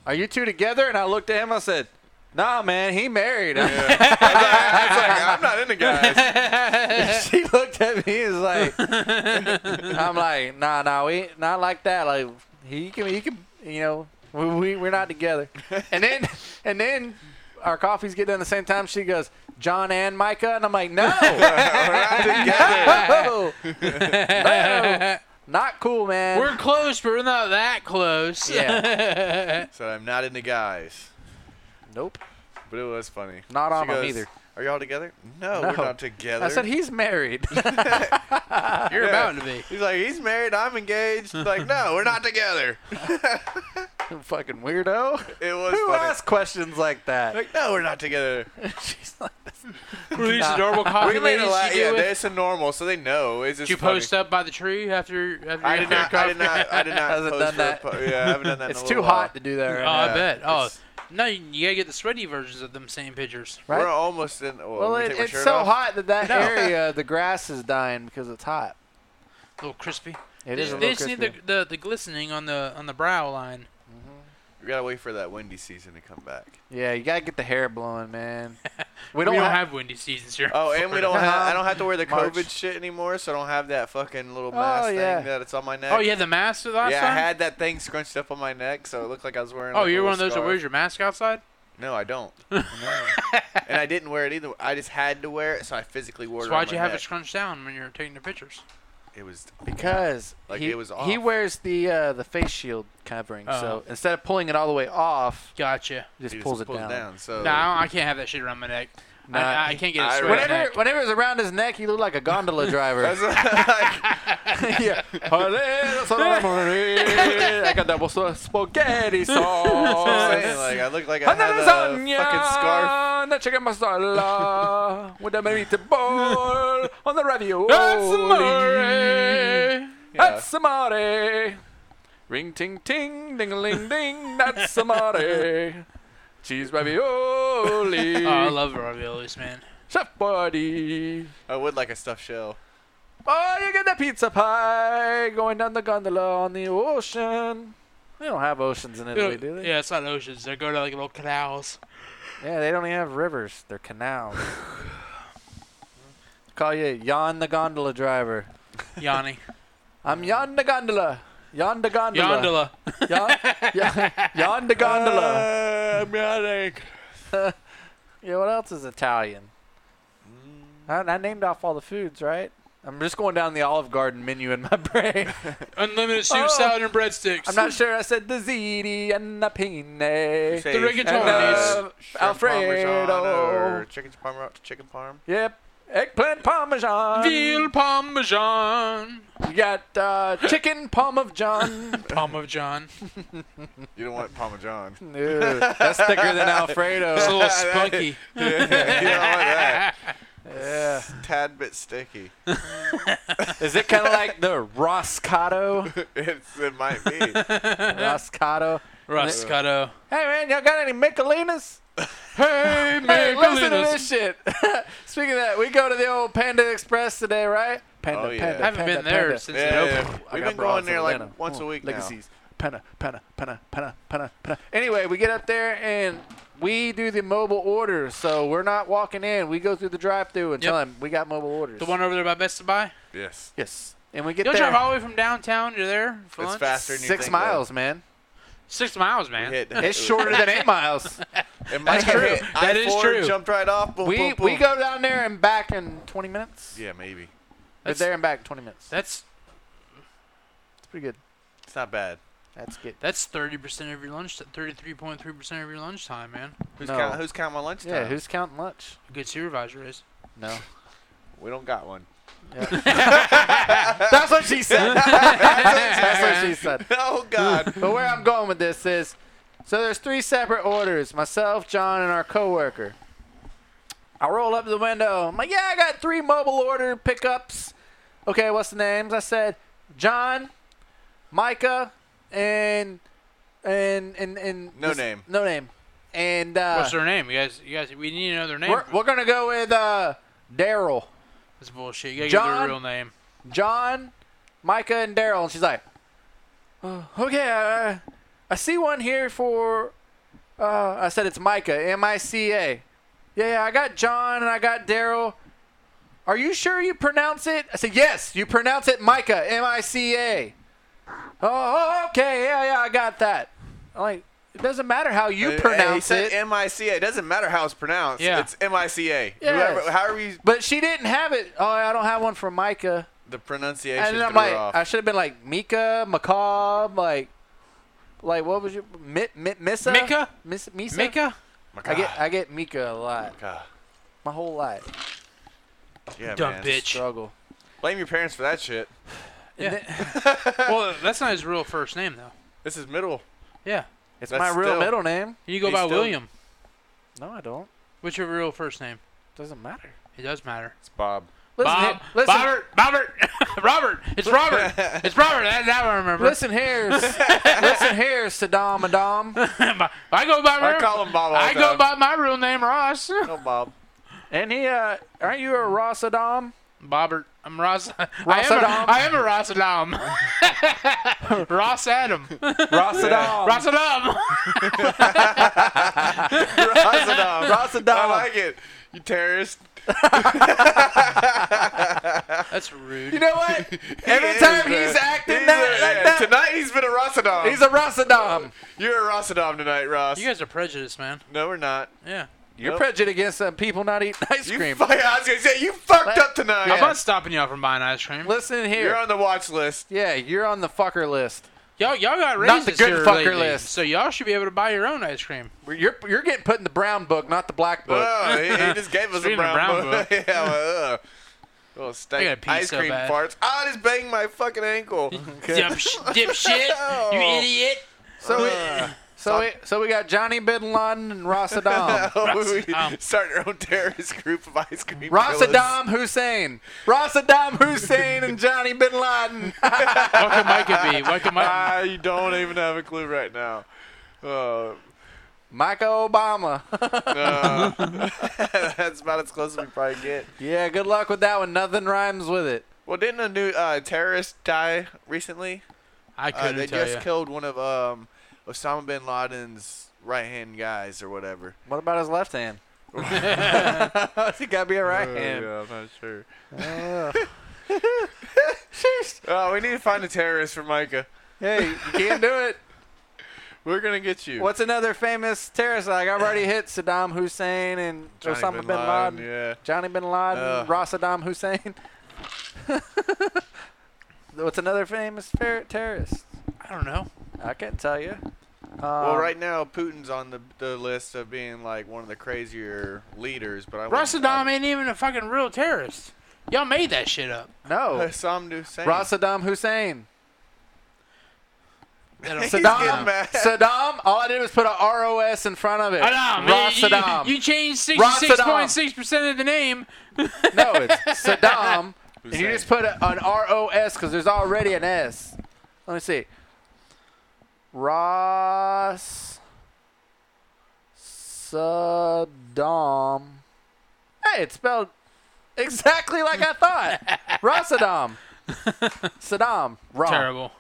Speaker 3: "Are you two together?" And I looked at him. I said, "Nah, man. He married."
Speaker 1: Yeah. I was like- I was like, I'm not into guys.
Speaker 3: she looked at me and was like, "I'm like, nah, nah, we not like that. Like, he can, he can, you know, we, we we're not together." And then, and then, our coffees get done at the same time. She goes, "John and Micah," and I'm like, "No,
Speaker 1: We're not together.
Speaker 3: no, no, not cool, man."
Speaker 2: We're close, but we're not that close.
Speaker 3: yeah,
Speaker 1: So I'm not into guys.
Speaker 3: nope,
Speaker 1: But it was funny.
Speaker 3: not
Speaker 1: She
Speaker 3: on him
Speaker 1: goes,
Speaker 3: either.
Speaker 1: Are y'all together? No,
Speaker 3: No.
Speaker 1: we're not together.
Speaker 3: I said he's married.
Speaker 2: You're
Speaker 1: Yeah.
Speaker 2: about to be.
Speaker 1: He's like, he's married, I'm engaged. Like, no, we're not together.
Speaker 3: Fucking weirdo.
Speaker 1: It was
Speaker 3: Who
Speaker 1: funny.
Speaker 3: asks questions like that?
Speaker 1: Like, no, we're not together.
Speaker 3: She's like,
Speaker 2: Release
Speaker 3: Nah.
Speaker 2: the normal
Speaker 1: We
Speaker 2: coffee
Speaker 1: made a
Speaker 2: ladies
Speaker 1: lot.
Speaker 2: you
Speaker 1: Yeah,
Speaker 2: deal with.
Speaker 1: that's a normal, so they know. It's just
Speaker 2: Did you
Speaker 1: funny.
Speaker 2: post up by the tree after after
Speaker 1: I
Speaker 2: you
Speaker 1: did not.
Speaker 2: got your
Speaker 1: I did not. I did not.
Speaker 3: Hasn't
Speaker 1: post
Speaker 3: done
Speaker 1: for a
Speaker 3: that.
Speaker 1: po- yeah, I haven't done that. in
Speaker 3: it's
Speaker 1: a
Speaker 3: too
Speaker 1: little
Speaker 3: hot to
Speaker 1: while. Uh,
Speaker 3: do that right
Speaker 2: Oh,
Speaker 3: now.
Speaker 2: I bet. Oh,
Speaker 1: It's-
Speaker 2: no, you you gotta get the sweaty versions of them same pictures.
Speaker 3: Right?
Speaker 1: We're almost in. Well,
Speaker 3: Well,
Speaker 1: let me
Speaker 3: it,
Speaker 1: take my
Speaker 3: it's
Speaker 1: shirt
Speaker 3: so
Speaker 1: off.
Speaker 3: hot that that
Speaker 2: No.
Speaker 3: area, uh, the grass is dying because it's hot.
Speaker 2: A little crispy.
Speaker 3: It
Speaker 2: they,
Speaker 3: is a
Speaker 2: they
Speaker 3: little
Speaker 2: just
Speaker 3: crispy.
Speaker 2: need the, the the glistening on the on the brow line.
Speaker 1: We gotta wait for that windy season to come back.
Speaker 3: yeah, you gotta get the hair blowing, man. We
Speaker 2: We
Speaker 3: don't,
Speaker 2: don't,
Speaker 3: ha-
Speaker 2: have windy seasons here.
Speaker 1: Oh, and we don't have. I don't have to wear the
Speaker 3: March.
Speaker 1: COVID shit anymore, so I don't have that fucking little
Speaker 3: Oh,
Speaker 1: mask
Speaker 3: yeah.
Speaker 1: thing that it's on my neck.
Speaker 2: Oh, you had the mask the last
Speaker 1: yeah,
Speaker 2: time.
Speaker 1: I had that thing scrunched up on my neck, so it looked like I was wearing.
Speaker 2: oh,
Speaker 1: like, a
Speaker 2: you're one of
Speaker 1: little
Speaker 2: those that
Speaker 1: scarf.
Speaker 2: wears your mask outside.
Speaker 1: No, I don't. and I didn't wear it either. I just had to wear it, so I physically wore it.
Speaker 2: So
Speaker 1: on
Speaker 2: why'd
Speaker 1: my
Speaker 2: you have
Speaker 1: neck.
Speaker 2: it scrunched down when you're taking the pictures?
Speaker 1: It was
Speaker 3: because
Speaker 1: Like,
Speaker 3: he,
Speaker 1: it was
Speaker 3: he
Speaker 1: off. Uh-huh.
Speaker 3: wears the uh, the face shield covering.
Speaker 2: Oh.
Speaker 3: So instead of pulling it all the way off,
Speaker 2: Gotcha.
Speaker 3: he just
Speaker 1: he just
Speaker 3: pulls it down.
Speaker 1: So
Speaker 2: No, I, don't- I can't have that shit around my neck.
Speaker 3: Nah,
Speaker 2: I, I
Speaker 3: he-
Speaker 2: can't get it
Speaker 1: I
Speaker 2: straight.
Speaker 1: read-
Speaker 3: Whenever, whenever it's around his neck, he looked like a gondola driver.
Speaker 1: That's like,
Speaker 3: yeah. like a double s- spaghetti
Speaker 1: all Oh, I'm saying,
Speaker 3: sauce.
Speaker 1: like I look like I
Speaker 3: Another
Speaker 1: had a fucking scarf.
Speaker 3: scarf. The chicken masala with the meatball on the ravioli.
Speaker 2: That's amore.
Speaker 1: Yeah.
Speaker 3: That's amore. Ring ting ting, ding a ling ding. That's amore. Cheese ravioli.
Speaker 2: Oh,
Speaker 1: Uh,
Speaker 2: I love raviolis, man.
Speaker 3: Chef Buddy.
Speaker 1: I would like a stuffed shell.
Speaker 3: Oh, you get the pizza pie going down the gondola on the ocean. They don't have oceans in Italy, do they?
Speaker 2: Yeah, it's not oceans. They go to like little canals.
Speaker 3: Yeah, they don't even have rivers. They're canals. Call you Jan the gondola driver.
Speaker 2: Yanni.
Speaker 3: I'm Jan the gondola. Jan the gondola.
Speaker 2: Yondula.
Speaker 3: Jan, Jan, Jan the gondola.
Speaker 1: I'm yawning.
Speaker 3: yeah, what else is Italian? I, I named off all the foods, right? I'm just going down the Olive Garden menu in my brain.
Speaker 2: Unlimited soup,
Speaker 3: Oh.
Speaker 2: salad, and breadsticks.
Speaker 3: I'm not sure. I said the ziti and the penne.
Speaker 2: The rigatoni.
Speaker 3: Alfredo.
Speaker 1: Alfredo. Chicken parm, chicken parm.
Speaker 3: Yep. Eggplant parmesan.
Speaker 2: Veal parmesan.
Speaker 3: We got uh, chicken parmesan.
Speaker 2: Parmesan.
Speaker 1: You don't want Parmesan.
Speaker 3: Ew, that's thicker than Alfredo.
Speaker 2: It's a little spunky.
Speaker 1: you don't want that.
Speaker 3: Yeah.
Speaker 1: Tad bit sticky.
Speaker 3: Is it kind of like the Roscato?
Speaker 1: It's, it might be.
Speaker 3: Roscato.
Speaker 2: Roscato.
Speaker 3: Hey man, y'all got any Michelinas?
Speaker 2: Hey,
Speaker 3: Hey,
Speaker 2: man,
Speaker 3: listen to this shit. Speaking of that, we go to the old Panda Express today, right? Panda,
Speaker 1: Oh, yeah.
Speaker 3: Panda,
Speaker 1: I
Speaker 2: haven't
Speaker 3: Panda,
Speaker 2: been there
Speaker 3: Panda.
Speaker 2: since-
Speaker 1: Yeah,
Speaker 3: Nope.
Speaker 1: yeah.
Speaker 3: I
Speaker 1: We've
Speaker 3: got
Speaker 1: been
Speaker 3: broads
Speaker 1: going
Speaker 3: in
Speaker 1: there like
Speaker 3: Atlanta.
Speaker 1: once a
Speaker 3: Oh,
Speaker 1: week now.
Speaker 3: Legacies. Penna, penna, penna, penna, penna, penna. Anyway, we get up there and we do the mobile order. So we're not walking in. We go through the drive-through and
Speaker 2: Yep.
Speaker 3: tell them we got mobile orders.
Speaker 2: The one over there by Best Buy.
Speaker 1: Yes.
Speaker 3: Yes. And we get
Speaker 2: You'll
Speaker 3: there.
Speaker 2: drive all the way from downtown to there for
Speaker 1: It's
Speaker 2: lunch?
Speaker 1: faster than you
Speaker 3: Six
Speaker 1: think,
Speaker 3: miles, man.
Speaker 2: Six miles,
Speaker 1: though.
Speaker 2: man.
Speaker 1: Hit-
Speaker 3: It's shorter than eight miles.
Speaker 1: It might
Speaker 2: true.
Speaker 1: hit
Speaker 2: That is
Speaker 1: I-4,
Speaker 2: true.
Speaker 1: Jumped right off. Boom,
Speaker 3: We
Speaker 1: boom,
Speaker 3: we
Speaker 1: boom.
Speaker 3: go down there and back in 20 minutes.
Speaker 1: Yeah, maybe.
Speaker 3: We're
Speaker 2: That's-
Speaker 3: there and back in 20 minutes.
Speaker 2: That's
Speaker 3: That's pretty good.
Speaker 1: It's not bad.
Speaker 3: That's good.
Speaker 2: that's thirty percent of your lunch, thirty-three point three percent of your lunchtime, man.
Speaker 1: Who's,
Speaker 3: No.
Speaker 1: count, who's counting my lunchtime?
Speaker 3: Yeah, who's counting lunch?
Speaker 2: A good supervisor is.
Speaker 3: No.
Speaker 1: We don't got one.
Speaker 3: That's what she said. That's what she said.
Speaker 1: oh, God.
Speaker 3: But where I'm going with this is, so there's three separate orders: myself, John, and our coworker. I roll up to the window. I'm like, "Yeah, I got three mobile order pickups." Okay, what's the names? I said, "John, Micah, and and and and
Speaker 1: No name.
Speaker 3: no name." And uh,
Speaker 2: What's their name? You guys, you guys, we need another name.
Speaker 3: we're we're gonna go with uh, Daryl,
Speaker 2: That's bullshit. You gotta give
Speaker 3: John?
Speaker 2: their real name.
Speaker 3: John, Micah, and Daryl. And she's like, "Uh, "Okay, I, I see one here for." Uh, I said it's Micah, M I C A. Yeah, yeah, I got John and I got Daryl. Are you sure you pronounce it? I said yes, you pronounce it Micah, M I C A. Oh, okay, yeah, yeah, I got that. I'm like, it doesn't matter how you
Speaker 1: Hey, he
Speaker 3: pronounce
Speaker 1: said
Speaker 3: it.
Speaker 1: M-I-C-A. It doesn't matter how it's pronounced.
Speaker 2: Yeah.
Speaker 1: It's M-I-C-A.
Speaker 3: Yes.
Speaker 1: Whoever, however you,
Speaker 3: but she didn't have it. Oh, I don't have one for Micah.
Speaker 1: the pronunciation
Speaker 3: And
Speaker 1: threw
Speaker 3: then I'm like,
Speaker 1: her off.
Speaker 3: I should have been like Mika, Macabre, like, like what was your Mi, Mi, Missa?
Speaker 2: Mika?
Speaker 3: Miss, Misa?
Speaker 2: Mika.
Speaker 1: My
Speaker 3: I get
Speaker 1: God.
Speaker 3: I get Mika a lot,
Speaker 1: God.
Speaker 3: my whole life.
Speaker 1: Yeah,
Speaker 2: Dumb
Speaker 1: man.
Speaker 2: bitch.
Speaker 3: Struggle.
Speaker 1: Blame your parents for that shit.
Speaker 2: well, that's not his real first name though.
Speaker 1: This is middle.
Speaker 2: Yeah.
Speaker 3: It's
Speaker 1: That's
Speaker 3: my real
Speaker 1: still-
Speaker 3: middle name.
Speaker 2: You go
Speaker 1: He's
Speaker 2: by
Speaker 1: still-
Speaker 2: William.
Speaker 3: No, I don't.
Speaker 2: What's your real first name?
Speaker 3: Doesn't matter.
Speaker 2: It does matter.
Speaker 1: It's Bob.
Speaker 3: Listen,
Speaker 2: Bob.
Speaker 3: he- listen,
Speaker 2: Bobbert. Bobbert. Robert. It's Robert. it's Robert. That, that I remember.
Speaker 3: listen here, listen here, Saddam, Madam,
Speaker 2: I go by.
Speaker 1: I
Speaker 2: my-
Speaker 1: call him Bob all
Speaker 2: I
Speaker 1: the
Speaker 2: go
Speaker 1: time.
Speaker 2: by my real name, Ross.
Speaker 1: No, Bob.
Speaker 3: and he. Uh, aren't you a Ross Saddam?
Speaker 2: Bobbert. I'm Ross. I am a,
Speaker 3: Rosadam.
Speaker 2: I am a Ross Adam. Ross Adam.
Speaker 3: Ross Saddam.
Speaker 2: Ross Adam.
Speaker 1: Rosadom.
Speaker 3: Ross
Speaker 1: I
Speaker 3: Saddam.
Speaker 1: like it. You terrorist.
Speaker 2: That's rude.
Speaker 3: you know what? Every
Speaker 1: He
Speaker 3: time
Speaker 1: is,
Speaker 3: he's
Speaker 1: man.
Speaker 3: acting
Speaker 1: He's
Speaker 3: that
Speaker 1: a-
Speaker 3: like
Speaker 1: yeah,
Speaker 3: that,
Speaker 1: Tonight he's been a Rosadom.
Speaker 3: he's a Ross Saddam.
Speaker 1: You're a Rosadom tonight, Ross.
Speaker 2: you guys are prejudiced, man.
Speaker 1: no, we're not.
Speaker 2: Yeah.
Speaker 3: You're
Speaker 1: Nope.
Speaker 3: prejudiced against uh, people not eating ice
Speaker 1: You
Speaker 3: cream.
Speaker 1: fu- I was gonna say you fucked
Speaker 3: Let-
Speaker 1: up tonight.
Speaker 2: I'm not stopping y'all from buying ice cream.
Speaker 3: Listen here.
Speaker 1: You're on the watch list.
Speaker 3: yeah, you're on the fucker list.
Speaker 2: Y'all, y'all got raises
Speaker 3: Not the good
Speaker 2: here
Speaker 3: fucker
Speaker 2: lately,
Speaker 3: list.
Speaker 2: so y'all should be able to buy your own ice cream.
Speaker 3: You're you're getting put in the brown book, not the black book.
Speaker 1: Oh, he, he just gave us a
Speaker 2: Reading a
Speaker 1: brown,
Speaker 2: brown
Speaker 1: book. yeah, well, ugh. Little
Speaker 2: I
Speaker 1: steak
Speaker 2: gotta pee
Speaker 1: ice
Speaker 2: so
Speaker 1: cream
Speaker 2: bad.
Speaker 1: farts. Ah, I just banged my fucking ankle.
Speaker 2: Dipsh- dipshit, you
Speaker 1: Oh.
Speaker 2: idiot.
Speaker 3: so we, so we, so we got Johnny Bin Laden and Ross Saddam.
Speaker 1: we
Speaker 2: Rosadom.
Speaker 1: start our own terrorist group of ice cream.
Speaker 3: Ross
Speaker 1: villas.
Speaker 3: Saddam Hussein. Ross Saddam Hussein and Johnny Bin Laden.
Speaker 2: What could Micah be? What could
Speaker 3: Uh,
Speaker 2: Micah?
Speaker 1: I don't even have a clue right now. Uh,
Speaker 3: Michael Obama.
Speaker 1: uh, that's about as close as we probably get.
Speaker 3: yeah, good luck with that one. Nothing rhymes with it.
Speaker 1: Well, didn't a new uh, terrorist die recently?
Speaker 2: I
Speaker 1: Uh,
Speaker 2: couldn't
Speaker 1: they
Speaker 2: tell
Speaker 1: just
Speaker 2: you.
Speaker 1: killed one of um, Osama bin Laden's right hand guys or whatever.
Speaker 3: What about his left hand? he got to be a right hand.
Speaker 1: I'm not Oh, sure.
Speaker 3: Oh.
Speaker 1: Oh, we need to find a terrorist for Micah.
Speaker 3: hey, you can't do it.
Speaker 1: We're gonna get you.
Speaker 3: What's another famous terrorist? Like I've already hit Saddam Hussein and
Speaker 1: Johnny
Speaker 3: Osama bin, Laden,
Speaker 1: Yeah.
Speaker 3: Johnny bin Laden,
Speaker 1: Ugh.
Speaker 3: Ra Saddam Hussein. What's another famous fer- terrorist?
Speaker 2: I don't know.
Speaker 3: I can't tell you. Uh,
Speaker 1: well, right now Putin's on the, the list of being like one of the crazier leaders, but I wouldn't-
Speaker 3: Uh,
Speaker 2: Rosadam ain't even a fucking real terrorist. Y'all made that shit up.
Speaker 1: I-
Speaker 3: No.
Speaker 1: Saddam Hussein.
Speaker 3: Saddam Hussein.
Speaker 2: They don't-
Speaker 1: He's
Speaker 3: Saddam.
Speaker 1: getting mad.
Speaker 3: Saddam. All I did was put a ROS in front of it.
Speaker 2: Saddam.
Speaker 3: Ra
Speaker 2: You- you-
Speaker 3: Saddam.
Speaker 2: You, changed sixty-six point six percent of the name.
Speaker 3: no, it's Saddam. and you
Speaker 1: Hussein.
Speaker 3: just put a, an ROS because there's already an S. Let me see. Ross Saddam. Hey, it's spelled exactly like I thought. Rosadam. Saddam. Ra.
Speaker 2: Terrible.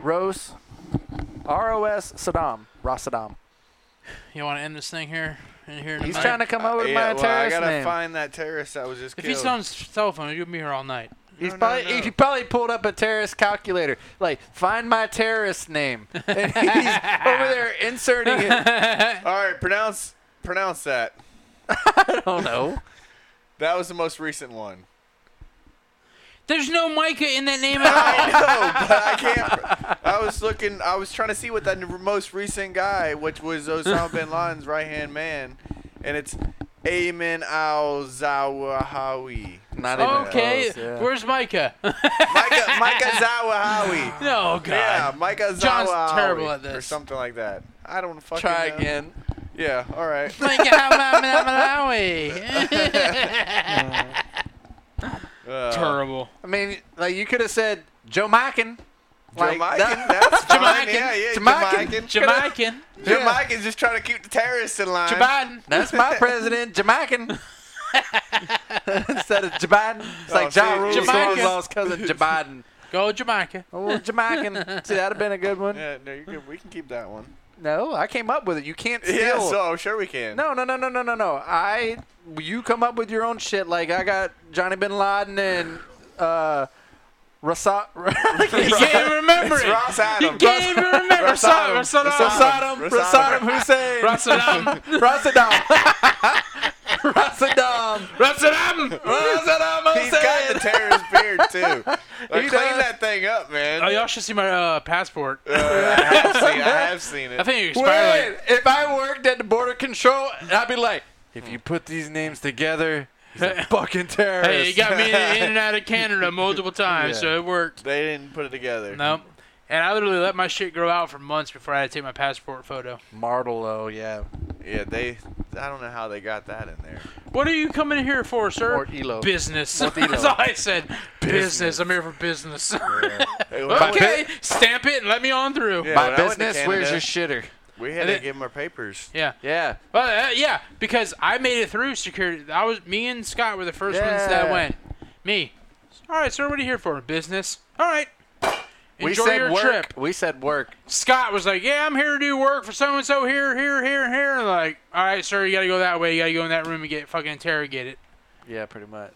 Speaker 3: Rose. R O S Saddam. Rosadam.
Speaker 2: You want to end this thing here? In here in a
Speaker 3: He's
Speaker 2: minute?
Speaker 3: trying to come
Speaker 1: Uh,
Speaker 3: over with
Speaker 1: yeah,
Speaker 3: my
Speaker 1: well, I
Speaker 3: terrorist
Speaker 1: gotta
Speaker 3: name.
Speaker 1: find that terrorist that was just
Speaker 2: If
Speaker 1: killed.
Speaker 2: he's on his cell phone, you'll be here all night.
Speaker 3: He's
Speaker 1: No, no,
Speaker 3: probably
Speaker 1: no.
Speaker 3: he probably pulled up a terrorist calculator. Like, find my terrorist name. And he's over there inserting it. I
Speaker 1: All right, pronounce pronounce that.
Speaker 3: don't know.
Speaker 1: That was the most recent one.
Speaker 2: There's no Micah in that name at all.
Speaker 1: No, but I can't. I was looking. I was trying to see what that most recent guy, which was Osama bin Laden's right hand man, and it's Ayman al Zawahawi.
Speaker 3: Not
Speaker 2: Okay,
Speaker 3: close, yeah.
Speaker 2: where's Micah?
Speaker 1: Micah, Micah Zawahawi.
Speaker 2: no, God.
Speaker 1: Yeah, Micah
Speaker 2: John's
Speaker 1: Zawahawi,
Speaker 2: terrible at this.
Speaker 1: or something like that. I don't fucking
Speaker 3: Try
Speaker 1: know.
Speaker 3: again.
Speaker 1: Yeah, all right.
Speaker 2: Micah, how about Malawi?
Speaker 1: Uh,
Speaker 2: Terrible.
Speaker 3: I mean, like you could have said Joe Mikan.
Speaker 1: Jamaican,
Speaker 3: Like, that-
Speaker 1: that's fine.
Speaker 2: Jamaican.
Speaker 1: Yeah, yeah,
Speaker 3: Jamaican.
Speaker 1: Jamaican.
Speaker 2: Jamaican.
Speaker 1: Jamaican's just trying to keep the terrorists in line.
Speaker 2: Jabiden.
Speaker 3: That's my president, Jamaican. Instead of Jabiden, it's
Speaker 1: Oh,
Speaker 3: like
Speaker 1: see,
Speaker 3: John Rule's
Speaker 2: Jamaican.
Speaker 3: son-in-law's cousin, Jabiden.
Speaker 2: Go Jamaica.
Speaker 3: Oh, Jamaican. See, that'd have been a good one.
Speaker 1: Yeah, no, you're good. We can keep that one.
Speaker 3: No, I came up with it. You can't steal.
Speaker 1: Yeah, so I'm sure we can.
Speaker 3: No, no, no, no, no, no, no. I, you come up with your own shit. Like I got Johnny Bin Laden and uh, Rasa,
Speaker 2: You can't even remember
Speaker 1: It's
Speaker 2: it.
Speaker 1: Ross Adam.
Speaker 2: You can't even remember. Rosadam. Rosadam.
Speaker 3: Saddam, Saddam Hussein,
Speaker 2: Rosadam.
Speaker 3: Rasadam, Rasadam,
Speaker 2: Rosadam.
Speaker 3: Rasadam
Speaker 1: He's got the
Speaker 3: Hussein.
Speaker 1: terrorist beard too. Like, clean
Speaker 3: does.
Speaker 1: that thing up, man.
Speaker 2: Oh, y'all should see my uh, passport.
Speaker 1: Uh, I have seen. I have seen
Speaker 2: I
Speaker 1: it.
Speaker 2: think it expired.
Speaker 3: Wait, if I worked at the border control, I'd be like, if you put these names together, he's a fucking terrorist.
Speaker 2: Hey, you got me in and out of Canada multiple times,
Speaker 3: Yeah.
Speaker 2: so it worked.
Speaker 1: They didn't put it together.
Speaker 2: Nope. And I literally let my shit grow out for months before I had to take my passport photo.
Speaker 3: Martelo, oh, yeah,
Speaker 1: Yeah, they. I don't know how they got that in there.
Speaker 2: What are you coming here for, sir?
Speaker 3: Or Elo.
Speaker 2: Business.
Speaker 3: Elo.
Speaker 2: That's all I said. Business. I'm here for business.
Speaker 1: Hey, when I went-
Speaker 2: okay, stamp it and let me on through.
Speaker 1: Yeah,
Speaker 3: My
Speaker 1: when I went to
Speaker 3: business. Where's
Speaker 1: Canada,
Speaker 3: your shitter?
Speaker 1: We had
Speaker 2: and
Speaker 1: to
Speaker 2: it-
Speaker 1: give them our papers.
Speaker 2: Yeah.
Speaker 3: Yeah,
Speaker 2: Well, uh, yeah, because I made it through security. I was me and Scott were the first ones that
Speaker 3: Yeah.
Speaker 2: went. Me. All right, sir. What are you here for? Business. All right.
Speaker 3: we
Speaker 2: Enjoy
Speaker 3: said
Speaker 2: your
Speaker 3: work.
Speaker 2: trip.
Speaker 3: We said work.
Speaker 2: Scott was like, "Yeah, I'm here to do work for so and so here, here, here, and here." And like, all right, sir, you gotta go that way. You gotta go in that room and get fucking interrogated.
Speaker 3: Yeah, pretty much.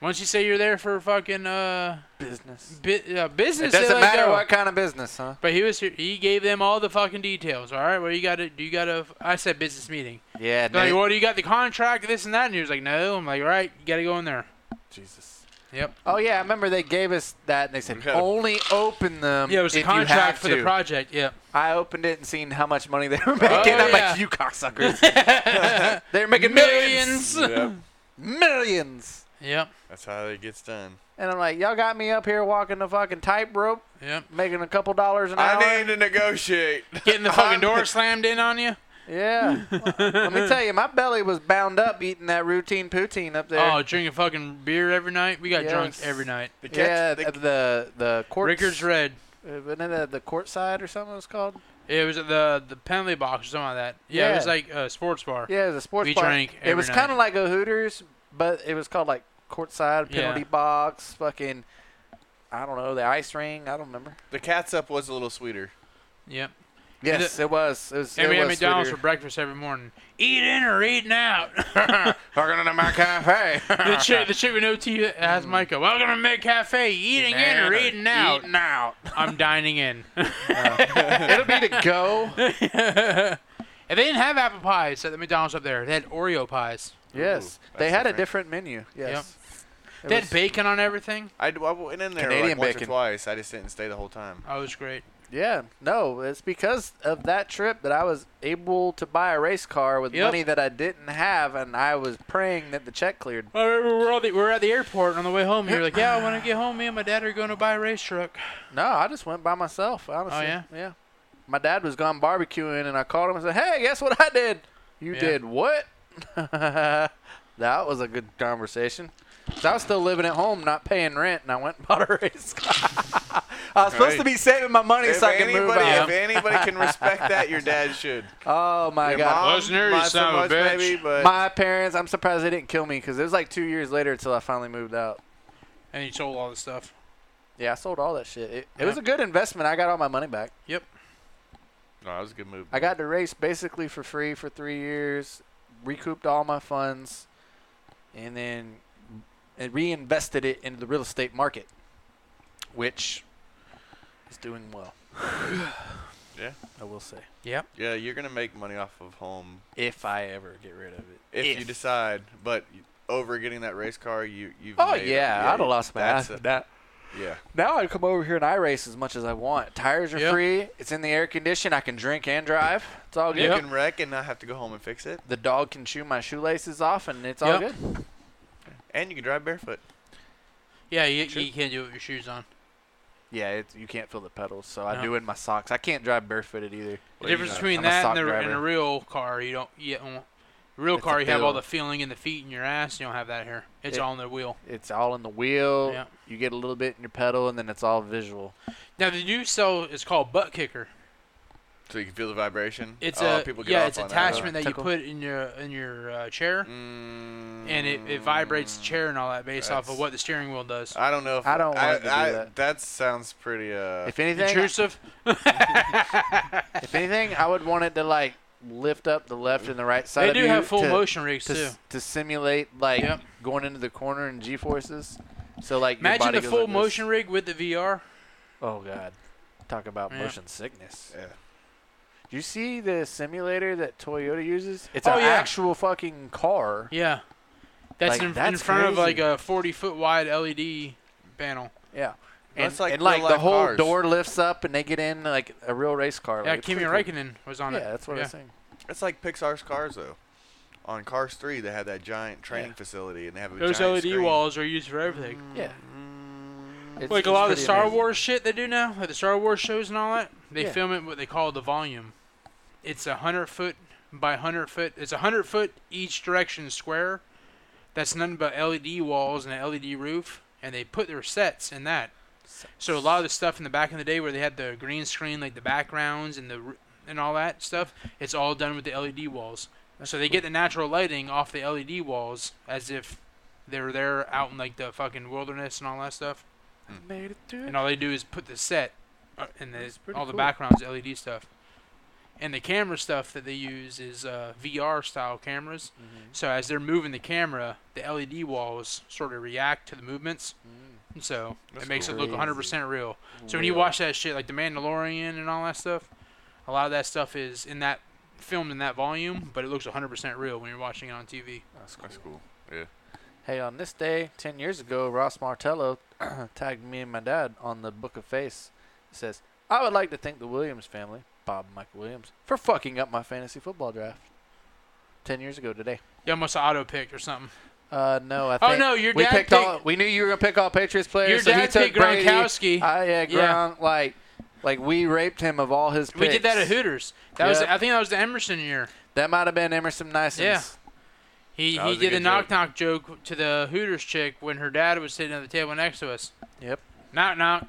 Speaker 2: Once you say you're there for fucking uh,
Speaker 3: business.
Speaker 2: bu- uh business,
Speaker 3: It
Speaker 2: they
Speaker 3: doesn't
Speaker 2: let
Speaker 3: matter
Speaker 2: go.
Speaker 3: what kind of business, huh?
Speaker 2: But he was here. He gave them all the fucking details. All right, well, you gotta do. You gotta. I said business meeting.
Speaker 3: Yeah,
Speaker 2: They're like, well, do you got the contract, this and that? And he was like, no. I'm like, all right, you gotta go in there.
Speaker 3: Jesus.
Speaker 2: Yep.
Speaker 3: Oh yeah, I remember they gave us that, and they said
Speaker 1: Yeah.
Speaker 3: only open them.
Speaker 2: Yeah, it was
Speaker 3: Um, if
Speaker 2: a
Speaker 3: you have
Speaker 2: contract for the
Speaker 3: to."
Speaker 2: project. Yep.
Speaker 3: I opened it and seen how much money they were making. I'm
Speaker 2: Oh, yeah.
Speaker 3: like, you cocksuckers. They're making millions,
Speaker 2: Millions.
Speaker 1: Yep.
Speaker 3: millions.
Speaker 2: Yep.
Speaker 1: That's how it gets done.
Speaker 3: And I'm like, y'all got me up here walking the fucking tightrope,
Speaker 2: Yep.
Speaker 3: making a couple dollars an hour.
Speaker 1: I need to negotiate.
Speaker 2: Getting the fucking door slammed in on you.
Speaker 3: yeah. Let me tell you, my belly was bound up eating that routine poutine up there.
Speaker 2: Oh, drinking fucking beer every night. We got drunk
Speaker 3: Yes.
Speaker 2: every night.
Speaker 1: The catch,
Speaker 3: yeah,
Speaker 1: the,
Speaker 3: the the, the court.
Speaker 2: Rickard's Red.
Speaker 3: Wasn't it uh, the court side or something it was called?
Speaker 2: It was at the the penalty box or something like that. Yeah, it was
Speaker 3: Yeah.
Speaker 2: like a sports bar.
Speaker 3: Yeah, it was a sports
Speaker 2: We
Speaker 3: bar.
Speaker 2: drank
Speaker 3: it was
Speaker 2: every
Speaker 3: kind of like a Hooters, but it was called like courtside
Speaker 2: Yeah.
Speaker 3: penalty box, fucking. I don't know the ice ring. I don't remember.
Speaker 1: the cat's up was a little sweeter.
Speaker 2: Yep.
Speaker 3: Yes, it was. It was.
Speaker 2: And
Speaker 3: it
Speaker 2: we had
Speaker 3: was
Speaker 2: McDonald's for
Speaker 3: sweeter.
Speaker 2: breakfast every morning. Eat in or eating out. the
Speaker 3: Welcome to my cafe.
Speaker 2: chick, the chick with no teeth has Micah. Welcome to Mid Cafe. Eating in or eating out.
Speaker 3: Eating out.
Speaker 2: I'm dining in.
Speaker 3: It'll be to go.
Speaker 2: And they didn't have apple pies at the McDonald's up there. They had Oreo pies.
Speaker 3: yes,
Speaker 1: Ooh,
Speaker 3: they
Speaker 1: that's
Speaker 3: had a
Speaker 1: different.
Speaker 3: different menu. Yes. It
Speaker 2: They had
Speaker 3: was-
Speaker 2: bacon on everything.
Speaker 1: I, I went in there
Speaker 3: Canadian
Speaker 1: like once
Speaker 3: bacon.
Speaker 1: or twice. I just didn't stay the whole time.
Speaker 2: Oh, it was great.
Speaker 3: Yeah, no, it's because of that trip that I was able to buy a race car with
Speaker 2: Yep.
Speaker 3: money that I didn't have, and I was praying that the check cleared.
Speaker 2: I remember we're, all the, we're at the airport and on the way home. You're like, yeah, I want to get home. Me and my dad are going to buy a race truck.
Speaker 3: No, I just went by myself.
Speaker 1: Oh,
Speaker 3: Honestly,
Speaker 2: yeah?
Speaker 3: yeah. My dad was gone barbecuing, and I called him and said, "Hey, guess what I did? You
Speaker 2: Yeah.
Speaker 3: did what?" that was a good conversation. 'Cause I was still living at home, not paying rent, and I went and bought a race car. I was supposed
Speaker 1: Hey.
Speaker 3: to be saving my money
Speaker 1: If
Speaker 3: so I could
Speaker 1: anybody,
Speaker 3: move
Speaker 1: if
Speaker 3: out.
Speaker 1: anybody can respect that, your dad should.
Speaker 3: Oh my
Speaker 1: Your
Speaker 3: god!
Speaker 1: mom,
Speaker 2: Wasn't her, you
Speaker 1: not so
Speaker 2: son of a
Speaker 1: much,
Speaker 2: bitch.
Speaker 1: Maybe, but
Speaker 3: my parents i'm surprised they didn't kill me because it was like two years later until i finally moved out
Speaker 2: And he sold all the stuff.
Speaker 3: yeah i sold all that shit it, it
Speaker 2: Yeah.
Speaker 3: was a good investment i got all my money back
Speaker 1: no, Oh, that was a good move.
Speaker 3: i got to race basically for free for three years recouped all my funds and then and reinvested it into the real estate market which is doing well
Speaker 1: Yeah.
Speaker 3: i will say
Speaker 1: Yeah, you're gonna make money off of home
Speaker 3: if i ever get rid of it
Speaker 1: if, you decide. But over getting that race car, you you've.
Speaker 3: oh
Speaker 1: made-
Speaker 3: yeah, i'd have lost my
Speaker 1: that's
Speaker 3: ass
Speaker 1: a-
Speaker 3: with that
Speaker 1: Yeah.
Speaker 3: Now I come over here and I race as much as I want. Tires are
Speaker 2: Yep.
Speaker 3: free. It's in the air condition. I can drink and drive. It's all good.
Speaker 1: You can wreck and not have to go home and fix it,
Speaker 3: The dog can chew my shoelaces off, and it's all
Speaker 2: Yep.
Speaker 3: good.
Speaker 1: and you can drive barefoot.
Speaker 2: Yeah, you, you can't do it with your shoes on.
Speaker 3: Yeah, it's, you can't feel the pedals, so I
Speaker 2: No.
Speaker 3: do in my socks. I can't drive barefooted either.
Speaker 2: The
Speaker 1: Well, you
Speaker 2: difference
Speaker 1: know,
Speaker 2: between
Speaker 3: I'm a
Speaker 2: that
Speaker 3: sock
Speaker 2: and, the, and
Speaker 3: driver.
Speaker 2: a real car, you don't. You don't real
Speaker 3: It's a
Speaker 2: car, you have all
Speaker 3: feel.
Speaker 2: the feeling in the feet and your ass. You don't have that here. It's
Speaker 3: It-
Speaker 2: all in the wheel.
Speaker 3: It's all in the wheel.
Speaker 2: Yeah.
Speaker 3: You get a little bit in your pedal, and then it's all visual.
Speaker 2: Now the new cell is called butt kicker.
Speaker 1: So you can feel the vibration.
Speaker 2: It's
Speaker 1: oh,
Speaker 2: a
Speaker 1: people get
Speaker 2: yeah,
Speaker 1: off
Speaker 2: it's
Speaker 1: on
Speaker 2: attachment that, you
Speaker 3: Tickle.
Speaker 2: put in your in your uh, chair,
Speaker 1: That, huh? Mm,
Speaker 2: and it, it vibrates the chair and all that based off
Speaker 1: That's-
Speaker 2: of what the steering wheel does.
Speaker 3: Uh,
Speaker 1: I don't know. If,
Speaker 3: I don't want to do
Speaker 1: I,
Speaker 3: that.
Speaker 1: sounds pretty. Uh,
Speaker 3: If anything,
Speaker 2: Intrusive.
Speaker 3: if anything, I would want it to like lift up the left and the right side.
Speaker 2: They
Speaker 3: of
Speaker 2: do
Speaker 3: you
Speaker 2: have full
Speaker 3: to-
Speaker 2: motion rigs
Speaker 3: to,
Speaker 2: too.
Speaker 3: s- to simulate like
Speaker 2: Yep.
Speaker 3: going into the corner and G forces. So like your
Speaker 2: Imagine
Speaker 3: body
Speaker 2: the
Speaker 3: goes
Speaker 2: full
Speaker 3: like this.
Speaker 2: motion rig with the VR.
Speaker 3: Oh God, talk about
Speaker 2: Yeah.
Speaker 3: motion sickness.
Speaker 1: yeah.
Speaker 3: Do you see the simulator that Toyota uses? It's
Speaker 2: Oh,
Speaker 3: an
Speaker 2: yeah.
Speaker 3: actual fucking car,
Speaker 2: Yeah, that's
Speaker 3: Like,
Speaker 2: in, in
Speaker 3: that's
Speaker 2: front of like
Speaker 3: crazy.
Speaker 2: a 40 foot wide LED panel.
Speaker 3: and,
Speaker 1: That's like
Speaker 3: and, like
Speaker 1: real
Speaker 3: the
Speaker 1: life
Speaker 3: whole
Speaker 1: cars.
Speaker 3: door lifts up and they get in like a real race car.
Speaker 2: Yeah,
Speaker 3: like, it's
Speaker 2: Kimi
Speaker 3: pretty cool.
Speaker 2: Räikkönen was on
Speaker 3: Yeah,
Speaker 2: it.
Speaker 3: that's what
Speaker 2: yeah.
Speaker 3: I'm saying.
Speaker 1: It's like Pixar's Cars though. On Cars 3, they had that giant training
Speaker 3: Yeah.
Speaker 1: facility, and they have a
Speaker 2: Those
Speaker 1: giant
Speaker 2: LED
Speaker 1: screen.
Speaker 2: walls are used for everything.
Speaker 1: Mm.
Speaker 3: Yeah. It's,
Speaker 2: Mm. like a
Speaker 3: it's
Speaker 2: lot of the
Speaker 3: pretty
Speaker 2: Star
Speaker 3: amazing.
Speaker 2: Wars shit they do now, like the Star Wars shows and all that, they
Speaker 3: Yeah.
Speaker 2: film it what they call the volume. It's a hundred foot by hundred foot. It's a hundred foot each direction square. That's nothing but LED walls and an LED roof, and they put their sets in that. So a lot of the stuff in the back in the day where they had the green screen, like the backgrounds and the r- and all that stuff, it's all done with the LED walls. so they get the natural lighting off the LED walls as if they were there out in like the fucking wilderness and all that stuff
Speaker 3: Made it through.
Speaker 2: and all they do is put the set uh, and the,
Speaker 3: That's pretty
Speaker 2: all the
Speaker 3: cool.
Speaker 2: backgrounds LED stuff. And the camera stuff that they use is uh, VR style cameras.
Speaker 3: Mhm.
Speaker 2: So as they're moving the camera, the LED walls sort of react to the movements. And so
Speaker 1: That's
Speaker 2: it makes it
Speaker 3: Mm. crazy.
Speaker 2: look 100% real. So when you
Speaker 3: Real.
Speaker 2: watch that shit, like The Mandalorian and all that stuff, a lot of that stuff is in that filmed in that volume, but it looks 100% real when you're watching it on TV.
Speaker 3: That's cool.
Speaker 1: That's cool.
Speaker 3: Hey, on this day, 10 years ago, Ross Martello tagged me and my dad on the Book of Face. It says, I would like to thank the Williams family, Bob and Mike Williams, for fucking up my fantasy football draft. 10 years ago today.
Speaker 2: You almost auto picked or something.
Speaker 3: Uh, no, I
Speaker 2: Oh,
Speaker 3: think
Speaker 2: no, your
Speaker 3: we
Speaker 2: dad
Speaker 3: picked
Speaker 2: picked-
Speaker 3: all. We knew you were gonna pick all Patriots players.
Speaker 2: Your
Speaker 3: so he
Speaker 2: dad
Speaker 3: took
Speaker 2: picked
Speaker 3: Brady.
Speaker 2: Gronkowski.
Speaker 3: I yeah, Gronk.
Speaker 2: Yeah.
Speaker 3: Like, like we raped him of all his. Picks.
Speaker 2: We did that at Hooters. That was
Speaker 3: Yep.
Speaker 2: I think that was the Emerson year.
Speaker 3: That might have been Emerson Nice.
Speaker 2: Yeah. He,
Speaker 1: That
Speaker 2: he
Speaker 1: was a
Speaker 2: did
Speaker 1: good
Speaker 2: a knock
Speaker 1: joke.
Speaker 2: knock joke to the Hooters chick when her dad was sitting at the table next to us.
Speaker 3: Yep.
Speaker 2: Knock knock.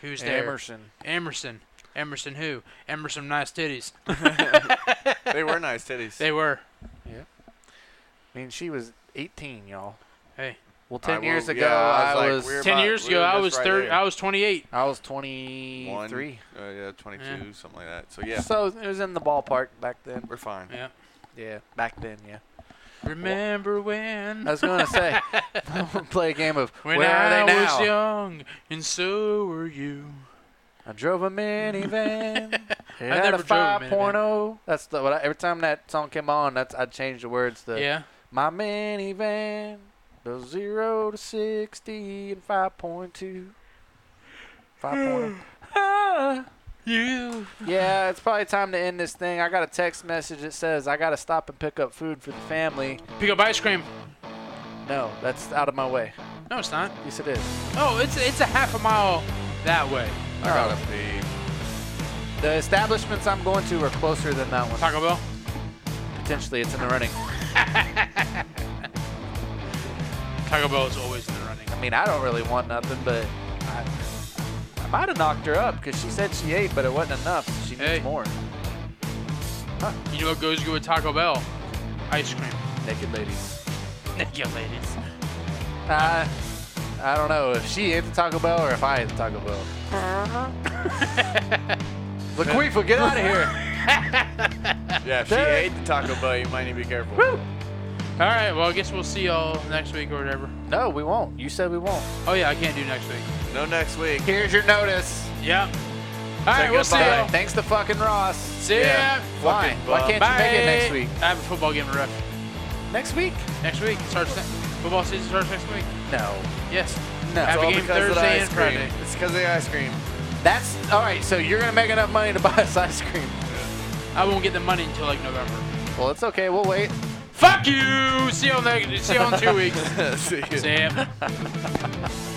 Speaker 2: Who's there?
Speaker 3: Emerson.
Speaker 2: Emerson. Emerson who? Emerson nice titties.
Speaker 1: They were nice titties.
Speaker 2: They were.
Speaker 3: I mean, she was 18, y'all.
Speaker 2: Hey.
Speaker 3: Well,
Speaker 1: I
Speaker 3: 10
Speaker 1: will-
Speaker 3: years ago,
Speaker 1: yeah, I was
Speaker 3: I
Speaker 1: like,
Speaker 3: was.
Speaker 1: we're-
Speaker 2: Ten
Speaker 1: about-
Speaker 2: years
Speaker 1: we
Speaker 2: ago,
Speaker 1: were
Speaker 2: I
Speaker 1: just
Speaker 2: was
Speaker 1: right
Speaker 2: thirty.
Speaker 1: there.
Speaker 2: I was twenty-eight.
Speaker 3: I was
Speaker 1: One,
Speaker 3: 23.
Speaker 1: Uh, yeah, 22, something like that. So, yeah,
Speaker 3: So it was in the ballpark back then.
Speaker 1: we're fine.
Speaker 2: Yeah.
Speaker 3: Yeah, back then, yeah.
Speaker 2: Remember when?
Speaker 3: I was going to say, play a game of
Speaker 2: when
Speaker 3: Where
Speaker 2: I
Speaker 3: Are They
Speaker 2: was
Speaker 3: Now?
Speaker 2: young, and so were you.
Speaker 3: I drove a minivan. I had
Speaker 2: never
Speaker 3: a
Speaker 2: drove a minivan.
Speaker 3: 5.0. That's the, what I, every time that song came on, that's I changed the words to
Speaker 2: yeah.
Speaker 3: My minivan goes 0 to 60 in 5.2. 5.0.
Speaker 2: You.
Speaker 3: oh. Yeah, it's probably time to end this thing. I got a text message that says I got to stop and pick up food for the family.
Speaker 2: Pick up ice cream.
Speaker 3: No, that's out of my way.
Speaker 2: No, it's not.
Speaker 3: Yes, it is.
Speaker 2: Oh, it's it's a half a mile that way.
Speaker 1: I gotta pee.
Speaker 3: The establishments I'm going to are closer than that one.
Speaker 2: Taco Bell.
Speaker 3: Potentially, it's in the running.
Speaker 2: Taco Bell is always in the running.
Speaker 3: I mean, I don't really want nothing, but I, I might have knocked her up because she said she ate, but it wasn't enough. so She needs
Speaker 2: Hey.
Speaker 3: more.
Speaker 2: You know what goes good with Taco Bell? Ice cream.
Speaker 3: Naked ladies.
Speaker 2: Yeah, ladies.
Speaker 3: Uh, I don't know if she ate the Taco Bell or if I ate the Taco Bell. LaQuifa, get out of here.
Speaker 1: Yeah, if she
Speaker 3: There-
Speaker 1: ate the Taco Bell, you might need to be careful.
Speaker 2: All right. Well, I guess we'll see y'all next week or whatever.
Speaker 3: No, we won't. You said we won't.
Speaker 2: Oh yeah, I can't do next week.
Speaker 1: No next week.
Speaker 3: Here's your notice.
Speaker 2: Yep. All right. We'll see
Speaker 1: goodbye.
Speaker 2: y'all.
Speaker 3: Thanks to fucking Ross.
Speaker 2: See
Speaker 1: Yeah.
Speaker 2: ya.
Speaker 3: Why?
Speaker 1: Fucking
Speaker 3: Why
Speaker 1: bum.
Speaker 3: can't
Speaker 2: Bye.
Speaker 3: you make it next week?
Speaker 2: I have a football game to ref.
Speaker 3: Next week?
Speaker 2: Next week it starts. Ne- football season starts next week.
Speaker 3: No.
Speaker 2: Yes.
Speaker 3: No.
Speaker 2: Have
Speaker 1: It's
Speaker 2: a
Speaker 1: all
Speaker 2: game
Speaker 1: because of the
Speaker 2: Thursday
Speaker 1: ice
Speaker 2: and
Speaker 1: cream.
Speaker 2: Friday.
Speaker 1: It's because of the ice cream.
Speaker 3: That's all right. So you're gonna make enough money to buy us ice cream.
Speaker 2: I won't get the money until like November.
Speaker 3: Well, it's okay. We'll wait.
Speaker 2: Fuck you. See you on the, See you in two weeks.
Speaker 1: See ya.
Speaker 2: see ya.